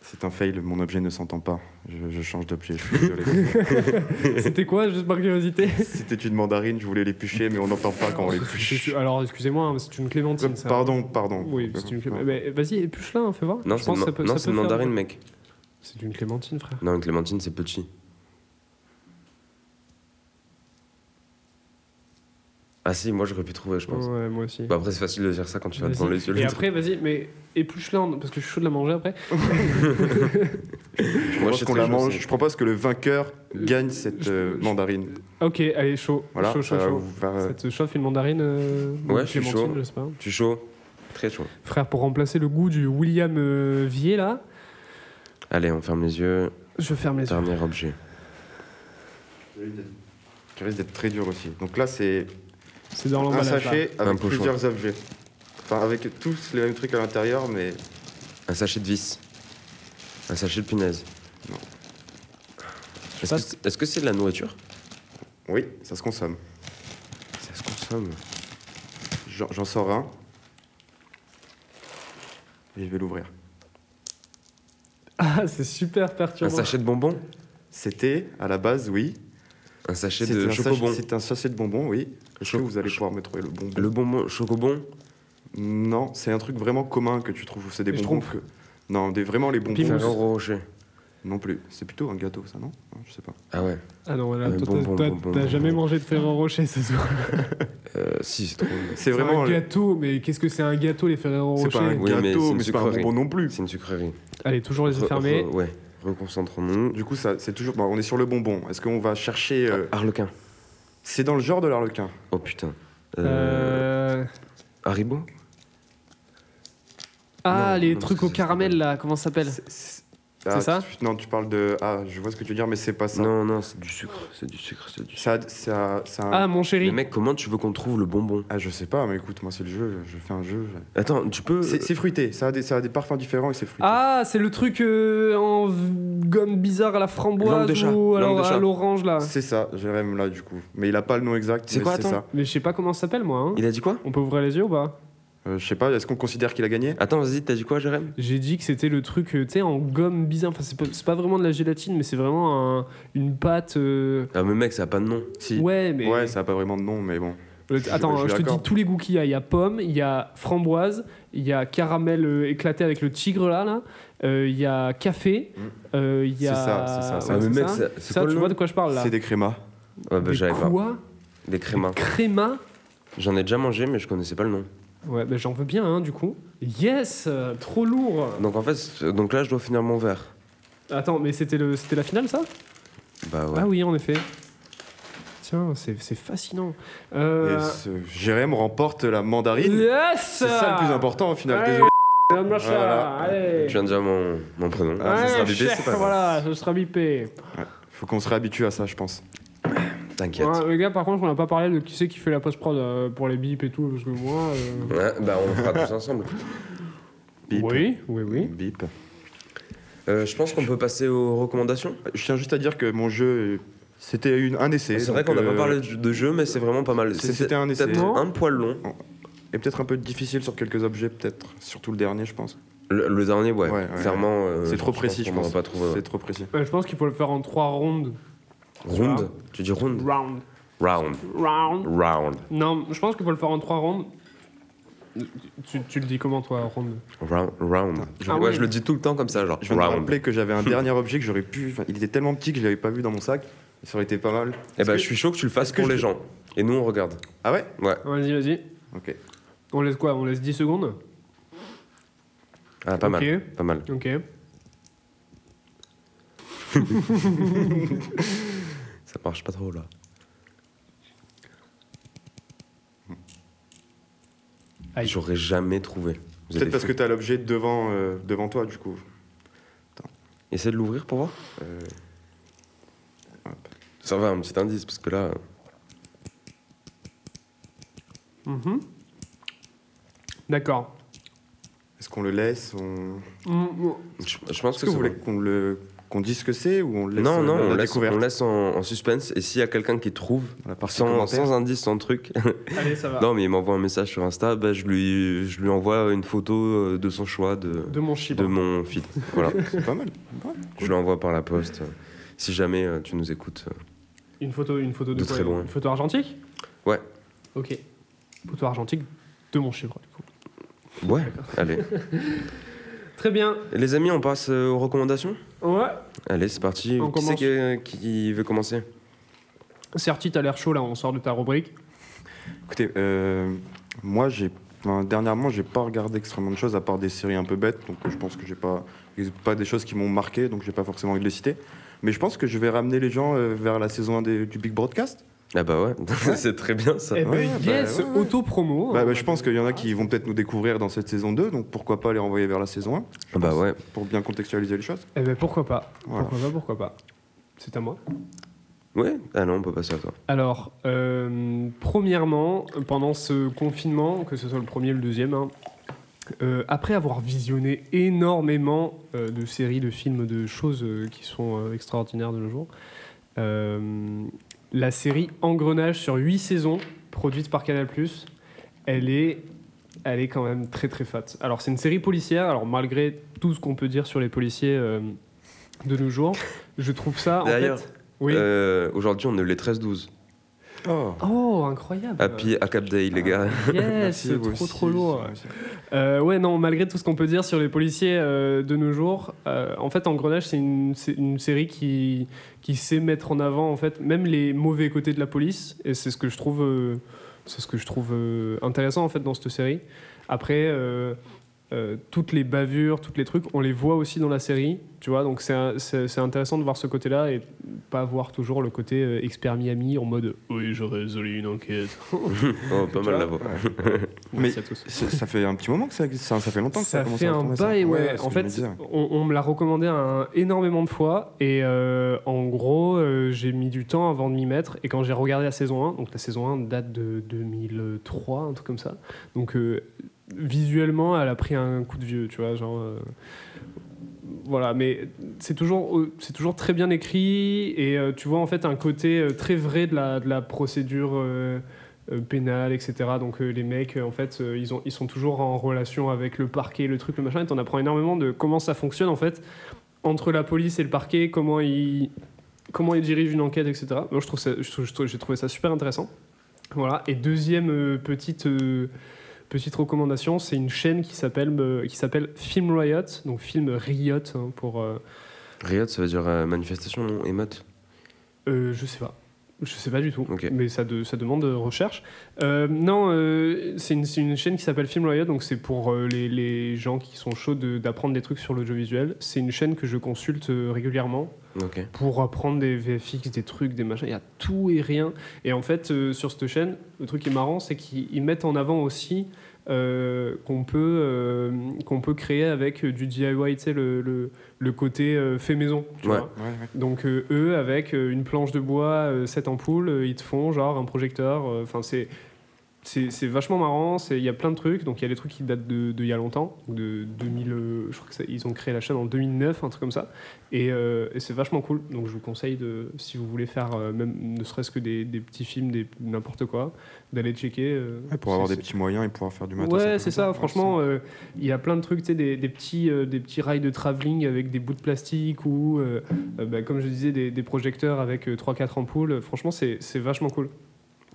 Speaker 2: C'est un fail, mon objet ne s'entend pas. Je, je change d'objet, je suis désolé.
Speaker 3: C'était quoi, juste par curiosité
Speaker 2: C'était une mandarine, je voulais l'éplucher, mais on n'entend pas quand on l'épluche.
Speaker 3: Alors, excusez-moi, hein, c'est une clémentine ça.
Speaker 2: Pardon, pardon.
Speaker 3: Oui, c'est une clémentine. Mais Vas-y, épluche-la, hein, fais voir.
Speaker 5: Non,
Speaker 3: Je
Speaker 5: c'est
Speaker 3: pense
Speaker 5: une,
Speaker 3: que ça peut-
Speaker 5: non,
Speaker 3: ça
Speaker 5: c'est
Speaker 3: peut
Speaker 5: une
Speaker 3: faire-
Speaker 5: mandarine, mec.
Speaker 3: C'est une clémentine, frère.
Speaker 5: Non, une clémentine, c'est petit. Ah si, moi j'aurais pu trouver, je pense.
Speaker 3: Ouais, moi aussi.
Speaker 5: Bah, après, c'est facile de dire ça quand tu vas
Speaker 3: Vas-y.
Speaker 5: devant les yeux.
Speaker 3: Et
Speaker 5: le truc.
Speaker 3: après, vas-y, mais épluche-la, en- parce que je suis chaud de la manger après.
Speaker 2: Je
Speaker 5: Moi,
Speaker 2: propose
Speaker 5: je suis
Speaker 2: qu'on
Speaker 5: très
Speaker 2: la
Speaker 5: chaud,
Speaker 2: mange.
Speaker 5: c'est-
Speaker 2: Je propose que le vainqueur gagne cette euh, mandarine.
Speaker 3: Ok, allez, chaud.
Speaker 2: Voilà,
Speaker 3: chaud, chaud,
Speaker 2: ça va
Speaker 3: chaud.
Speaker 2: vous faire, euh,
Speaker 3: Ça te chauffe une mandarine euh, ou
Speaker 5: Ouais,
Speaker 3: une
Speaker 5: je suis
Speaker 3: clémentine,
Speaker 5: chaud.
Speaker 3: je sais pas.
Speaker 5: Je suis chaud. Très chaud.
Speaker 3: Frère, pour remplacer le goût du William euh, Vier, là,
Speaker 5: Allez, on ferme les yeux.
Speaker 3: je ferme les yeux.
Speaker 5: Dernier objet.
Speaker 2: qui risque d'être très dur aussi. Donc là, c'est
Speaker 3: C'est dans
Speaker 2: un
Speaker 3: l'emballage. là.
Speaker 2: sachet
Speaker 5: Un
Speaker 2: avec
Speaker 5: pochon.
Speaker 2: plusieurs objets. Enfin, avec tous les mêmes trucs à l'intérieur, mais
Speaker 5: Un sachet de vis. Un sachet de punaise.
Speaker 2: Non.
Speaker 5: Est-ce que c'est- est-ce que c'est de la nourriture
Speaker 2: oui, ça se consomme.
Speaker 5: Ça se consomme.
Speaker 2: J'en j'en sors un. Et je vais l'ouvrir.
Speaker 3: Ah, c'est super
Speaker 5: Un
Speaker 3: perturbant.
Speaker 5: sachet de bonbons
Speaker 2: C'était à la base, oui.
Speaker 5: Un sachet
Speaker 2: C'est
Speaker 5: de
Speaker 2: un,
Speaker 5: chocobon.
Speaker 2: sachet- c'est un sachet de bonbons, oui. Est-ce que
Speaker 5: Cho-
Speaker 2: vous allez
Speaker 5: cho-
Speaker 2: pouvoir me trouver le bonbon
Speaker 5: Le bonbon chocobon
Speaker 2: Non, c'est un truc vraiment commun que tu trouves. C'est des
Speaker 3: Les
Speaker 2: bonbons que. Non, des, vraiment les bonbons.
Speaker 3: Pimousse.
Speaker 5: Ferrero Rocher.
Speaker 2: Non plus. C'est plutôt un gâteau, ça, non Non, Je sais pas.
Speaker 5: Ah ouais.
Speaker 3: Ah non, voilà,
Speaker 5: Euh,
Speaker 3: toi,
Speaker 5: bon,
Speaker 3: t'as-
Speaker 5: bon,
Speaker 3: t'as
Speaker 5: bon, bon,
Speaker 3: t'as
Speaker 5: bon,
Speaker 3: jamais
Speaker 5: bon.
Speaker 3: mangé de Ferrero Rocher ce soir.
Speaker 5: Euh, si, c'est trop.
Speaker 2: C'est
Speaker 3: C'est
Speaker 2: vraiment.
Speaker 3: un gâteau, mais qu'âteau, mais qu'est-ce que c'est un gâteau, les Ferrero
Speaker 2: C'est
Speaker 3: Rocher
Speaker 2: pas un
Speaker 5: Oui, mais c'est
Speaker 2: gâteau,
Speaker 5: une
Speaker 2: mais c'est pas un
Speaker 5: sucrerie.
Speaker 2: bonbon non plus.
Speaker 5: C'est une sucrerie.
Speaker 3: Allez, toujours les yeux
Speaker 5: Re-
Speaker 3: fermés.
Speaker 5: re- ouais. Reconcentrons-nous.
Speaker 2: Du coup, ça, c'est toujours. bon, on est sur le bonbon. Est-ce qu'on va chercher.
Speaker 5: Ah.
Speaker 2: euh,
Speaker 5: Harlequin.
Speaker 2: C'est dans le genre de l'arlequin.
Speaker 5: Oh putain. Euh...
Speaker 3: Euh,
Speaker 5: Haribo
Speaker 3: Ah,
Speaker 5: non,
Speaker 3: les
Speaker 5: non,
Speaker 3: trucs
Speaker 5: c'est-
Speaker 3: au caramel, là, comment ça s'appelle
Speaker 2: C'est- C'est ah,
Speaker 3: C'est ça
Speaker 2: tu- Non, tu parles de. Ah, je vois ce que tu veux dire, mais c'est pas ça.
Speaker 5: Non, non, c'est du sucre. C'est du sucre, c'est du sucre.
Speaker 2: Ça, ça, ça-
Speaker 3: Ah, mon
Speaker 5: Mais
Speaker 3: chéri.
Speaker 5: mec, comment tu veux qu'on trouve le bonbon
Speaker 2: Ah, je sais pas, mais écoute, moi c'est le jeu, je fais un jeu. je-
Speaker 5: Attends, tu peux.
Speaker 2: C'est c'est fruité, ça a, des, ça a des parfums différents et c'est fruité.
Speaker 3: Euh. Ah, c'est le truc euh, en v- gomme bizarre à la
Speaker 5: Langue
Speaker 3: framboise
Speaker 5: de chat,
Speaker 3: ou
Speaker 5: langue de
Speaker 3: alors à
Speaker 5: chat.
Speaker 3: l'orange, là.
Speaker 2: C'est ça, Jérém là du coup. Mais il a pas le nom exact.
Speaker 5: C'est
Speaker 2: mais
Speaker 5: quoi,
Speaker 2: C'est
Speaker 5: attends
Speaker 2: ça.
Speaker 3: Mais je sais pas comment ça s'appelle, moi. hein.
Speaker 5: Il a dit quoi
Speaker 3: On peut ouvrir les yeux ou pas
Speaker 2: Euh, je sais pas, est-ce qu'on considère qu'il a gagné
Speaker 5: Attends, vas-y, t'as dit quoi, Jérém
Speaker 3: J'ai dit que c'était le truc, euh, tu sais, en gomme bizarre. Enfin, c'est pas, c'est pas vraiment de la gélatine, mais c'est vraiment un- une pâte. euh,
Speaker 5: Ah, mais mec, ça a pas de nom.
Speaker 2: Si.
Speaker 3: Ouais, mais.
Speaker 2: Ouais, ça a pas vraiment de nom, mais bon.
Speaker 3: Euh,
Speaker 2: je-
Speaker 3: Attends,
Speaker 2: je
Speaker 3: je,
Speaker 2: suis
Speaker 3: te dis
Speaker 2: d'accord.
Speaker 3: tous les goûts qu'il y a. Il y a pomme, il y a framboise, il y a caramel euh, éclaté avec le tigre là, là. Euh, il y a café, euh, il y a.
Speaker 2: Mm. C'est ça, c'est ça, c'est
Speaker 3: Ouais,
Speaker 5: ah, mais
Speaker 3: c'est
Speaker 5: mec,
Speaker 3: ça.
Speaker 5: ça- c'est
Speaker 3: Ça,
Speaker 5: quoi
Speaker 3: tu
Speaker 5: le nom
Speaker 3: vois de quoi je parle là
Speaker 2: C'est des crémas.
Speaker 5: Ouais, bah,
Speaker 3: Des
Speaker 5: j'avais pas.
Speaker 3: quoi
Speaker 5: Des crémas.
Speaker 3: Créma
Speaker 5: J'en ai déjà mangé, mais je connaissais pas le nom.
Speaker 3: Ouais, bah, j'en veux bien, hein, du coup. Yes euh, Trop lourd
Speaker 5: Donc en fait, c'est- donc là, je dois finir mon verre.
Speaker 3: Attends, mais c'était le- c'était la finale, ça
Speaker 5: Bah ouais.
Speaker 3: Ah oui, en effet. Tiens, c'est c'est fascinant. Euh,
Speaker 2: Et ce Jérém remporte la mandarine.
Speaker 3: Yes
Speaker 2: C'est ça le plus important au final.
Speaker 3: Allez,
Speaker 2: Désolé.
Speaker 3: Madame Lacha,
Speaker 2: Voilà.
Speaker 3: allez
Speaker 5: Tu viens de dire mon, mon prénom.
Speaker 2: Ah, ce
Speaker 3: Ouais,
Speaker 2: sera bipé,
Speaker 3: chef,
Speaker 2: c'est pas grave.
Speaker 3: voilà, ce sera bipé.
Speaker 2: Faut qu'on se réhabitue à ça, je pense.
Speaker 5: T'inquiète.
Speaker 3: Ouais, les gars, par contre, on n'a pas parlé de qui c'est qui fait la post-prod euh, pour les bips et tout, parce que moi. euh,
Speaker 5: Ouais, bah on le fera tous ensemble.
Speaker 2: Bip.
Speaker 3: Oui, oui, oui.
Speaker 2: Bip.
Speaker 5: Euh, je pense qu'on peut passer aux recommandations.
Speaker 2: Je tiens juste à dire que mon jeu, c'était une- un essai.
Speaker 5: C'est vrai
Speaker 2: donc,
Speaker 5: qu'on n'a pas
Speaker 2: euh,
Speaker 5: parlé de de jeu, mais c'est vraiment pas mal.
Speaker 2: c'est- C'était un essai.
Speaker 5: peut-être un poil long.
Speaker 2: Et peut-être un peu difficile sur quelques objets, peut-être. Surtout le dernier, je pense.
Speaker 5: Le, le dernier, ouais.
Speaker 2: Ouais, ouais.
Speaker 5: Clairement. euh,
Speaker 2: c'est trop précis, je
Speaker 5: qu'on
Speaker 2: pense.
Speaker 5: aura pas trouvé.
Speaker 2: C'est trop précis.
Speaker 3: Euh, je pense qu'il faut le faire en trois rondes.
Speaker 5: Round. Tu dis round.
Speaker 3: Round,
Speaker 5: Round.
Speaker 3: round.
Speaker 5: Round.
Speaker 3: Non, je pense qu'il faut le faire en trois rondes. Tu, tu le dis comment, toi, ronde
Speaker 5: Round. Round.
Speaker 3: Ah
Speaker 5: ouais,
Speaker 3: oui.
Speaker 5: je le dis tout le temps comme ça, genre.
Speaker 2: Je viens de me
Speaker 5: Round.
Speaker 2: rappeler que j'avais un dernier objet que j'aurais pu. enfin, il était tellement petit que je l'avais pas vu dans mon sac. Ça aurait été pas mal.
Speaker 5: Eh ben,
Speaker 2: que-
Speaker 5: je suis chaud que tu le fasses
Speaker 2: est-ce que
Speaker 5: pour
Speaker 2: je-
Speaker 5: les gens. Et nous, on regarde.
Speaker 2: Ah ouais
Speaker 5: Ouais.
Speaker 3: Vas-y, vas-y.
Speaker 2: Ok.
Speaker 3: On laisse quoi On laisse 10 secondes
Speaker 5: Ah, pas mal.
Speaker 3: Ok.
Speaker 5: Pas mal.
Speaker 3: Ok.
Speaker 5: Ça marche pas trop là.
Speaker 3: Aïe.
Speaker 5: J'aurais jamais trouvé. Vous
Speaker 2: Peut-être
Speaker 5: avez
Speaker 2: parce
Speaker 5: fou.
Speaker 2: que t'as l'objet devant, euh, devant toi, du coup.
Speaker 5: Essaye de l'ouvrir pour voir.
Speaker 2: Euh,
Speaker 5: Ça va, un petit indice, parce que là. euh,
Speaker 3: Mhm. D'accord.
Speaker 2: Est-ce qu'on le laisse on...
Speaker 3: Mm,
Speaker 5: Je, je pense
Speaker 2: Est-ce
Speaker 5: que,
Speaker 2: que
Speaker 5: c'est
Speaker 2: vous voulez
Speaker 5: bon.
Speaker 2: qu'on le... qu'on dise ce que c'est ou on le laisse
Speaker 5: Non,
Speaker 2: euh,
Speaker 5: non,
Speaker 2: la
Speaker 5: on laisse,
Speaker 2: découverte
Speaker 5: on laisse en, en suspense. Et s'il y a quelqu'un qui trouve,
Speaker 2: dans la partie
Speaker 5: sans,
Speaker 2: commentaire
Speaker 5: sans indice, sans truc,
Speaker 2: Ah.
Speaker 3: Allez, ça va.
Speaker 5: non, mais il m'envoie un message sur Insta, bah, je, lui, je lui envoie une photo euh, de son choix, de,
Speaker 3: De mon chibre.
Speaker 5: de mon feed. Voilà,
Speaker 2: C'est pas mal. Pas mal.
Speaker 5: je lui envoie par la poste. euh, Si jamais euh, tu nous écoutes. euh.
Speaker 3: Une photo, une photo de,
Speaker 5: De
Speaker 3: quoi
Speaker 5: très loin.
Speaker 3: Une photo argentique
Speaker 5: Ouais.
Speaker 3: Ok. Photo argentique de mon chiffre, du coup.
Speaker 5: Ouais, allez.
Speaker 3: Très bien.
Speaker 5: Les amis, on passe euh, aux recommandations
Speaker 3: Ouais.
Speaker 5: Allez, c'est parti.
Speaker 3: On
Speaker 5: qui c'est
Speaker 3: commence.
Speaker 5: qui, euh, qui veut commencer
Speaker 3: Certi, t'as l'air chaud là, on sort de ta rubrique.
Speaker 2: Écoutez, euh, moi, j'ai. enfin, dernièrement, j'ai pas regardé extrêmement de choses à part des séries un peu bêtes, donc euh, je pense que j'ai pas, il y a pas des choses qui m'ont marqué, donc j'ai pas forcément envie de les citer. Mais je pense que je vais ramener les gens euh, vers la saison 1 des- du Big Broadcast.
Speaker 3: Oh,
Speaker 5: Ah bah ouais, c'est très bien ça.
Speaker 3: Eh ben,
Speaker 2: Ouais, bah,
Speaker 3: yes,
Speaker 2: ouais, ouais.
Speaker 3: auto-promo.
Speaker 2: Bah, bah, je pense qu'il y en a qui vont peut-être nous découvrir dans cette saison 2, donc pourquoi pas les renvoyer vers la saison 1
Speaker 5: Ah bah ouais.
Speaker 2: pour bien contextualiser les choses.
Speaker 3: Eh ben, pourquoi pas.
Speaker 2: Voilà.
Speaker 3: Pourquoi pas, pourquoi pas. C'est à moi.
Speaker 5: Ouais, ah non, on peut passer à toi.
Speaker 3: Alors, euh, premièrement, pendant ce confinement, que ce soit le premier ou le deuxième, hein, euh, après avoir visionné énormément euh, de séries, de films, de choses euh, qui sont euh, extraordinaires de nos jours, euh, la série Engrenage sur 8 saisons, produite par Canal+, elle est, elle est quand même très très fat. Alors c'est une série policière, alors malgré tout ce qu'on peut dire sur les policiers euh, de nos jours, je trouve ça... Ah, en
Speaker 5: D'ailleurs,
Speaker 3: fait- oui.
Speaker 5: Euh, Aujourd'hui, on est les 13-12.
Speaker 3: Oh, incroyable
Speaker 5: Happy Acap Day, les gars.
Speaker 3: Ah. Yes, trop trop lourd. Euh, ouais, non, malgré tout ce qu'on peut dire sur les policiers euh, de nos jours, euh, en fait, Engrenage, c'est une, c'est une série qui, qui sait mettre en avant, en fait, même les mauvais côtés de la police. Et c'est ce que je trouve, euh, c'est ce que je trouve euh, intéressant, en fait, dans cette série. Après, euh, euh, toutes les bavures, tous les trucs, on les voit aussi dans la série, tu vois. Donc, c'est un- c'est c'est intéressant de voir ce côté-là et pas voir toujours le côté euh, expert Miami en mode Oui, je résolé une enquête.
Speaker 5: Oh, pas mal la voix.
Speaker 3: Merci à tous.
Speaker 2: Ça, ça fait un petit moment que ça, existe, ça, ça fait longtemps que ça,
Speaker 3: ça
Speaker 2: a commencé
Speaker 3: fait
Speaker 2: à
Speaker 3: un
Speaker 2: tourner, ça.
Speaker 3: bail, ouais.
Speaker 2: c'est
Speaker 3: en
Speaker 2: ce que je
Speaker 3: fait,
Speaker 2: me disais.
Speaker 3: on, on me l'a recommandé un, énormément de fois. Et euh, en gros, euh, j'ai mis du temps avant de m'y mettre. Et quand j'ai regardé la saison 1, donc la saison 1 date de 2003, un truc comme ça. Donc euh, visuellement, elle a pris un coup de vieux, tu vois. Genre. euh, voilà, mais c'est toujours, euh, c'est toujours très bien écrit et euh, tu vois en fait un côté euh, très vrai de la, de la procédure euh, euh, pénale, etc. Donc euh, les mecs, euh, en fait, euh, ils, ont, ils sont toujours en relation avec le parquet, le truc, le machin, et t'en apprends énormément de comment ça fonctionne en fait entre la police et le parquet, comment ils, comment ils dirigent une enquête, etc. Moi, je trouve ça, je trouve- je trouve- j'ai trouvé ça super intéressant. Voilà. Et deuxième euh, petite. euh, Petite recommandation, c'est une chaîne qui s'appelle euh, qui s'appelle Film Riot, donc film Riot hein, pour euh,
Speaker 5: Riot, ça veut dire euh, manifestation, non Émeute
Speaker 3: euh, je sais pas. Je sais pas du tout,
Speaker 5: Ok.
Speaker 3: mais ça, de- ça demande euh, recherche. Euh, non, euh, c'est une, c'est une chaîne qui s'appelle Film Riot, donc c'est pour euh, les, les gens qui sont chauds de- d'apprendre des trucs sur l'audiovisuel. C'est une chaîne que je consulte euh, régulièrement
Speaker 5: Ok.
Speaker 3: pour apprendre des VFX, des trucs, des machins. Il y a tout et rien. Et en fait, euh, sur cette chaîne, le truc qui est marrant, c'est qu'ils ils mettent en avant aussi euh, qu'on peut, euh, qu'on peut créer avec euh, du DIY, tu sais, le, le, le côté euh, fait maison. Tu
Speaker 5: Ouais.
Speaker 3: vois
Speaker 2: Ouais, ouais.
Speaker 3: donc euh, eux, avec euh, une planche de bois, euh, sept ampoules, euh, ils te font genre un projecteur. euh, Enfin, c'est c'est c'est vachement marrant. c'est- Il y a plein de trucs. Donc il y a des trucs qui datent de de il y a longtemps, de 2000. euh, je crois que ça- ils ont créé la chaîne en 2009, un truc comme ça. Et, euh, et c'est vachement cool. Donc je vous conseille de, si vous voulez faire euh, même ne serait-ce que des, des petits films, des n'importe quoi, d'aller checker. euh,
Speaker 2: Ouais, pour
Speaker 3: c'est-
Speaker 2: avoir des
Speaker 3: c'est-
Speaker 2: petits moyens et pouvoir faire du matos. un
Speaker 3: Ouais,
Speaker 2: peu
Speaker 3: c'est
Speaker 2: comme
Speaker 3: ça.
Speaker 2: Ouais,
Speaker 3: Franchement, euh, il y a plein de trucs, tu sais, des, des petits, euh, des petits rails de travelling avec des bouts de plastique ou, euh, euh, bah, comme je disais, des, des projecteurs avec 3-4 ampoules. Franchement, c'est c'est vachement cool.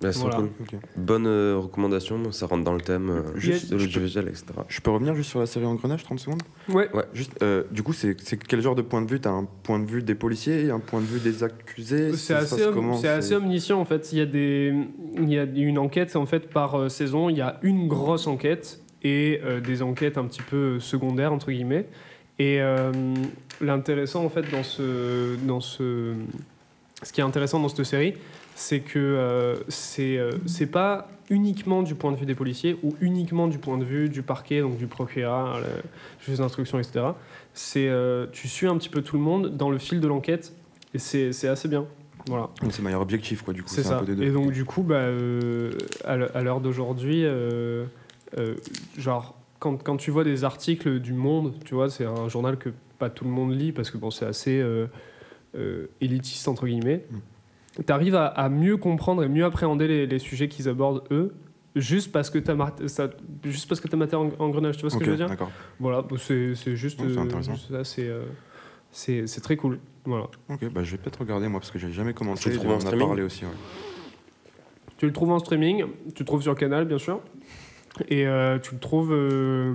Speaker 5: Bah, c'est
Speaker 3: Voilà.
Speaker 5: cool.
Speaker 2: Ok.
Speaker 5: Bonne euh, recommandation, moi, ça rentre dans le thème euh,
Speaker 3: Yes.
Speaker 5: de l'audiovisuel, etc.
Speaker 2: Je peux revenir juste sur la série Engrenage, 30 secondes
Speaker 3: Ouais.
Speaker 2: Juste, euh, du coup, c'est c'est quel genre de point de vue T'as un point de vue des policiers, un point de vue des accusés
Speaker 3: Euh, C'est
Speaker 2: Ça se
Speaker 3: assez,
Speaker 2: passe
Speaker 3: om-
Speaker 2: comment,
Speaker 3: c'est assez omniscient en fait. Il y, a des, il y a une enquête en fait par euh, saison. Il y a une grosse enquête et euh, des enquêtes un petit peu secondaires entre guillemets. Et euh, l'intéressant en fait dans ce, dans ce, ce qui est intéressant dans cette série, c'est que euh, c'est euh, c'est pas uniquement du point de vue des policiers ou uniquement du point de vue du parquet, donc du procureur, le juge d'instruction, etc. C'est euh, tu suis un petit peu tout le monde dans le fil de l'enquête et c'est c'est assez bien. Voilà.
Speaker 2: Donc, C'est meilleur objectif, quoi, du coup.
Speaker 3: C'est
Speaker 2: un
Speaker 3: ça.
Speaker 2: peu des deux.
Speaker 3: Et donc du coup, bah, euh, à l'he- à l'heure d'aujourd'hui, euh, euh, genre quand, quand tu vois des articles du Monde, tu vois, c'est un journal que pas tout le monde lit parce que bon, c'est assez euh, euh, élitiste entre guillemets.
Speaker 2: Mm.
Speaker 3: Tu arrives à, à mieux comprendre et mieux appréhender les, les sujets qu'ils abordent eux, juste parce que t'as mat- ça, juste parce que t'as maté en, grenage. Tu vois ce
Speaker 2: Ok,
Speaker 3: que je veux dire
Speaker 2: D'accord.
Speaker 3: Voilà, bah, c'est c'est juste.
Speaker 2: Ouais, c'est
Speaker 3: euh,
Speaker 2: intéressant.
Speaker 3: ça, c'est euh, c'est c'est très cool. Voilà.
Speaker 2: Ok, bah je vais peut-être regarder moi parce que j'ai jamais commencé.
Speaker 5: Tu le
Speaker 2: et
Speaker 5: trouves
Speaker 2: on
Speaker 5: en
Speaker 2: en a
Speaker 5: streaming
Speaker 2: parlé aussi. ouais.
Speaker 3: Tu le trouves en streaming, tu le trouves sur Canal, bien sûr. Et euh, tu le trouves. euh,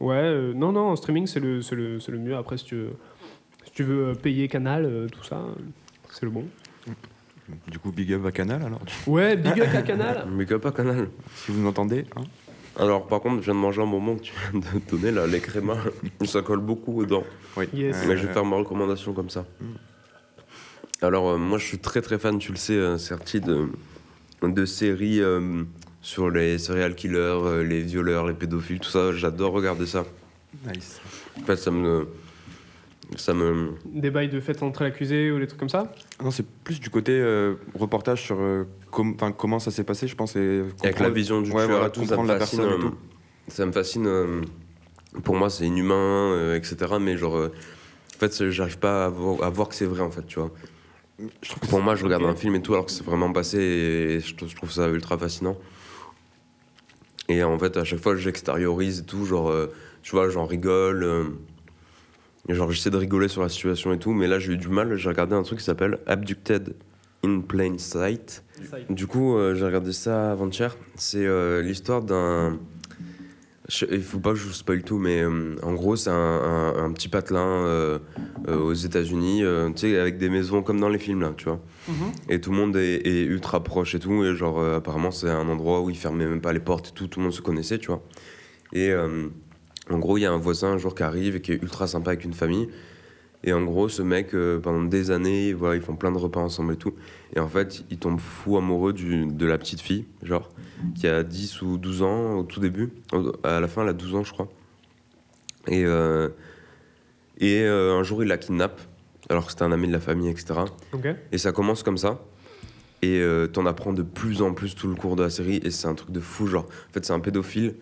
Speaker 3: ouais, euh, non, non, en streaming, c'est le, c'est le, c'est le mieux. Après, si tu veux, si tu veux euh, payer Canal, euh, tout ça, euh, c'est le bon.
Speaker 2: Du coup, big up à Canal alors.
Speaker 3: Ouais, big up à Canal
Speaker 5: Mais que pas canal.
Speaker 2: Si vous nous entendez, hein.
Speaker 5: Alors, par contre, je viens de manger un moment que tu viens de donner, là, les crémas. ça colle beaucoup aux dents.
Speaker 2: Oui. Euh,
Speaker 3: Yes.
Speaker 5: Mais Bah, je vais faire ma recommandation comme ça. Alors, euh, moi, je suis très très fan, tu le sais, euh, certi, de, de séries euh, sur les serial killers, euh, les violeurs, les pédophiles, tout ça. J'adore regarder ça.
Speaker 2: Nice.
Speaker 5: En fait, ça me. Ça me.
Speaker 3: Des bails de fête entre l'accusé ou des trucs comme ça
Speaker 2: Non, c'est plus du côté euh, reportage sur euh, com- 'fin, comment ça s'est passé, je pense. Et
Speaker 5: Avec la vision du
Speaker 2: ouais,
Speaker 5: tueur
Speaker 2: voilà,
Speaker 5: et tout, ça me
Speaker 2: comprendre la
Speaker 5: fascine.
Speaker 2: personne et
Speaker 5: euh,
Speaker 2: tout.
Speaker 5: ça me fascine. euh, pour moi, c'est inhumain, euh, etc. Mais genre, euh, en fait, c'est- j'arrive pas à voir, à voir que c'est vrai, en fait, tu vois.
Speaker 2: Je trouve que
Speaker 5: Pour moi, je regarde un film et tout, alors que c'est vraiment passé, et je, trou- je trouve ça ultra fascinant. Et en fait, à chaque fois, j'extériorise et tout, genre, euh, tu vois, j'en rigole. euh, et genre, j'essaie de rigoler sur la situation et tout, mais là, j'ai eu du mal. J'ai regardé un truc qui s'appelle Abducted in Plain Sight. Du coup, euh, j'ai regardé ça avant-hier. C'est euh, l'histoire d'un. je- Il faut pas que je vous spoil tout, mais euh, en gros, c'est un, un- un petit patelin euh, euh, aux États-Unis, euh, tu sais, avec des maisons comme dans les films, là, tu vois. Et tout le monde est, est ultra proche et tout. Et genre, euh, apparemment, c'est un endroit où ils fermaient même pas les portes et tout. Tout le monde se connaissait, tu vois. Et euh, en gros, il y a un voisin un jour qui arrive et qui est ultra sympa avec une famille. Et en gros, ce mec, euh, pendant des années, voilà, ils font plein de repas ensemble et tout. Et en fait, il tombe fou amoureux du, de la petite fille, genre, qui a 10 ou 12 ans au tout début. Au- À la fin, elle a 12 ans, je crois. Et, euh, et euh, un jour, il la kidnappe, alors que c'était un ami de la famille, etc.
Speaker 3: Ok.
Speaker 5: Et ça commence comme ça. Et euh, t'en apprends de plus en plus tout le cours de la série. Et c'est un truc de fou. Genre, en fait, c'est un pédophile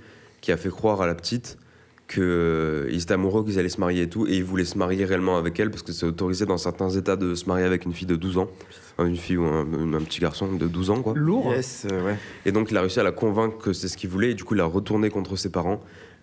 Speaker 5: qui a fait croire à la petite qu'ils étaient amoureux, qu'ils allaient se marier et tout. Et il voulait se marier réellement avec elle parce que c'est autorisé dans certains états de se marier avec une fille de 12 ans. Enfin, Une fille ou un, un petit garçon de 12 ans, quoi.
Speaker 3: Lourd
Speaker 2: Yes, euh, ouais.
Speaker 5: Et donc il a réussi à la convaincre que c'est ce qu'il voulait et du coup il a retourné contre ses parents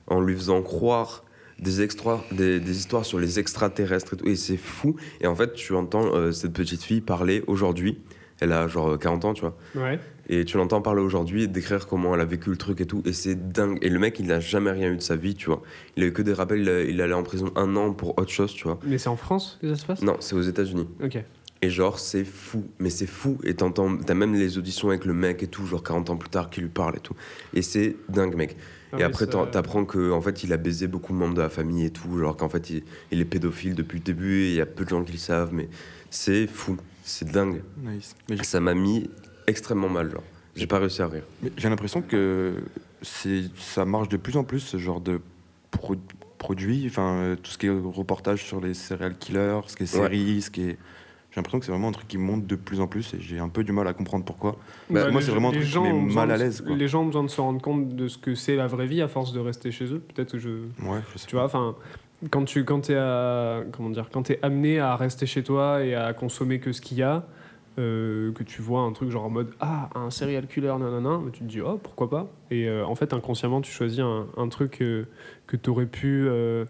Speaker 5: en lui faisant croire des, extra- des, des histoires sur les extraterrestres et tout. Et c'est fou. Et en fait tu entends euh, cette petite fille parler aujourd'hui. Elle a genre 40 ans, tu vois.
Speaker 3: Ouais.
Speaker 5: Et tu l'entends parler aujourd'hui et décrire comment elle a vécu le truc et tout. Et c'est dingue. Et le mec, il n'a jamais rien eu de sa vie, tu vois. Il a eu que des rappels. Il, a- il allait en prison un an pour autre chose, tu vois.
Speaker 3: Mais c'est en France que ça se passe
Speaker 2: Mm.
Speaker 5: Non, c'est aux États-Unis.
Speaker 3: Ok. Ah
Speaker 5: Et genre, c'est fou, mais c'est fou. Et t'entends, t'as même les auditions avec le mec et tout, genre 40 ans plus tard, qui lui parle et tout. Et c'est dingue, mec.
Speaker 3: Ah
Speaker 5: et
Speaker 3: oui,
Speaker 5: après,
Speaker 3: ça-
Speaker 5: t'en- t'apprends que en fait, il a baisé beaucoup de membres de la famille et tout, genre qu'en fait, il, il est pédophile depuis le début et il y a peu de gens qui le savent, mais c'est fou, c'est dingue.
Speaker 2: Nice. Mais j'ai-
Speaker 5: Ça m'a mis extrêmement mal, genre. J'ai pas réussi à rire.
Speaker 2: mais j'ai l'impression que c'est- ça marche de plus en plus, ce genre de pro- produit. Enfin, euh, tout ce qui est reportage sur les serial killers, ce qui est séries, ce qui est. J'ai l'impression que c'est vraiment un truc qui monte de plus en plus et j'ai un peu du mal à comprendre pourquoi.
Speaker 5: Bah,
Speaker 2: moi,
Speaker 3: les-
Speaker 2: c'est vraiment un
Speaker 3: les
Speaker 2: truc qui
Speaker 3: gens
Speaker 2: met
Speaker 3: ont besoin
Speaker 2: mal à
Speaker 3: de-
Speaker 2: l'aise, quoi.
Speaker 3: Les gens ont besoin de se rendre compte de ce que c'est la vraie vie à force de rester chez eux. Peut-être que je.
Speaker 2: Ouais, je sais
Speaker 3: Tu vois, enfin, quand tu quand es à, comment dire, quand t'es amené à rester chez toi et à consommer que ce qu'il y a, euh, que tu vois un truc genre en mode ah un serial killer nanana, mais tu te dis oh pourquoi pas. Et euh, en fait inconsciemment tu choisis un, un truc euh, que t'aurais pu euh,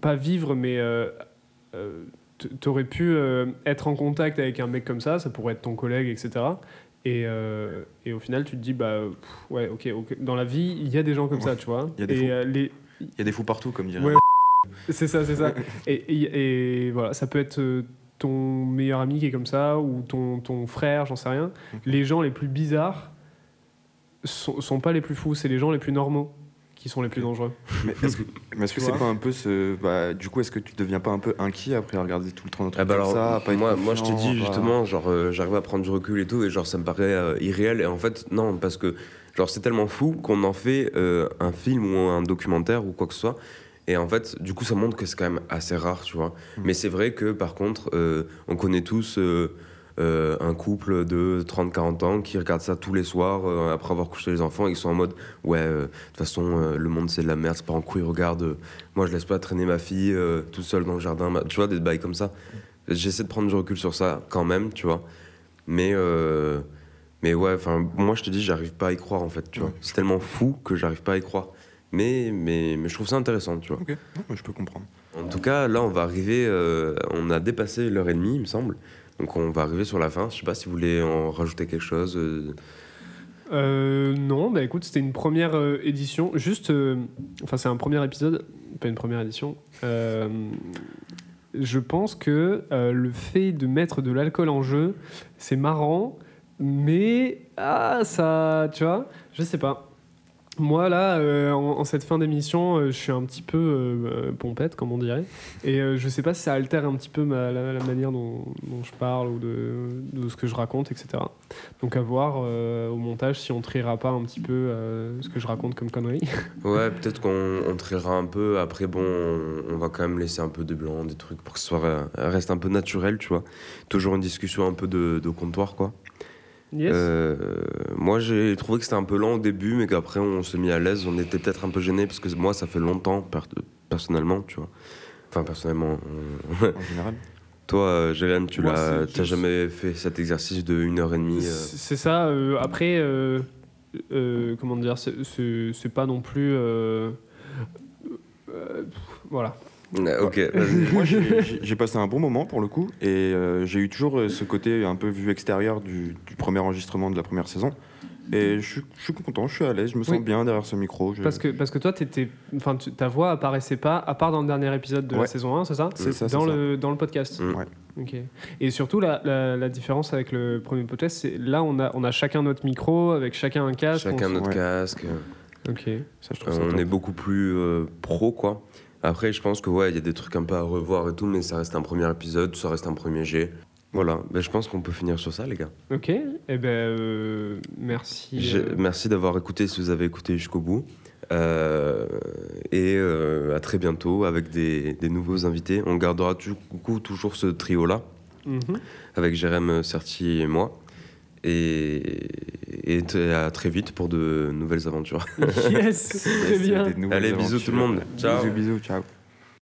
Speaker 3: pas vivre mais euh, euh, t- t'aurais pu euh, être en contact avec un mec comme ça, ça pourrait être ton collègue etc. Et, euh, et au final, tu te dis, bah, pff, ouais, ok, ok. dans la vie, il y a des gens comme ça, tu vois.
Speaker 2: il y a des
Speaker 3: et
Speaker 2: fous.
Speaker 3: euh, les,
Speaker 2: Il y a des fous partout, comme dirait.
Speaker 3: Ouais. c'est ça, c'est ça. Et, et- et voilà, ça peut être euh, ton meilleur ami qui est comme ça, ou ton, ton frère, j'en sais rien. Les gens les plus bizarres sont, sont pas les plus fous, c'est les gens les plus normaux qui sont les plus dangereux.
Speaker 2: Mais est-ce que mais est-ce que
Speaker 3: Tu
Speaker 2: c'est
Speaker 3: vois
Speaker 2: pas un peu ce. bah, du coup, est-ce que tu deviens pas un peu inquiet après à regarder tout le temps notre
Speaker 5: Ah bah alors,
Speaker 2: ça à pas être
Speaker 5: moi, moi, je t'ai
Speaker 2: confiant, à
Speaker 5: dit
Speaker 2: pas-
Speaker 5: justement, genre, euh, j'arrive à prendre du recul et tout, et genre, ça me paraît euh, irréel. Et en fait, non, parce que, genre, c'est tellement fou qu'on en fait euh, un film ou un documentaire ou quoi que ce soit. Et en fait, du coup, ça montre que c'est quand même assez rare, tu vois.
Speaker 2: Mm.
Speaker 5: Mais c'est vrai que, par contre, euh, on connaît tous euh, euh, un couple de 30-40 ans qui regarde ça tous les soirs euh, après avoir couché les enfants et qui sont en mode, ouais, euh, de toute façon, euh, le monde c'est de la merde, c'est pas en couille, regarde, euh, moi je laisse pas traîner ma fille euh, tout seul dans le jardin, ma- tu vois, des bails comme ça. J'essaie de prendre du recul sur ça quand même, tu vois. Mais, euh, mais ouais, enfin, moi je te dis, j'arrive pas à y croire en fait, tu vois.
Speaker 2: Ouais.
Speaker 5: C'est tellement fou que j'arrive pas à y croire. Mais, mais, mais je trouve ça intéressant, tu vois.
Speaker 2: Ok, non, mais je peux comprendre.
Speaker 5: En tout cas, là, on va arriver, euh, on a dépassé l'heure et demie, il me semble. Donc on va arriver sur la fin. Je sais pas si vous voulez en rajouter quelque chose. euh,
Speaker 3: Euh, non, bah écoute, c'était une première euh, édition. Juste, euh, enfin, c'est un premier épisode, pas une première édition. Euh, je pense que euh, le fait de mettre de l'alcool en jeu, c'est marrant, mais ah, ça, tu vois, je sais pas. Moi, là, euh, en, en cette fin d'émission, euh, je suis un petit peu euh, euh, pompette, comme on dirait. Et euh, je sais pas si ça altère un petit peu ma- la, la manière dont, dont je parle ou de, de ce que je raconte, etc. Donc à voir euh, au montage si on triera pas un petit peu euh, ce que je raconte comme connerie.
Speaker 5: Ouais, peut-être qu'on on triera un peu. Après, bon, on- on va quand même laisser un peu de blanc, des trucs pour que ce soit, euh, reste un peu naturel, tu vois. Toujours une discussion un peu de, de comptoir, quoi.
Speaker 3: Yes.
Speaker 5: Euh, moi, j'ai trouvé que c'était un peu lent au début, mais qu'après, on s'est mis à l'aise. On était peut-être un peu gêné parce que moi, ça fait longtemps, per- personnellement, tu vois. Enfin, personnellement. euh,
Speaker 2: En général,
Speaker 5: Toi, euh, Jérém, tu
Speaker 3: Moi,
Speaker 5: l'as,
Speaker 3: c'est
Speaker 5: t'as
Speaker 3: juste-
Speaker 5: jamais fait cet exercice de une heure et demie. euh,
Speaker 3: C'est ça. euh, après, euh, euh, comment dire, c'est- c'est c'est pas non plus. euh, euh, pff, voilà.
Speaker 5: ouais, Ok, vas-y.
Speaker 2: Euh, moi j'ai j'ai- j'ai passé un bon moment pour le coup et euh, j'ai eu toujours euh, ce côté un peu vue extérieure du, du premier enregistrement de la première saison. Et je suis, je suis content, je suis à l'aise, je me sens
Speaker 3: Oui.
Speaker 2: bien derrière ce micro. je-
Speaker 3: Parce que parce que toi, t'étais, enfin, tu- ta voix apparaissait pas, à part dans le dernier épisode de la
Speaker 2: Ouais.
Speaker 3: saison 1, c'est ça
Speaker 2: C'est ça, c'est
Speaker 3: Dans
Speaker 2: ça.
Speaker 3: le dans le podcast.
Speaker 5: Mm.
Speaker 2: Ouais.
Speaker 3: Ok. Et surtout la, la, la différence avec le premier podcast, c'est là on a on a chacun notre micro, avec chacun un casque.
Speaker 5: Chacun
Speaker 3: on s-
Speaker 5: notre
Speaker 2: Ouais.
Speaker 5: casque. euh,
Speaker 3: Ok.
Speaker 2: Ça, je trouve ça
Speaker 5: On
Speaker 2: top.
Speaker 5: est beaucoup plus euh, pro, quoi. Après, je pense que ouais, il y a des trucs un peu à revoir et tout, mais ça reste un premier épisode, ça reste un premier jet. Voilà, Ben, je pense qu'on peut finir sur ça, les gars.
Speaker 3: Ok, et ben euh, merci.
Speaker 5: J'ai-
Speaker 3: euh,
Speaker 5: Merci d'avoir écouté si vous avez écouté jusqu'au bout. Euh, et euh, à très bientôt avec des, des nouveaux invités. On gardera du coup toujours ce trio-là
Speaker 3: mhm.
Speaker 5: avec Jérém Serti et moi. Et, et t- à très vite pour de nouvelles aventures.
Speaker 3: Yes, très
Speaker 2: C'est
Speaker 3: bien.
Speaker 2: des nouvelles
Speaker 5: Allez, bisous
Speaker 2: aventures.
Speaker 5: tout le monde. Ciao.
Speaker 2: Bisous, bisous, ciao.